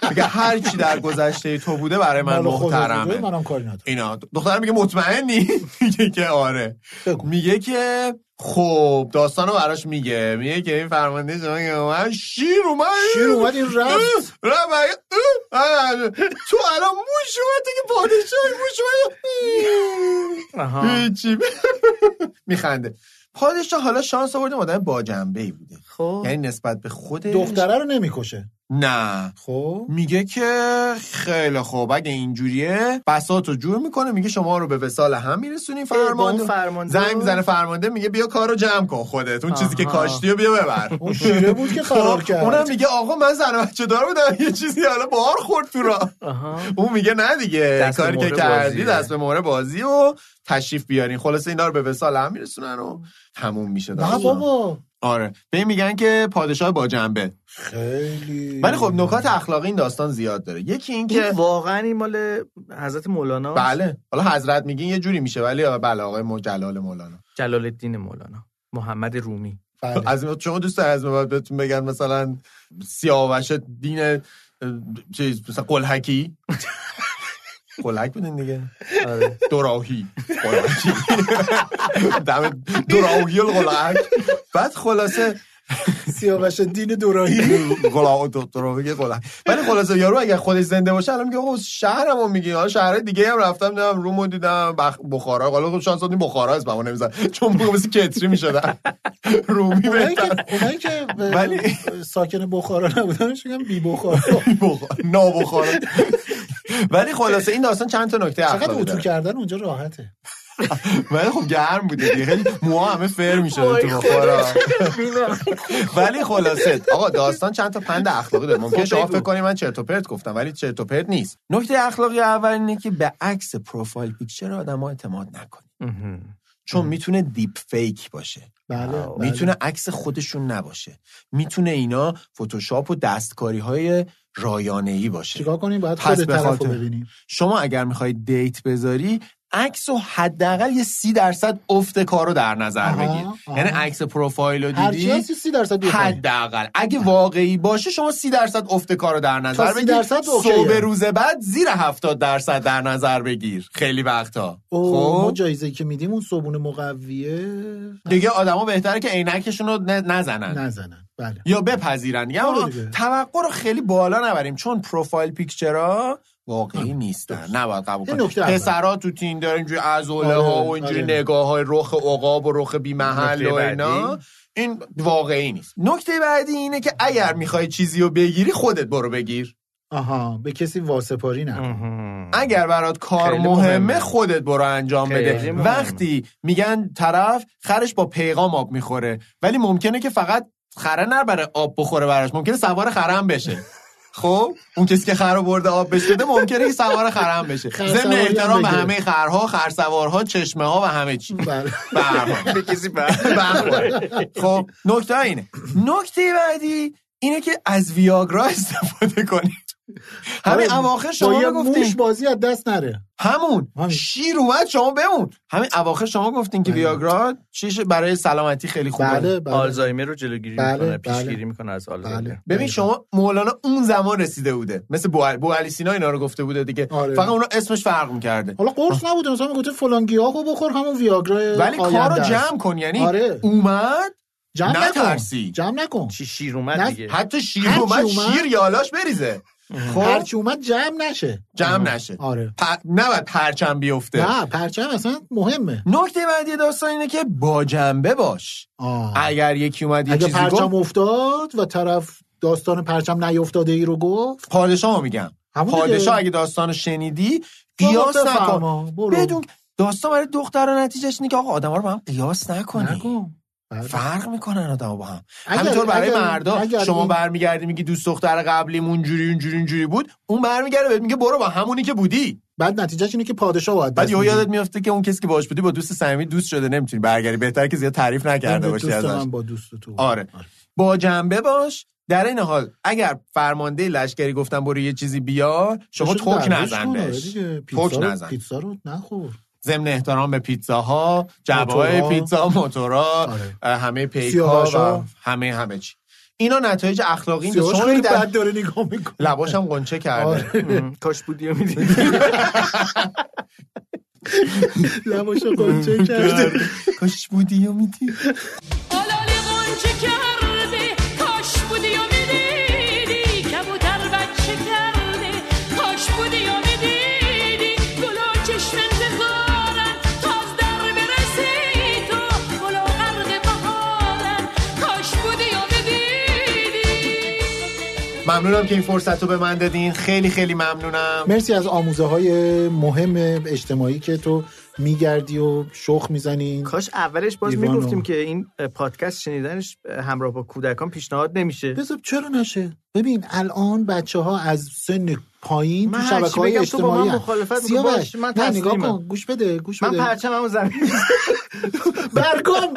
S5: میگه هر چی در گذشته تو بوده برای من
S4: مال خدا بوده،
S5: محترمه
S4: منم کاری ندارم
S5: اینا دختر میگه مطمئنی میگه که آره میگه که خب داستانو براش میگه میگه که این فرمانده شما که من شیر اومد
S4: شیر اومد، این رفت.
S5: اه، رفت، مگه- اه، اه، تو الان موش اومد تو که پادشاهی موش اومد هیچی میخنده پادشاه حالا شانس آورده آدم با جنبه ای بوده خب یعنی نسبت به خودش
S4: دختره رو نمیکشه
S5: نه
S4: خب
S5: میگه که خیلی خوب اگه اینجوریه بسات رو جور میکنه میگه شما رو به وسال هم میرسونیم
S6: با اون
S5: فرمانده
S6: فرمانده
S5: زنگ میزنه فرمانده میگه بیا کارو جمع کن خودت اون چیزی که
S6: آها.
S5: کاشتی رو بیا ببر
S4: اون شیره بود که فرار
S5: خب،
S4: کرد.
S5: اونم میگه آقا من زن و بچه دار بودم یه چیزی حالا بار خورد تو را اون میگه نه دیگه
S6: دست به
S5: کاری که
S6: مهره
S5: کردی
S6: بازیه.
S5: دست به مهره بازی و تشریف بیارین خلاصه اینا رو به وسال هم میرسونن و تموم میشه
S4: نه
S5: داستان.
S4: بابا
S5: آره به این میگن که پادشاه با جنبه
S4: خیلی
S5: ولی خب نکات اخلاقی این داستان زیاد داره یکی این که
S6: این واقعا این مال حضرت مولانا
S5: بله حالا حضرت میگین یه جوری میشه ولی آه، بله آقای مو- جلال مولانا
S6: جلال الدین مولانا محمد رومی
S4: بله.
S5: از این- شما دوست دارید از این بعد بهتون بگن مثلا سیاوش دین اه، چیز مثلا قلحکی قلحک بودین دیگه
S6: آره.
S5: دوراهی قلحکی دم دوراهی القلحک بعد خلاصه
S4: سیاوش دین دوراهی
S5: گلا دوراهی قلحک ولی خلاصه یارو اگر خودش زنده باشه الان میگه آقا شهرمو میگی حالا شهرهای دیگه هم رفتم دیدم رومو دیدم بخ... بخارا حالا خب شانس دادیم بخارا اسممو نمیزن چون بگم مثل کتری میشدن رومی
S4: اونایی
S5: بهتر
S4: که اونایی که ب-
S5: ولی-
S4: ساکن بخارا نبودنش میگم بی بخارا
S5: بخار نابخار ولی خلاصه این داستان چند تا نکته
S4: چقدر
S5: اخلاقی
S4: اتو
S5: داره
S4: کردن اونجا راحته
S5: ولی خب گرم بوده دیگه خیلی موها همه فر میشد تو بخارا ولی خلاصه آقا داستان چند تا پند اخلاقی داره ممکنه شما فکر کنید من چرت و پرت گفتم ولی چرت و پرت نیست نکته اخلاقی اول اینه که به عکس پروفایل پیکچر آدما اعتماد نکنید چون میتونه دیپ فیک باشه
S4: بله بله.
S5: میتونه عکس خودشون نباشه میتونه اینا فتوشاپ و دستکاری های رایانه ای باشه
S4: چیکار کنیم باید
S5: پس
S4: خود
S5: به
S4: طرف
S5: خاطر.
S4: رو ببینیم
S5: شما اگر میخوای دیت بذاری عکس و حداقل یه سی درصد افت کار رو در نظر
S4: آها،
S5: بگیر
S4: آها.
S5: یعنی عکس پروفایل رو
S4: هرچی
S5: دیدی
S4: هستی سی درصد بیخواهیم
S5: حداقل اگه واقعی باشه شما سی درصد افت کار رو در نظر
S4: تا 30%
S5: بگیر
S4: اوکیه.
S5: صبح روز بعد زیر هفتاد درصد در نظر بگیر خیلی وقتا
S4: ما
S5: خب
S4: جایزه که میدیم اون صبون مقویه
S5: دیگه آدما بهتره که عینکشون رو ن- نزنن
S4: نزنن بله
S5: یا بپذیرن یا
S4: آره
S5: آقا
S4: دیگه.
S5: توقع رو خیلی بالا نبریم چون پروفایل پیکچرها واقعی نیستن نباید قبول
S4: این
S5: کنیم
S4: نکته اول.
S5: پسرا تو تیندر اینجوری عضله
S4: آره،
S5: ها و اینجوری
S4: آره.
S5: نگاه های رخ عقاب و رخ بی محل
S6: نکته
S5: و اینا
S6: بعدی؟
S5: این واقعی نیست نکته بعدی اینه که اگر میخوای چیزی رو بگیری خودت برو بگیر
S4: آها به کسی واسپاری نه
S5: اگر برات کار
S6: خیلی
S5: مهمه,
S6: مهمه.
S5: خودت برو انجام
S6: خیلی
S5: بده
S6: مهمه.
S5: وقتی میگن طرف خرش با پیغام آب میخوره ولی ممکنه که فقط خره نبره آب بخوره براش ممکنه سوار خره هم بشه خب اون کسی که خر رو برده آب بشه ممکنه که سوار خره هم بشه
S4: خرسواری
S5: ضمن
S4: هم
S5: احترام به
S4: بگیره.
S5: همه خرها خرسوارها چشمه ها و همه چی
S4: بله
S5: به هر حال.
S6: به کسی بله.
S5: برخوره. خب نکته اینه نکته بعدی اینه که از ویاگرا استفاده کنید همین
S4: آره،
S5: اواخر
S4: با
S5: شما
S4: یه
S5: گفتیم
S4: موش بازی از دست نره
S5: همون
S4: همین.
S5: شیر اومد شما بمون همین اواخر شما گفتین که
S4: بله.
S5: ویاگرا چیش برای سلامتی خیلی خوبه
S4: بله بله
S6: آلزایمر رو جلوگیری
S4: بله، بله.
S6: میکنه پیشگیری میکنه از آلزایمر
S4: بله
S5: ببین شما مولانا اون زمان رسیده بوده مثل بو, بو علی سینا اینا رو گفته بوده دیگه
S4: آره.
S5: فقط اون اسمش فرق میکرده
S4: حالا قرص نبوده مثلا میگفته فلان گیاهو بخور همون ویاگرا
S5: ولی
S4: آینده
S5: کارو
S4: است.
S5: جمع کن یعنی
S4: آره.
S5: اومد
S4: جمع نکن
S5: نترسی.
S4: جمع نکن
S6: چی شیر اومد
S4: نه،
S6: دیگه
S5: حتی شیر
S4: هرچی
S5: اومد,
S4: اومد.
S5: شیر یالاش بریزه خب
S4: هرچی اومد جمع نشه
S5: جمع نشه
S4: آره
S5: پ... نباید پرچم بیفته
S4: نه پرچم اصلا مهمه
S5: نکته بعدی داستان اینه که با جنبه باش
S4: آه.
S5: اگر یکی اومد یه
S4: اگه
S5: چیزی
S4: پرچم
S5: گفت
S4: افتاد و طرف داستان پرچم نیافتاده ای رو گفت
S5: پادشاه میگم
S4: همون دیگه.
S5: پادشاه اگه داستان رو شنیدی قیاس
S4: بابا
S5: نکن
S4: بفرما، برو.
S5: بدون داستان برای دختر نتیجهش اینه که آقا آدم رو با هم قیاس نکنی
S4: نکن بله.
S5: فرق میکنن آدم با هم
S4: اگر-
S5: همینطور برای
S4: اگر-
S5: مردا
S4: اگر
S5: شما
S4: این-
S5: برمیگردی میگی دوست دختر قبلیم اونجوری اونجوری اونجوری بود اون برمیگرده بهت میگه برو با همونی که بودی
S4: بعد نتیجهش اینه که پادشاه باید
S5: بعد
S4: دست
S5: یهو
S4: بگیره.
S5: یادت میفته که اون کسی که باهاش بودی با دوست صمیمی دوست شده نمیتونی برگردی بهتر که زیاد تعریف نکرده
S4: بنده
S5: باشی
S4: دوست آره.
S5: ازش
S4: من با دوست تو
S5: آره. با آره. جنبه باش در این حال اگر فرمانده لشکری گفتن برو یه چیزی بیار شما توک نزن بهش توک نزن
S4: آره پیتزا رو نخور
S5: ضمن احترام به پیتزاها جعبه‌های
S4: موتورها. آره.
S5: پیتزا موتورا همه پیک‌ها و
S4: سیاوش‌ها.
S5: همه همه چی اینا نتایج اخلاقی نیست
S4: سیاوش
S5: شما
S4: خیلی
S5: می‌بینید در-
S4: بد آره. داره نگاه میکنه
S5: لباش هم قنچه کرده
S6: م، کاش بودی و می‌دیدی.
S4: لباش قنچه کرده
S5: کاش بودی و میدی
S1: آلاله غنچه کرده کاش بودی و میدیدی کبوتر بچه کرده کاش بودی و میدیدی گلا چشم انتظارن تاز در برسی تو گلا غرق بهارن کاش بودی و میدیدی
S5: ممنونم که این فرصت رو به من دادین خیلی خیلی ممنونم
S4: مرسی از آموزه های مهم اجتماعی که تو میگردی و شخ
S5: خب.
S4: میزنی
S6: کاش اولش باز
S4: دیوانو.
S6: میگفتیم که این پادکست شنیدنش همراه با کودکان پیشنهاد نمیشه
S4: بذار چرا نشه ببین الان بچه ها از سن پایین
S6: من
S4: تو
S6: هرچی
S4: شبکه های
S6: بگم تو با من
S4: اجتماعی هم.
S6: مخالفت می‌کنی.
S4: سیاوش،
S6: باش، من
S4: نه نگاه
S6: تسلیمم.
S4: کن گوش بده گوش
S6: من
S4: بده
S6: پرچممو زمین برگم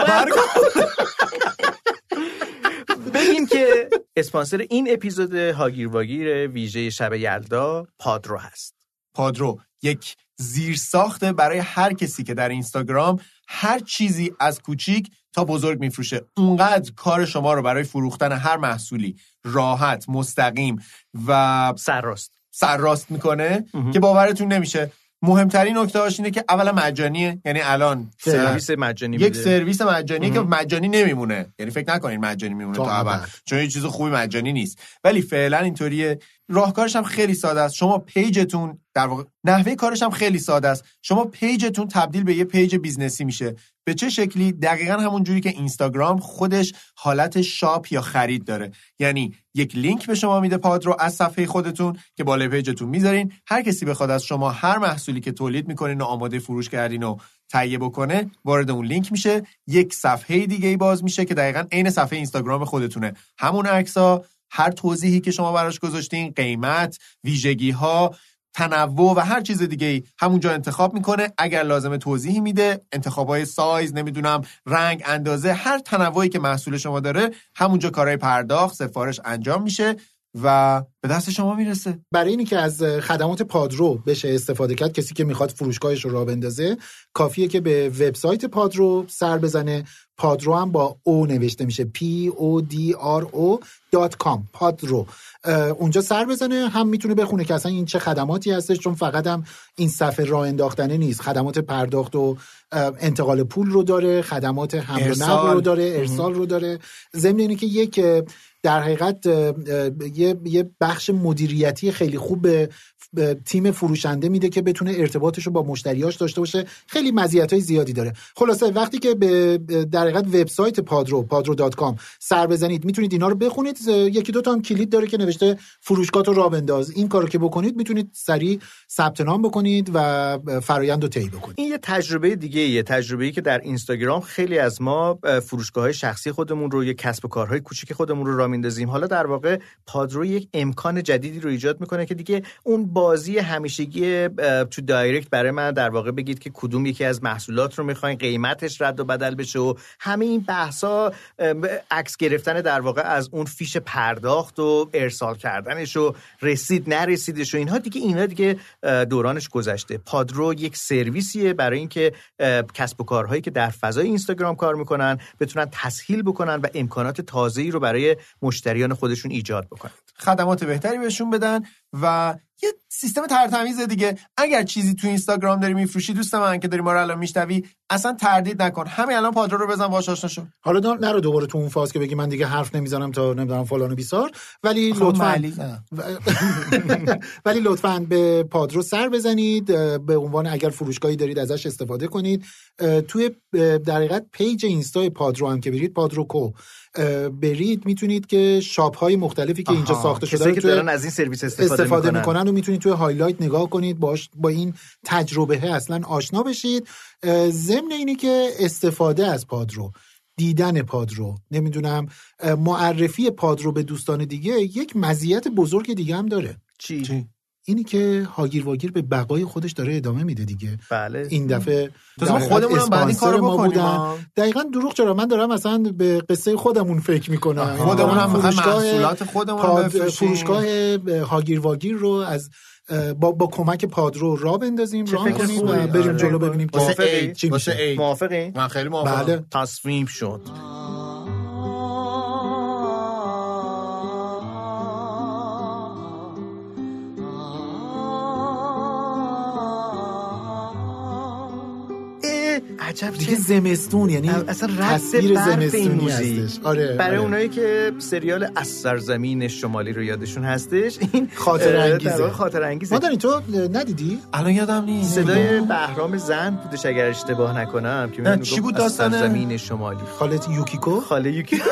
S6: بگین که اسپانسر این اپیزود هاگیر واگیر ویژه شب یلدا پادرو هست
S5: پادرو یک زیرساخته برای هر کسی که در اینستاگرام هر چیزی از کوچیک تا بزرگ میفروشه اونقدر کار شما رو برای فروختن هر محصولی راحت مستقیم و
S6: سرراست
S5: سرراست میکنه که باورتون نمیشه مهمترین نکته هاش اینه که اولا مجانیه یعنی الان
S6: سرویس مجانی
S5: یک
S6: میده.
S5: سرویس مجانی که
S6: مهم.
S5: مجانی نمیمونه یعنی فکر نکنین مجانی میمونه
S6: تا
S5: تا ابد
S6: ابد.
S5: چون یه چیز خوبی مجانی نیست ولی فعلا اینطوریه راهکارش هم خیلی ساده است شما پیجتون در واقع نحوه کارش هم خیلی ساده است شما پیجتون تبدیل به یه پیج بیزنسی میشه به چه شکلی دقیقا همون جوری که اینستاگرام خودش حالت شاپ یا خرید داره یعنی یک لینک به شما میده پاد رو از صفحه خودتون که بالای پیجتون میذارین هر کسی بخواد از شما هر محصولی که تولید میکنین و آماده فروش کردین و تهیه بکنه وارد اون لینک میشه یک صفحه دیگه باز میشه که دقیقا عین صفحه اینستاگرام خودتونه همون عکس‌ها هر توضیحی که شما براش گذاشتین قیمت ویژگی ها تنوع و هر چیز دیگه ای همونجا انتخاب میکنه اگر لازمه توضیحی میده انتخاب های سایز نمیدونم رنگ اندازه هر تنوعی که محصول شما داره همونجا کارهای پرداخت سفارش انجام میشه و به دست شما میرسه
S4: برای اینی که از خدمات پادرو بشه استفاده کرد کسی که میخواد فروشگاهش رو راه بندازه کافیه که به وبسایت پادرو سر بزنه پادرو هم با او نوشته میشه p o d r o .com پادرو اه، اونجا سر بزنه هم میتونه بخونه که اصلا این چه خدماتی هستش چون فقط هم این صفحه راه انداختنه نیست خدمات پرداخت و اه، انتقال پول رو داره خدمات حمل و نقل
S5: ارسال.
S4: رو داره ارسال رو داره ضمن اینه که یک اه، در حقیقت اه، اه، یه یه بخش مدیریتی خیلی خوب به ف- به تیم فروشنده میده که بتونه ارتباطش رو با مشتریاش داشته باشه خیلی مزیت های زیادی داره خلاصه وقتی که به به- در حقیقت وبسایت پادرو پادرو دات کام سر بزنید میتونید اینا رو بخونید اه، یکی دو تا هم کلید داره که نوشته فروشگاه رو راه بنداز این کارو که بکنید میتونید سریع ثبت نام بکنید و اه، فرایند رو طی بکنید
S6: این یه تجربه دیگه یه تجربه ای که در اینستاگرام خیلی از ما فروشگاه های شخصی خودمون رو یه کسب و کارهای کوچیک خودمون رو راه میندازیم حالا در واقع پادرو یک امکان جدیدی رو ایجاد میکنه که دیگه اون بازی همیشگی اه، تو دایرکت برای من در واقع بگید که کدوم یکی از محصولات رو میخواین قیمتش رد و بدل بشه و همه این بحثا اه، عکس گرفتن در واقع از اون فیش پرداخت و ارسال کردنش و رسید نرسیدش و اینها دیگه اینا دیگه اه، دورانش گذشته پادرو یک سرویسیه برای اینکه اه، کسب و کارهایی که در فضای اینستاگرام کار میکنن بتونن تسهیل بکنن و امکانات تازه‌ای رو برای مشتریان خودشون ایجاد بکنن
S5: خدمات بهتری بهشون بدن و یه سیستم ترتمیز دیگه اگر چیزی تو اینستاگرام داری میفروشی دوست من که داری ما رو الان میشنوی اصلا تردید نکن همین الان پادرو رو بزن باهاش آشنا شو
S4: حالا دا- نرو دوباره تو اون فاز که بگی من دیگه حرف نمیزنم تا نمیدونم فلان و بیسار ولی
S5: خب،
S4: لطفا
S5: معلی، نه.
S4: ولی لطفا به پادرو سر بزنید اه، به عنوان اگر فروشگاهی دارید ازش استفاده کنید اه، توی اه، در حقیقت پیج اینستای پادرو هم که برید پادرو کو اه، برید میتونید که شاپ های مختلفی که اینجا
S6: آها،
S4: ساخته شده
S6: کسایی
S4: رو
S6: که
S4: توی
S6: دارن از این سرویس استفاده می‌کنن.
S4: میکنن و میتونید توی هایلایت نگاه کنید باش با این تجربه اصلا آشنا بشید اه، ضمن اینه که استفاده از پادرو دیدن پادرو نمیدونم اه، معرفی پادرو به دوستان دیگه یک مزیت بزرگ دیگه هم داره
S6: چی
S4: اینی که هاگیر واگیر به بقای خودش داره ادامه میده دیگه
S6: بله
S4: این دفعه
S5: تازه ما
S4: در
S5: خودمون هم
S4: حقیقت
S5: بعد این کارو
S4: اسپانسر ما
S5: بکنیم،
S4: بودن.
S5: آه.
S4: دقیقا دروغ چرا من دارم اصلا به قصه خودمون فکر میکنم
S5: خودمون هم محصولات خودمون رو بفروشیم.
S4: فروشگاه هاگیر واگیر رو از اه، با, با کمک پادرو را بندازیم
S6: چه
S4: راه
S6: فکر
S4: کنیم
S6: خوبی.
S4: و بریم
S6: آره.
S4: جلو ببینیم که
S6: واسه
S4: چی
S6: عید. واسه
S4: میشه.
S6: عید. موافقی؟
S5: من خیلی
S4: موافقم. بله.
S6: تصمیم شد اه، عجب
S4: دیگه
S6: چه-
S4: زمستون یعنی
S6: اصلا رد
S4: تصویر
S6: برف این
S4: زمستونی
S6: موزیک.
S4: هستش. آره،
S6: برای
S4: آره.
S6: اونایی که سریال از سرزمین شمالی رو یادشون هستش این
S4: خاطر
S6: اه،
S4: انگیزه.
S6: در واقع خاطر انگیزه
S4: مادرین تو اه، ندیدی
S5: الان یادم نیست
S6: صدای بهرام زن بودش اگر اشتباه نکنم که میگفت
S4: چی بود
S6: از
S4: داستانه؟
S6: سرزمین شمالی
S4: خالت یوکیکو
S6: خاله یوکیکو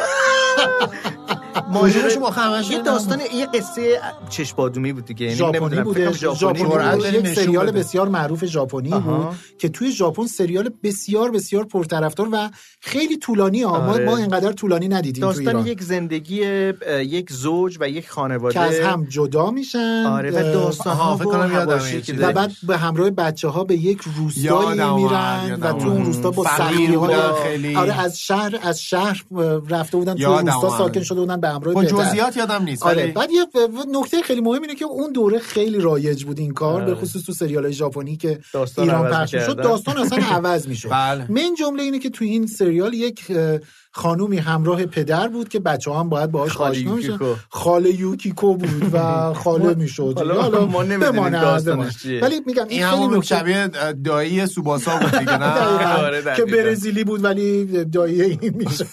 S5: کدومشون آخه همش
S6: یه
S5: یادم
S6: داستان یه قصه چشپادومی بود دیگه یعنی
S4: ژاپنی
S6: نمی‌دونم،
S4: بوده
S6: فکر کنم
S4: ژاپنی
S6: بود.
S4: بود.
S6: جرأت
S4: یک
S6: نشون
S4: سریال
S6: بده.
S4: بسیار معروف ژاپنی
S6: آها.
S4: بود که توی ژاپن سریال بسیار بسیار پرطرفدار و خیلی طولانی ها ما,
S6: آره.
S4: ما اینقدر طولانی ندیدیم تو
S6: داستان
S4: ایران
S6: یک زندگی اه، یک زوج و یک خانواده
S4: که از هم جدا میشن
S6: آره و داستان
S4: اه،
S6: ها
S4: آها،
S6: فکر
S4: فکر
S6: کنم
S4: کنم
S5: یادمه
S6: حواشی
S5: یه
S6: که
S5: چیزی.
S4: و
S6: داره.
S4: بعد به همراه بچه ها به یک روستایی
S5: یادم اومد،
S4: میرن
S5: یادم
S4: و تو اون
S5: اومد.
S4: روستا با
S5: فقیر
S4: سختی
S5: بودن خیلی.
S4: آره از شهر از شهر اه، رفته بودن تو
S5: یادم
S4: روستا
S5: اومد.
S4: ساکن شده بودن به همراه
S5: با
S4: پدر.
S5: جزئیات یادم نیست
S4: آره
S5: ولی-
S4: بعد یه نکته خیلی مهم اینه که اون دوره خیلی رایج بود این کار به خصوص تو سریال ژاپنی که
S6: آره. داستان
S4: ایران
S6: عوض
S4: پخش میشد
S6: می‌کردن.
S4: داستان اصلا عوض میشد
S5: بله.
S4: من جمله اینه که تو این سریال یک اه، خانومی همراه پدر بود که بچه هم باید باهاش
S6: خاله
S4: آشنا میشن
S6: یوکیکو.
S4: خاله یوکیکو بود و خاله میشد
S6: حالا ما نمی‌دونیم داستانش چیه.
S4: ولی میگم
S5: این
S4: این خیلی
S5: همون
S4: نکته
S5: شبیه دایی سوباسا بود دیگه
S4: دقیقاً.
S5: نه
S6: آره، دقیقاً.
S4: که برزیلی بود ولی دایی این میشد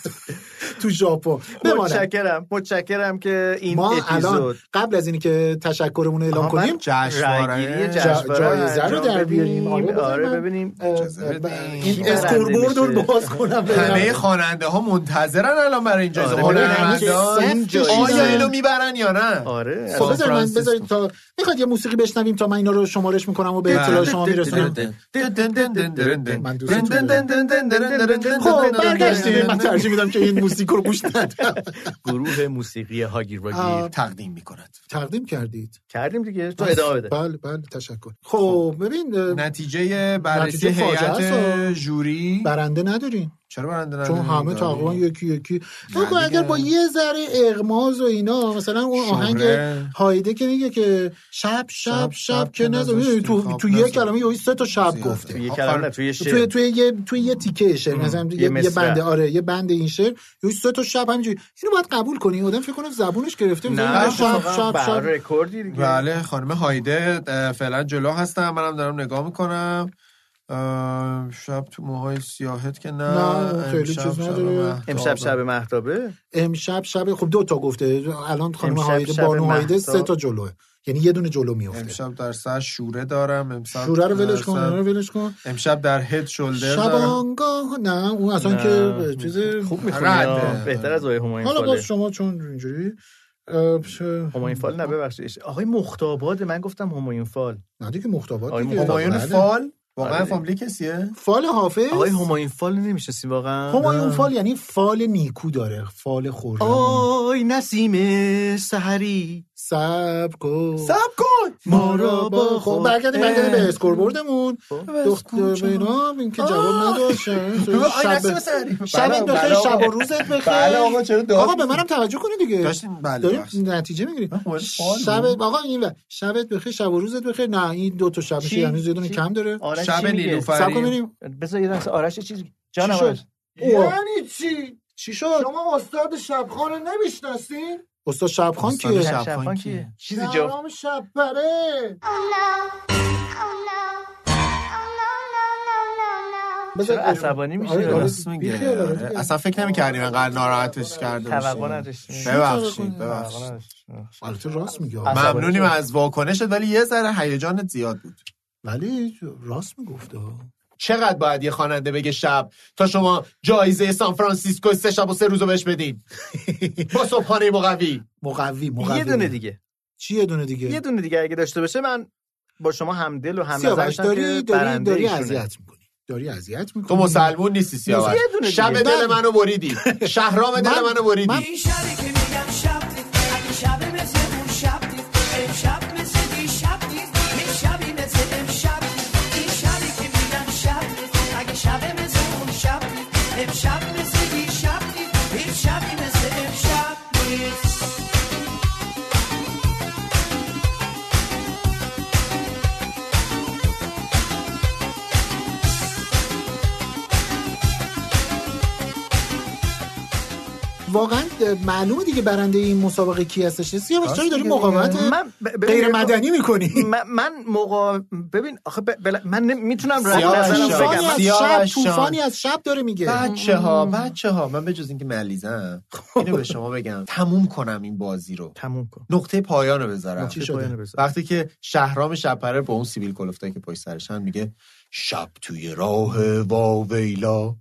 S4: تو ژاپن بماند
S6: متشکرم متشکرم که این
S4: ما الان
S6: اپیزود
S4: قبل از اینی که تشکرمون رو اعلام
S6: آها، من
S4: کنیم
S5: جشنواره
S6: رأیگیری
S4: جا-
S6: جشنواره
S4: جایزه رو
S6: انجام
S4: در بیاریم.
S6: بدیم.
S4: آره، بذار
S6: آره
S4: من-
S6: ببینیم
S4: اه، این
S6: برنده
S4: اسکوربورد
S6: میشه؟
S4: رو باز کنم خب
S5: همه
S4: ببینم.
S5: خواننده ها منتظرن الان برای این جایزه
S6: آره، ببینن که
S5: هنرمندان
S4: این جایزه-
S5: آیا اینو میبرن یا نه
S6: آره
S4: خب بذار من
S5: فرانسیسکو.
S4: بذارید تا میخواد یه موسیقی بشنویم تا من اینا رو شمارش میکنم و به
S5: بله.
S4: اطلاع شما میرسونم
S6: آره.
S4: من دوستتون خب برگشتیم من ترجیح میدم که این موسیقی رو گوش ندم
S6: گروه موسیقی هاگیر واگیر
S4: آه.
S5: تقدیم میکند
S4: تقدیم کردید
S6: کردیم دیگه تو ادامه بده
S4: بله بله تشکر خب ببین اه،
S5: نتیجه بررسی
S4: نتیجه فاجعه
S5: هیئت
S4: است.
S5: جوری
S4: برنده نداریم
S5: چرا برنده نداریم؟
S4: چون همه تقریبا یکی یکی
S5: نه
S4: بگو اگر
S5: دیگه.
S4: با یه ذره اغماز و اینا مثلا اون آهنگ
S5: شهره.
S4: هایده که میگه که شب شب شب که نذاری
S5: نذاشتی
S4: تو
S5: خواب
S4: تو یه
S5: نذاشتی.
S4: کلمه یه سه تا شب گفته
S6: توی کلام نه
S4: توی
S6: توی شعر
S4: توی یه توی یه تیکه شعر مثلا یه, یه
S6: مصرع.
S4: بنده آره یه بند این شعر یه سه تا شب همینجوری اینو باید قبول کنی آدم فکر کنه زبونش گرفته میگه
S6: نه خب،
S4: شب شب
S6: بر
S4: شب
S6: بله. رکوردی دیگه
S5: بله خانم هایده اه، فعلا جلو هستم منم دارم نگاه میکنم اه، شب تو موهای سیاهت که نه
S4: نه، خیلی
S5: امشب
S4: چیز
S5: شب
S4: نداره.
S5: مهتابه.
S6: امشب شب مهتابه
S4: امشب شب خب دو تا گفته الان خانم
S6: امشب
S4: هایده
S6: شب
S4: بانو هایده
S6: مهتاب.
S4: سه تا جلوه یعنی یه دونه جلو میفته
S5: امشب در سر شوره دارم امشب
S4: شوره رو ولش
S5: در
S4: کن
S5: سر-
S4: اینا رو ولش کن
S5: امشب در هد شولدر
S4: شب
S5: دارم
S4: آنگاه نه اون اصلا
S6: نه.
S4: که چیز
S6: خوب
S5: رد.
S6: میخونی خب، بهتر از آقای هماین
S4: حالا باز
S6: فاله
S4: شما چون اینجوری اه، ش-
S6: هماین فال نه ببخشید آقای مختاباد من گفتم هماین فال
S4: نه دیگه مختابات
S6: آقای
S4: دیگه.
S6: مختابات.
S5: همایون
S4: بله.
S5: فال واقعا
S6: آره.
S5: فامیلی کسیه
S4: فال حافظ
S6: آقای هماین فال نمیشناسی واقعا
S4: همایون فال یعنی فال نیکو داره فال خورم
S6: آی نسیم سحری
S4: سب کن
S5: سب کن
S4: ما را با خب
S6: خود.
S4: برگردیم برگردیم
S6: اه.
S4: به اسکوربوردمون
S5: خب.
S4: دختر اینا این که جواب نداشتن
S5: آی
S4: شب
S5: نسیم سحری.
S4: شب
S5: بله،
S4: بخیر
S5: بله، آقا.
S4: شب و روزت بخیر
S5: بله، آقا، چرا داد
S4: آقا به
S5: می‌زنی؟
S4: منم توجه کنه دیگه
S5: داشتیم بله
S4: داریم
S5: بخش.
S4: نتیجه میگیریم
S5: آقا، فال
S4: شب
S5: بود.
S4: آقا این و- شبت بخیر شب و روزت بخیر نه این دو تا شب میشه
S6: چی؟
S4: هنوز یه دونه
S6: چی؟
S4: کم داره
S6: آرش
S5: شب
S6: چی میگه؟
S5: نیلوفر.
S4: سب
S5: آفرین.
S4: کن ببینیم
S6: بذار یه لحظه آرش یه چیز جانم
S4: چی شد؟
S6: آرش.
S4: اوه،
S11: یعنی چی؟
S4: چی شد
S11: شما استاد شبخانه نمیشناسین؟
S4: استاد شبخان
S5: استاد
S4: کیه
S5: شب-
S6: شبخان
S5: شبخان
S6: کیه؟
S5: کیه؟
S6: چیزی جا
S11: شب بره
S4: بذار-
S6: چرا عصبانی میشه؟
S4: آره، آره.
S5: راست میگه.
S4: بیخیال آره دیگه.
S5: آره. اصلا فکر نمی‌کردیم انقدر ناراحتش کرده
S6: توقع
S5: باشیم.
S6: نداشتیم
S5: ببخشید
S6: توقع
S5: ببخشید
S6: نداشتیم.
S4: البته راست میگه بله، آقا.
S6: عصبانی
S5: ممنونیم
S6: شد.
S5: از واکنشت ولی یه ذره هیجانت زیاد بود
S4: ولی راست میگفته
S5: چقدر باید یه خواننده بگه شب تا شما جایزه سان فرانسیسکو سه شب و سه روزو بهش بدین با صبحانه مقوی
S4: مقوی مقوی
S6: یه دونه دیگه
S4: چی یه دونه دیگه
S6: یه دونه دیگه اگه داشته باشه من با شما همدل و هم نظر
S4: سیاوش
S6: میشم
S4: داری
S6: که
S4: داری
S6: برنده
S4: داری
S6: ایشونه.
S4: اذیت میکنی داری اذیت میکنی
S5: تو مسلمون نیستی سیاوش
S6: یه دونه دیگه.
S5: شب دل
S4: من-
S5: منو بریدی شهرام دل
S4: من-
S5: منو بریدی
S4: من-
S2: این شبی که میگم شب دید. اگه شب مثل اون شب دید. امشب مثل دیشب دید.
S4: واقعا معلومه دیگه برنده این مسابقه کی هستش سیاوش چرا داری
S6: دیگه.
S4: مقاومت
S6: من ب- ببین-
S4: غیر مدنی میکنی
S6: من, من موقع ببین آخه ب- بل... من نمی- میتونم رد
S5: سیاه شان.
S6: نظرم بگم من-
S4: از
S5: سیاه
S4: شب
S5: شان.
S4: طوفانی از شب داره میگه
S5: بچه ها بچه ها من به جز اینکه ملیزم اینو به شما بگم تموم کنم این بازی رو
S6: تموم کن
S5: نقطه پایان رو بذارم
S6: چی شده؟ پایان رو بذار.
S5: وقتی که شهرام شبپره با اون سیبیل کلفتایی که پشت سرشن میگه شب توی راه واویلا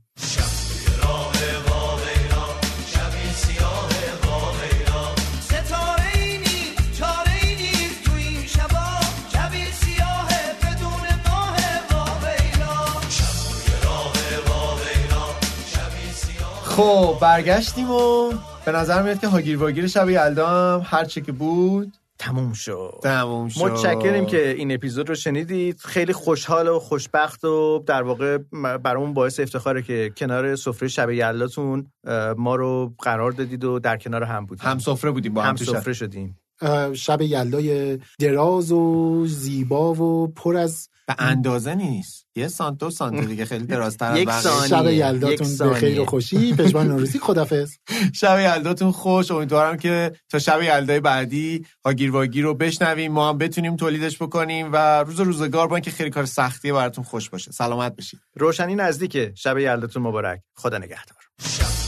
S2: ستاره ای نیست چاره ای نیست تو این شبا شبی سیاه بدون ماه واویلا شب توی راه واویلا شبی سیاه
S5: خب برگشتیم و به نظر میاد که هاگیر واگیر شب یلدا هم هر چه که بود
S6: تموم شد
S5: تموم شد
S6: متشکریم که این اپیزود رو شنیدید خیلی خوشحال و خوشبخت و در واقع م- برامون باعث افتخاره که کنار سفره شب یلاتون اه، ما رو قرار دادید و در کنار هم بودیم هم
S5: سفره بودیم با
S6: هم,
S5: هم تو شب.
S6: سفره شدیم
S4: اه، شب یلدای دراز و زیبا و پر از
S5: به اندازه نیست یه سانت دو سانت دیگه خیلی درازتر
S4: یک
S5: بقیه.
S4: شب یلداتون به خیر و خوشی پشمان نوروزی خدافز
S5: شب یلداتون خوش امیدوارم که تا شب یلدای بعدی هاگیر واگیر رو بشنویم ما هم بتونیم تولیدش بکنیم و روز و روزگار با که خیلی کار سختیه براتون خوش باشه سلامت بشید
S6: روشنی نزدیکه شب یلداتون مبارک خدا نگهدار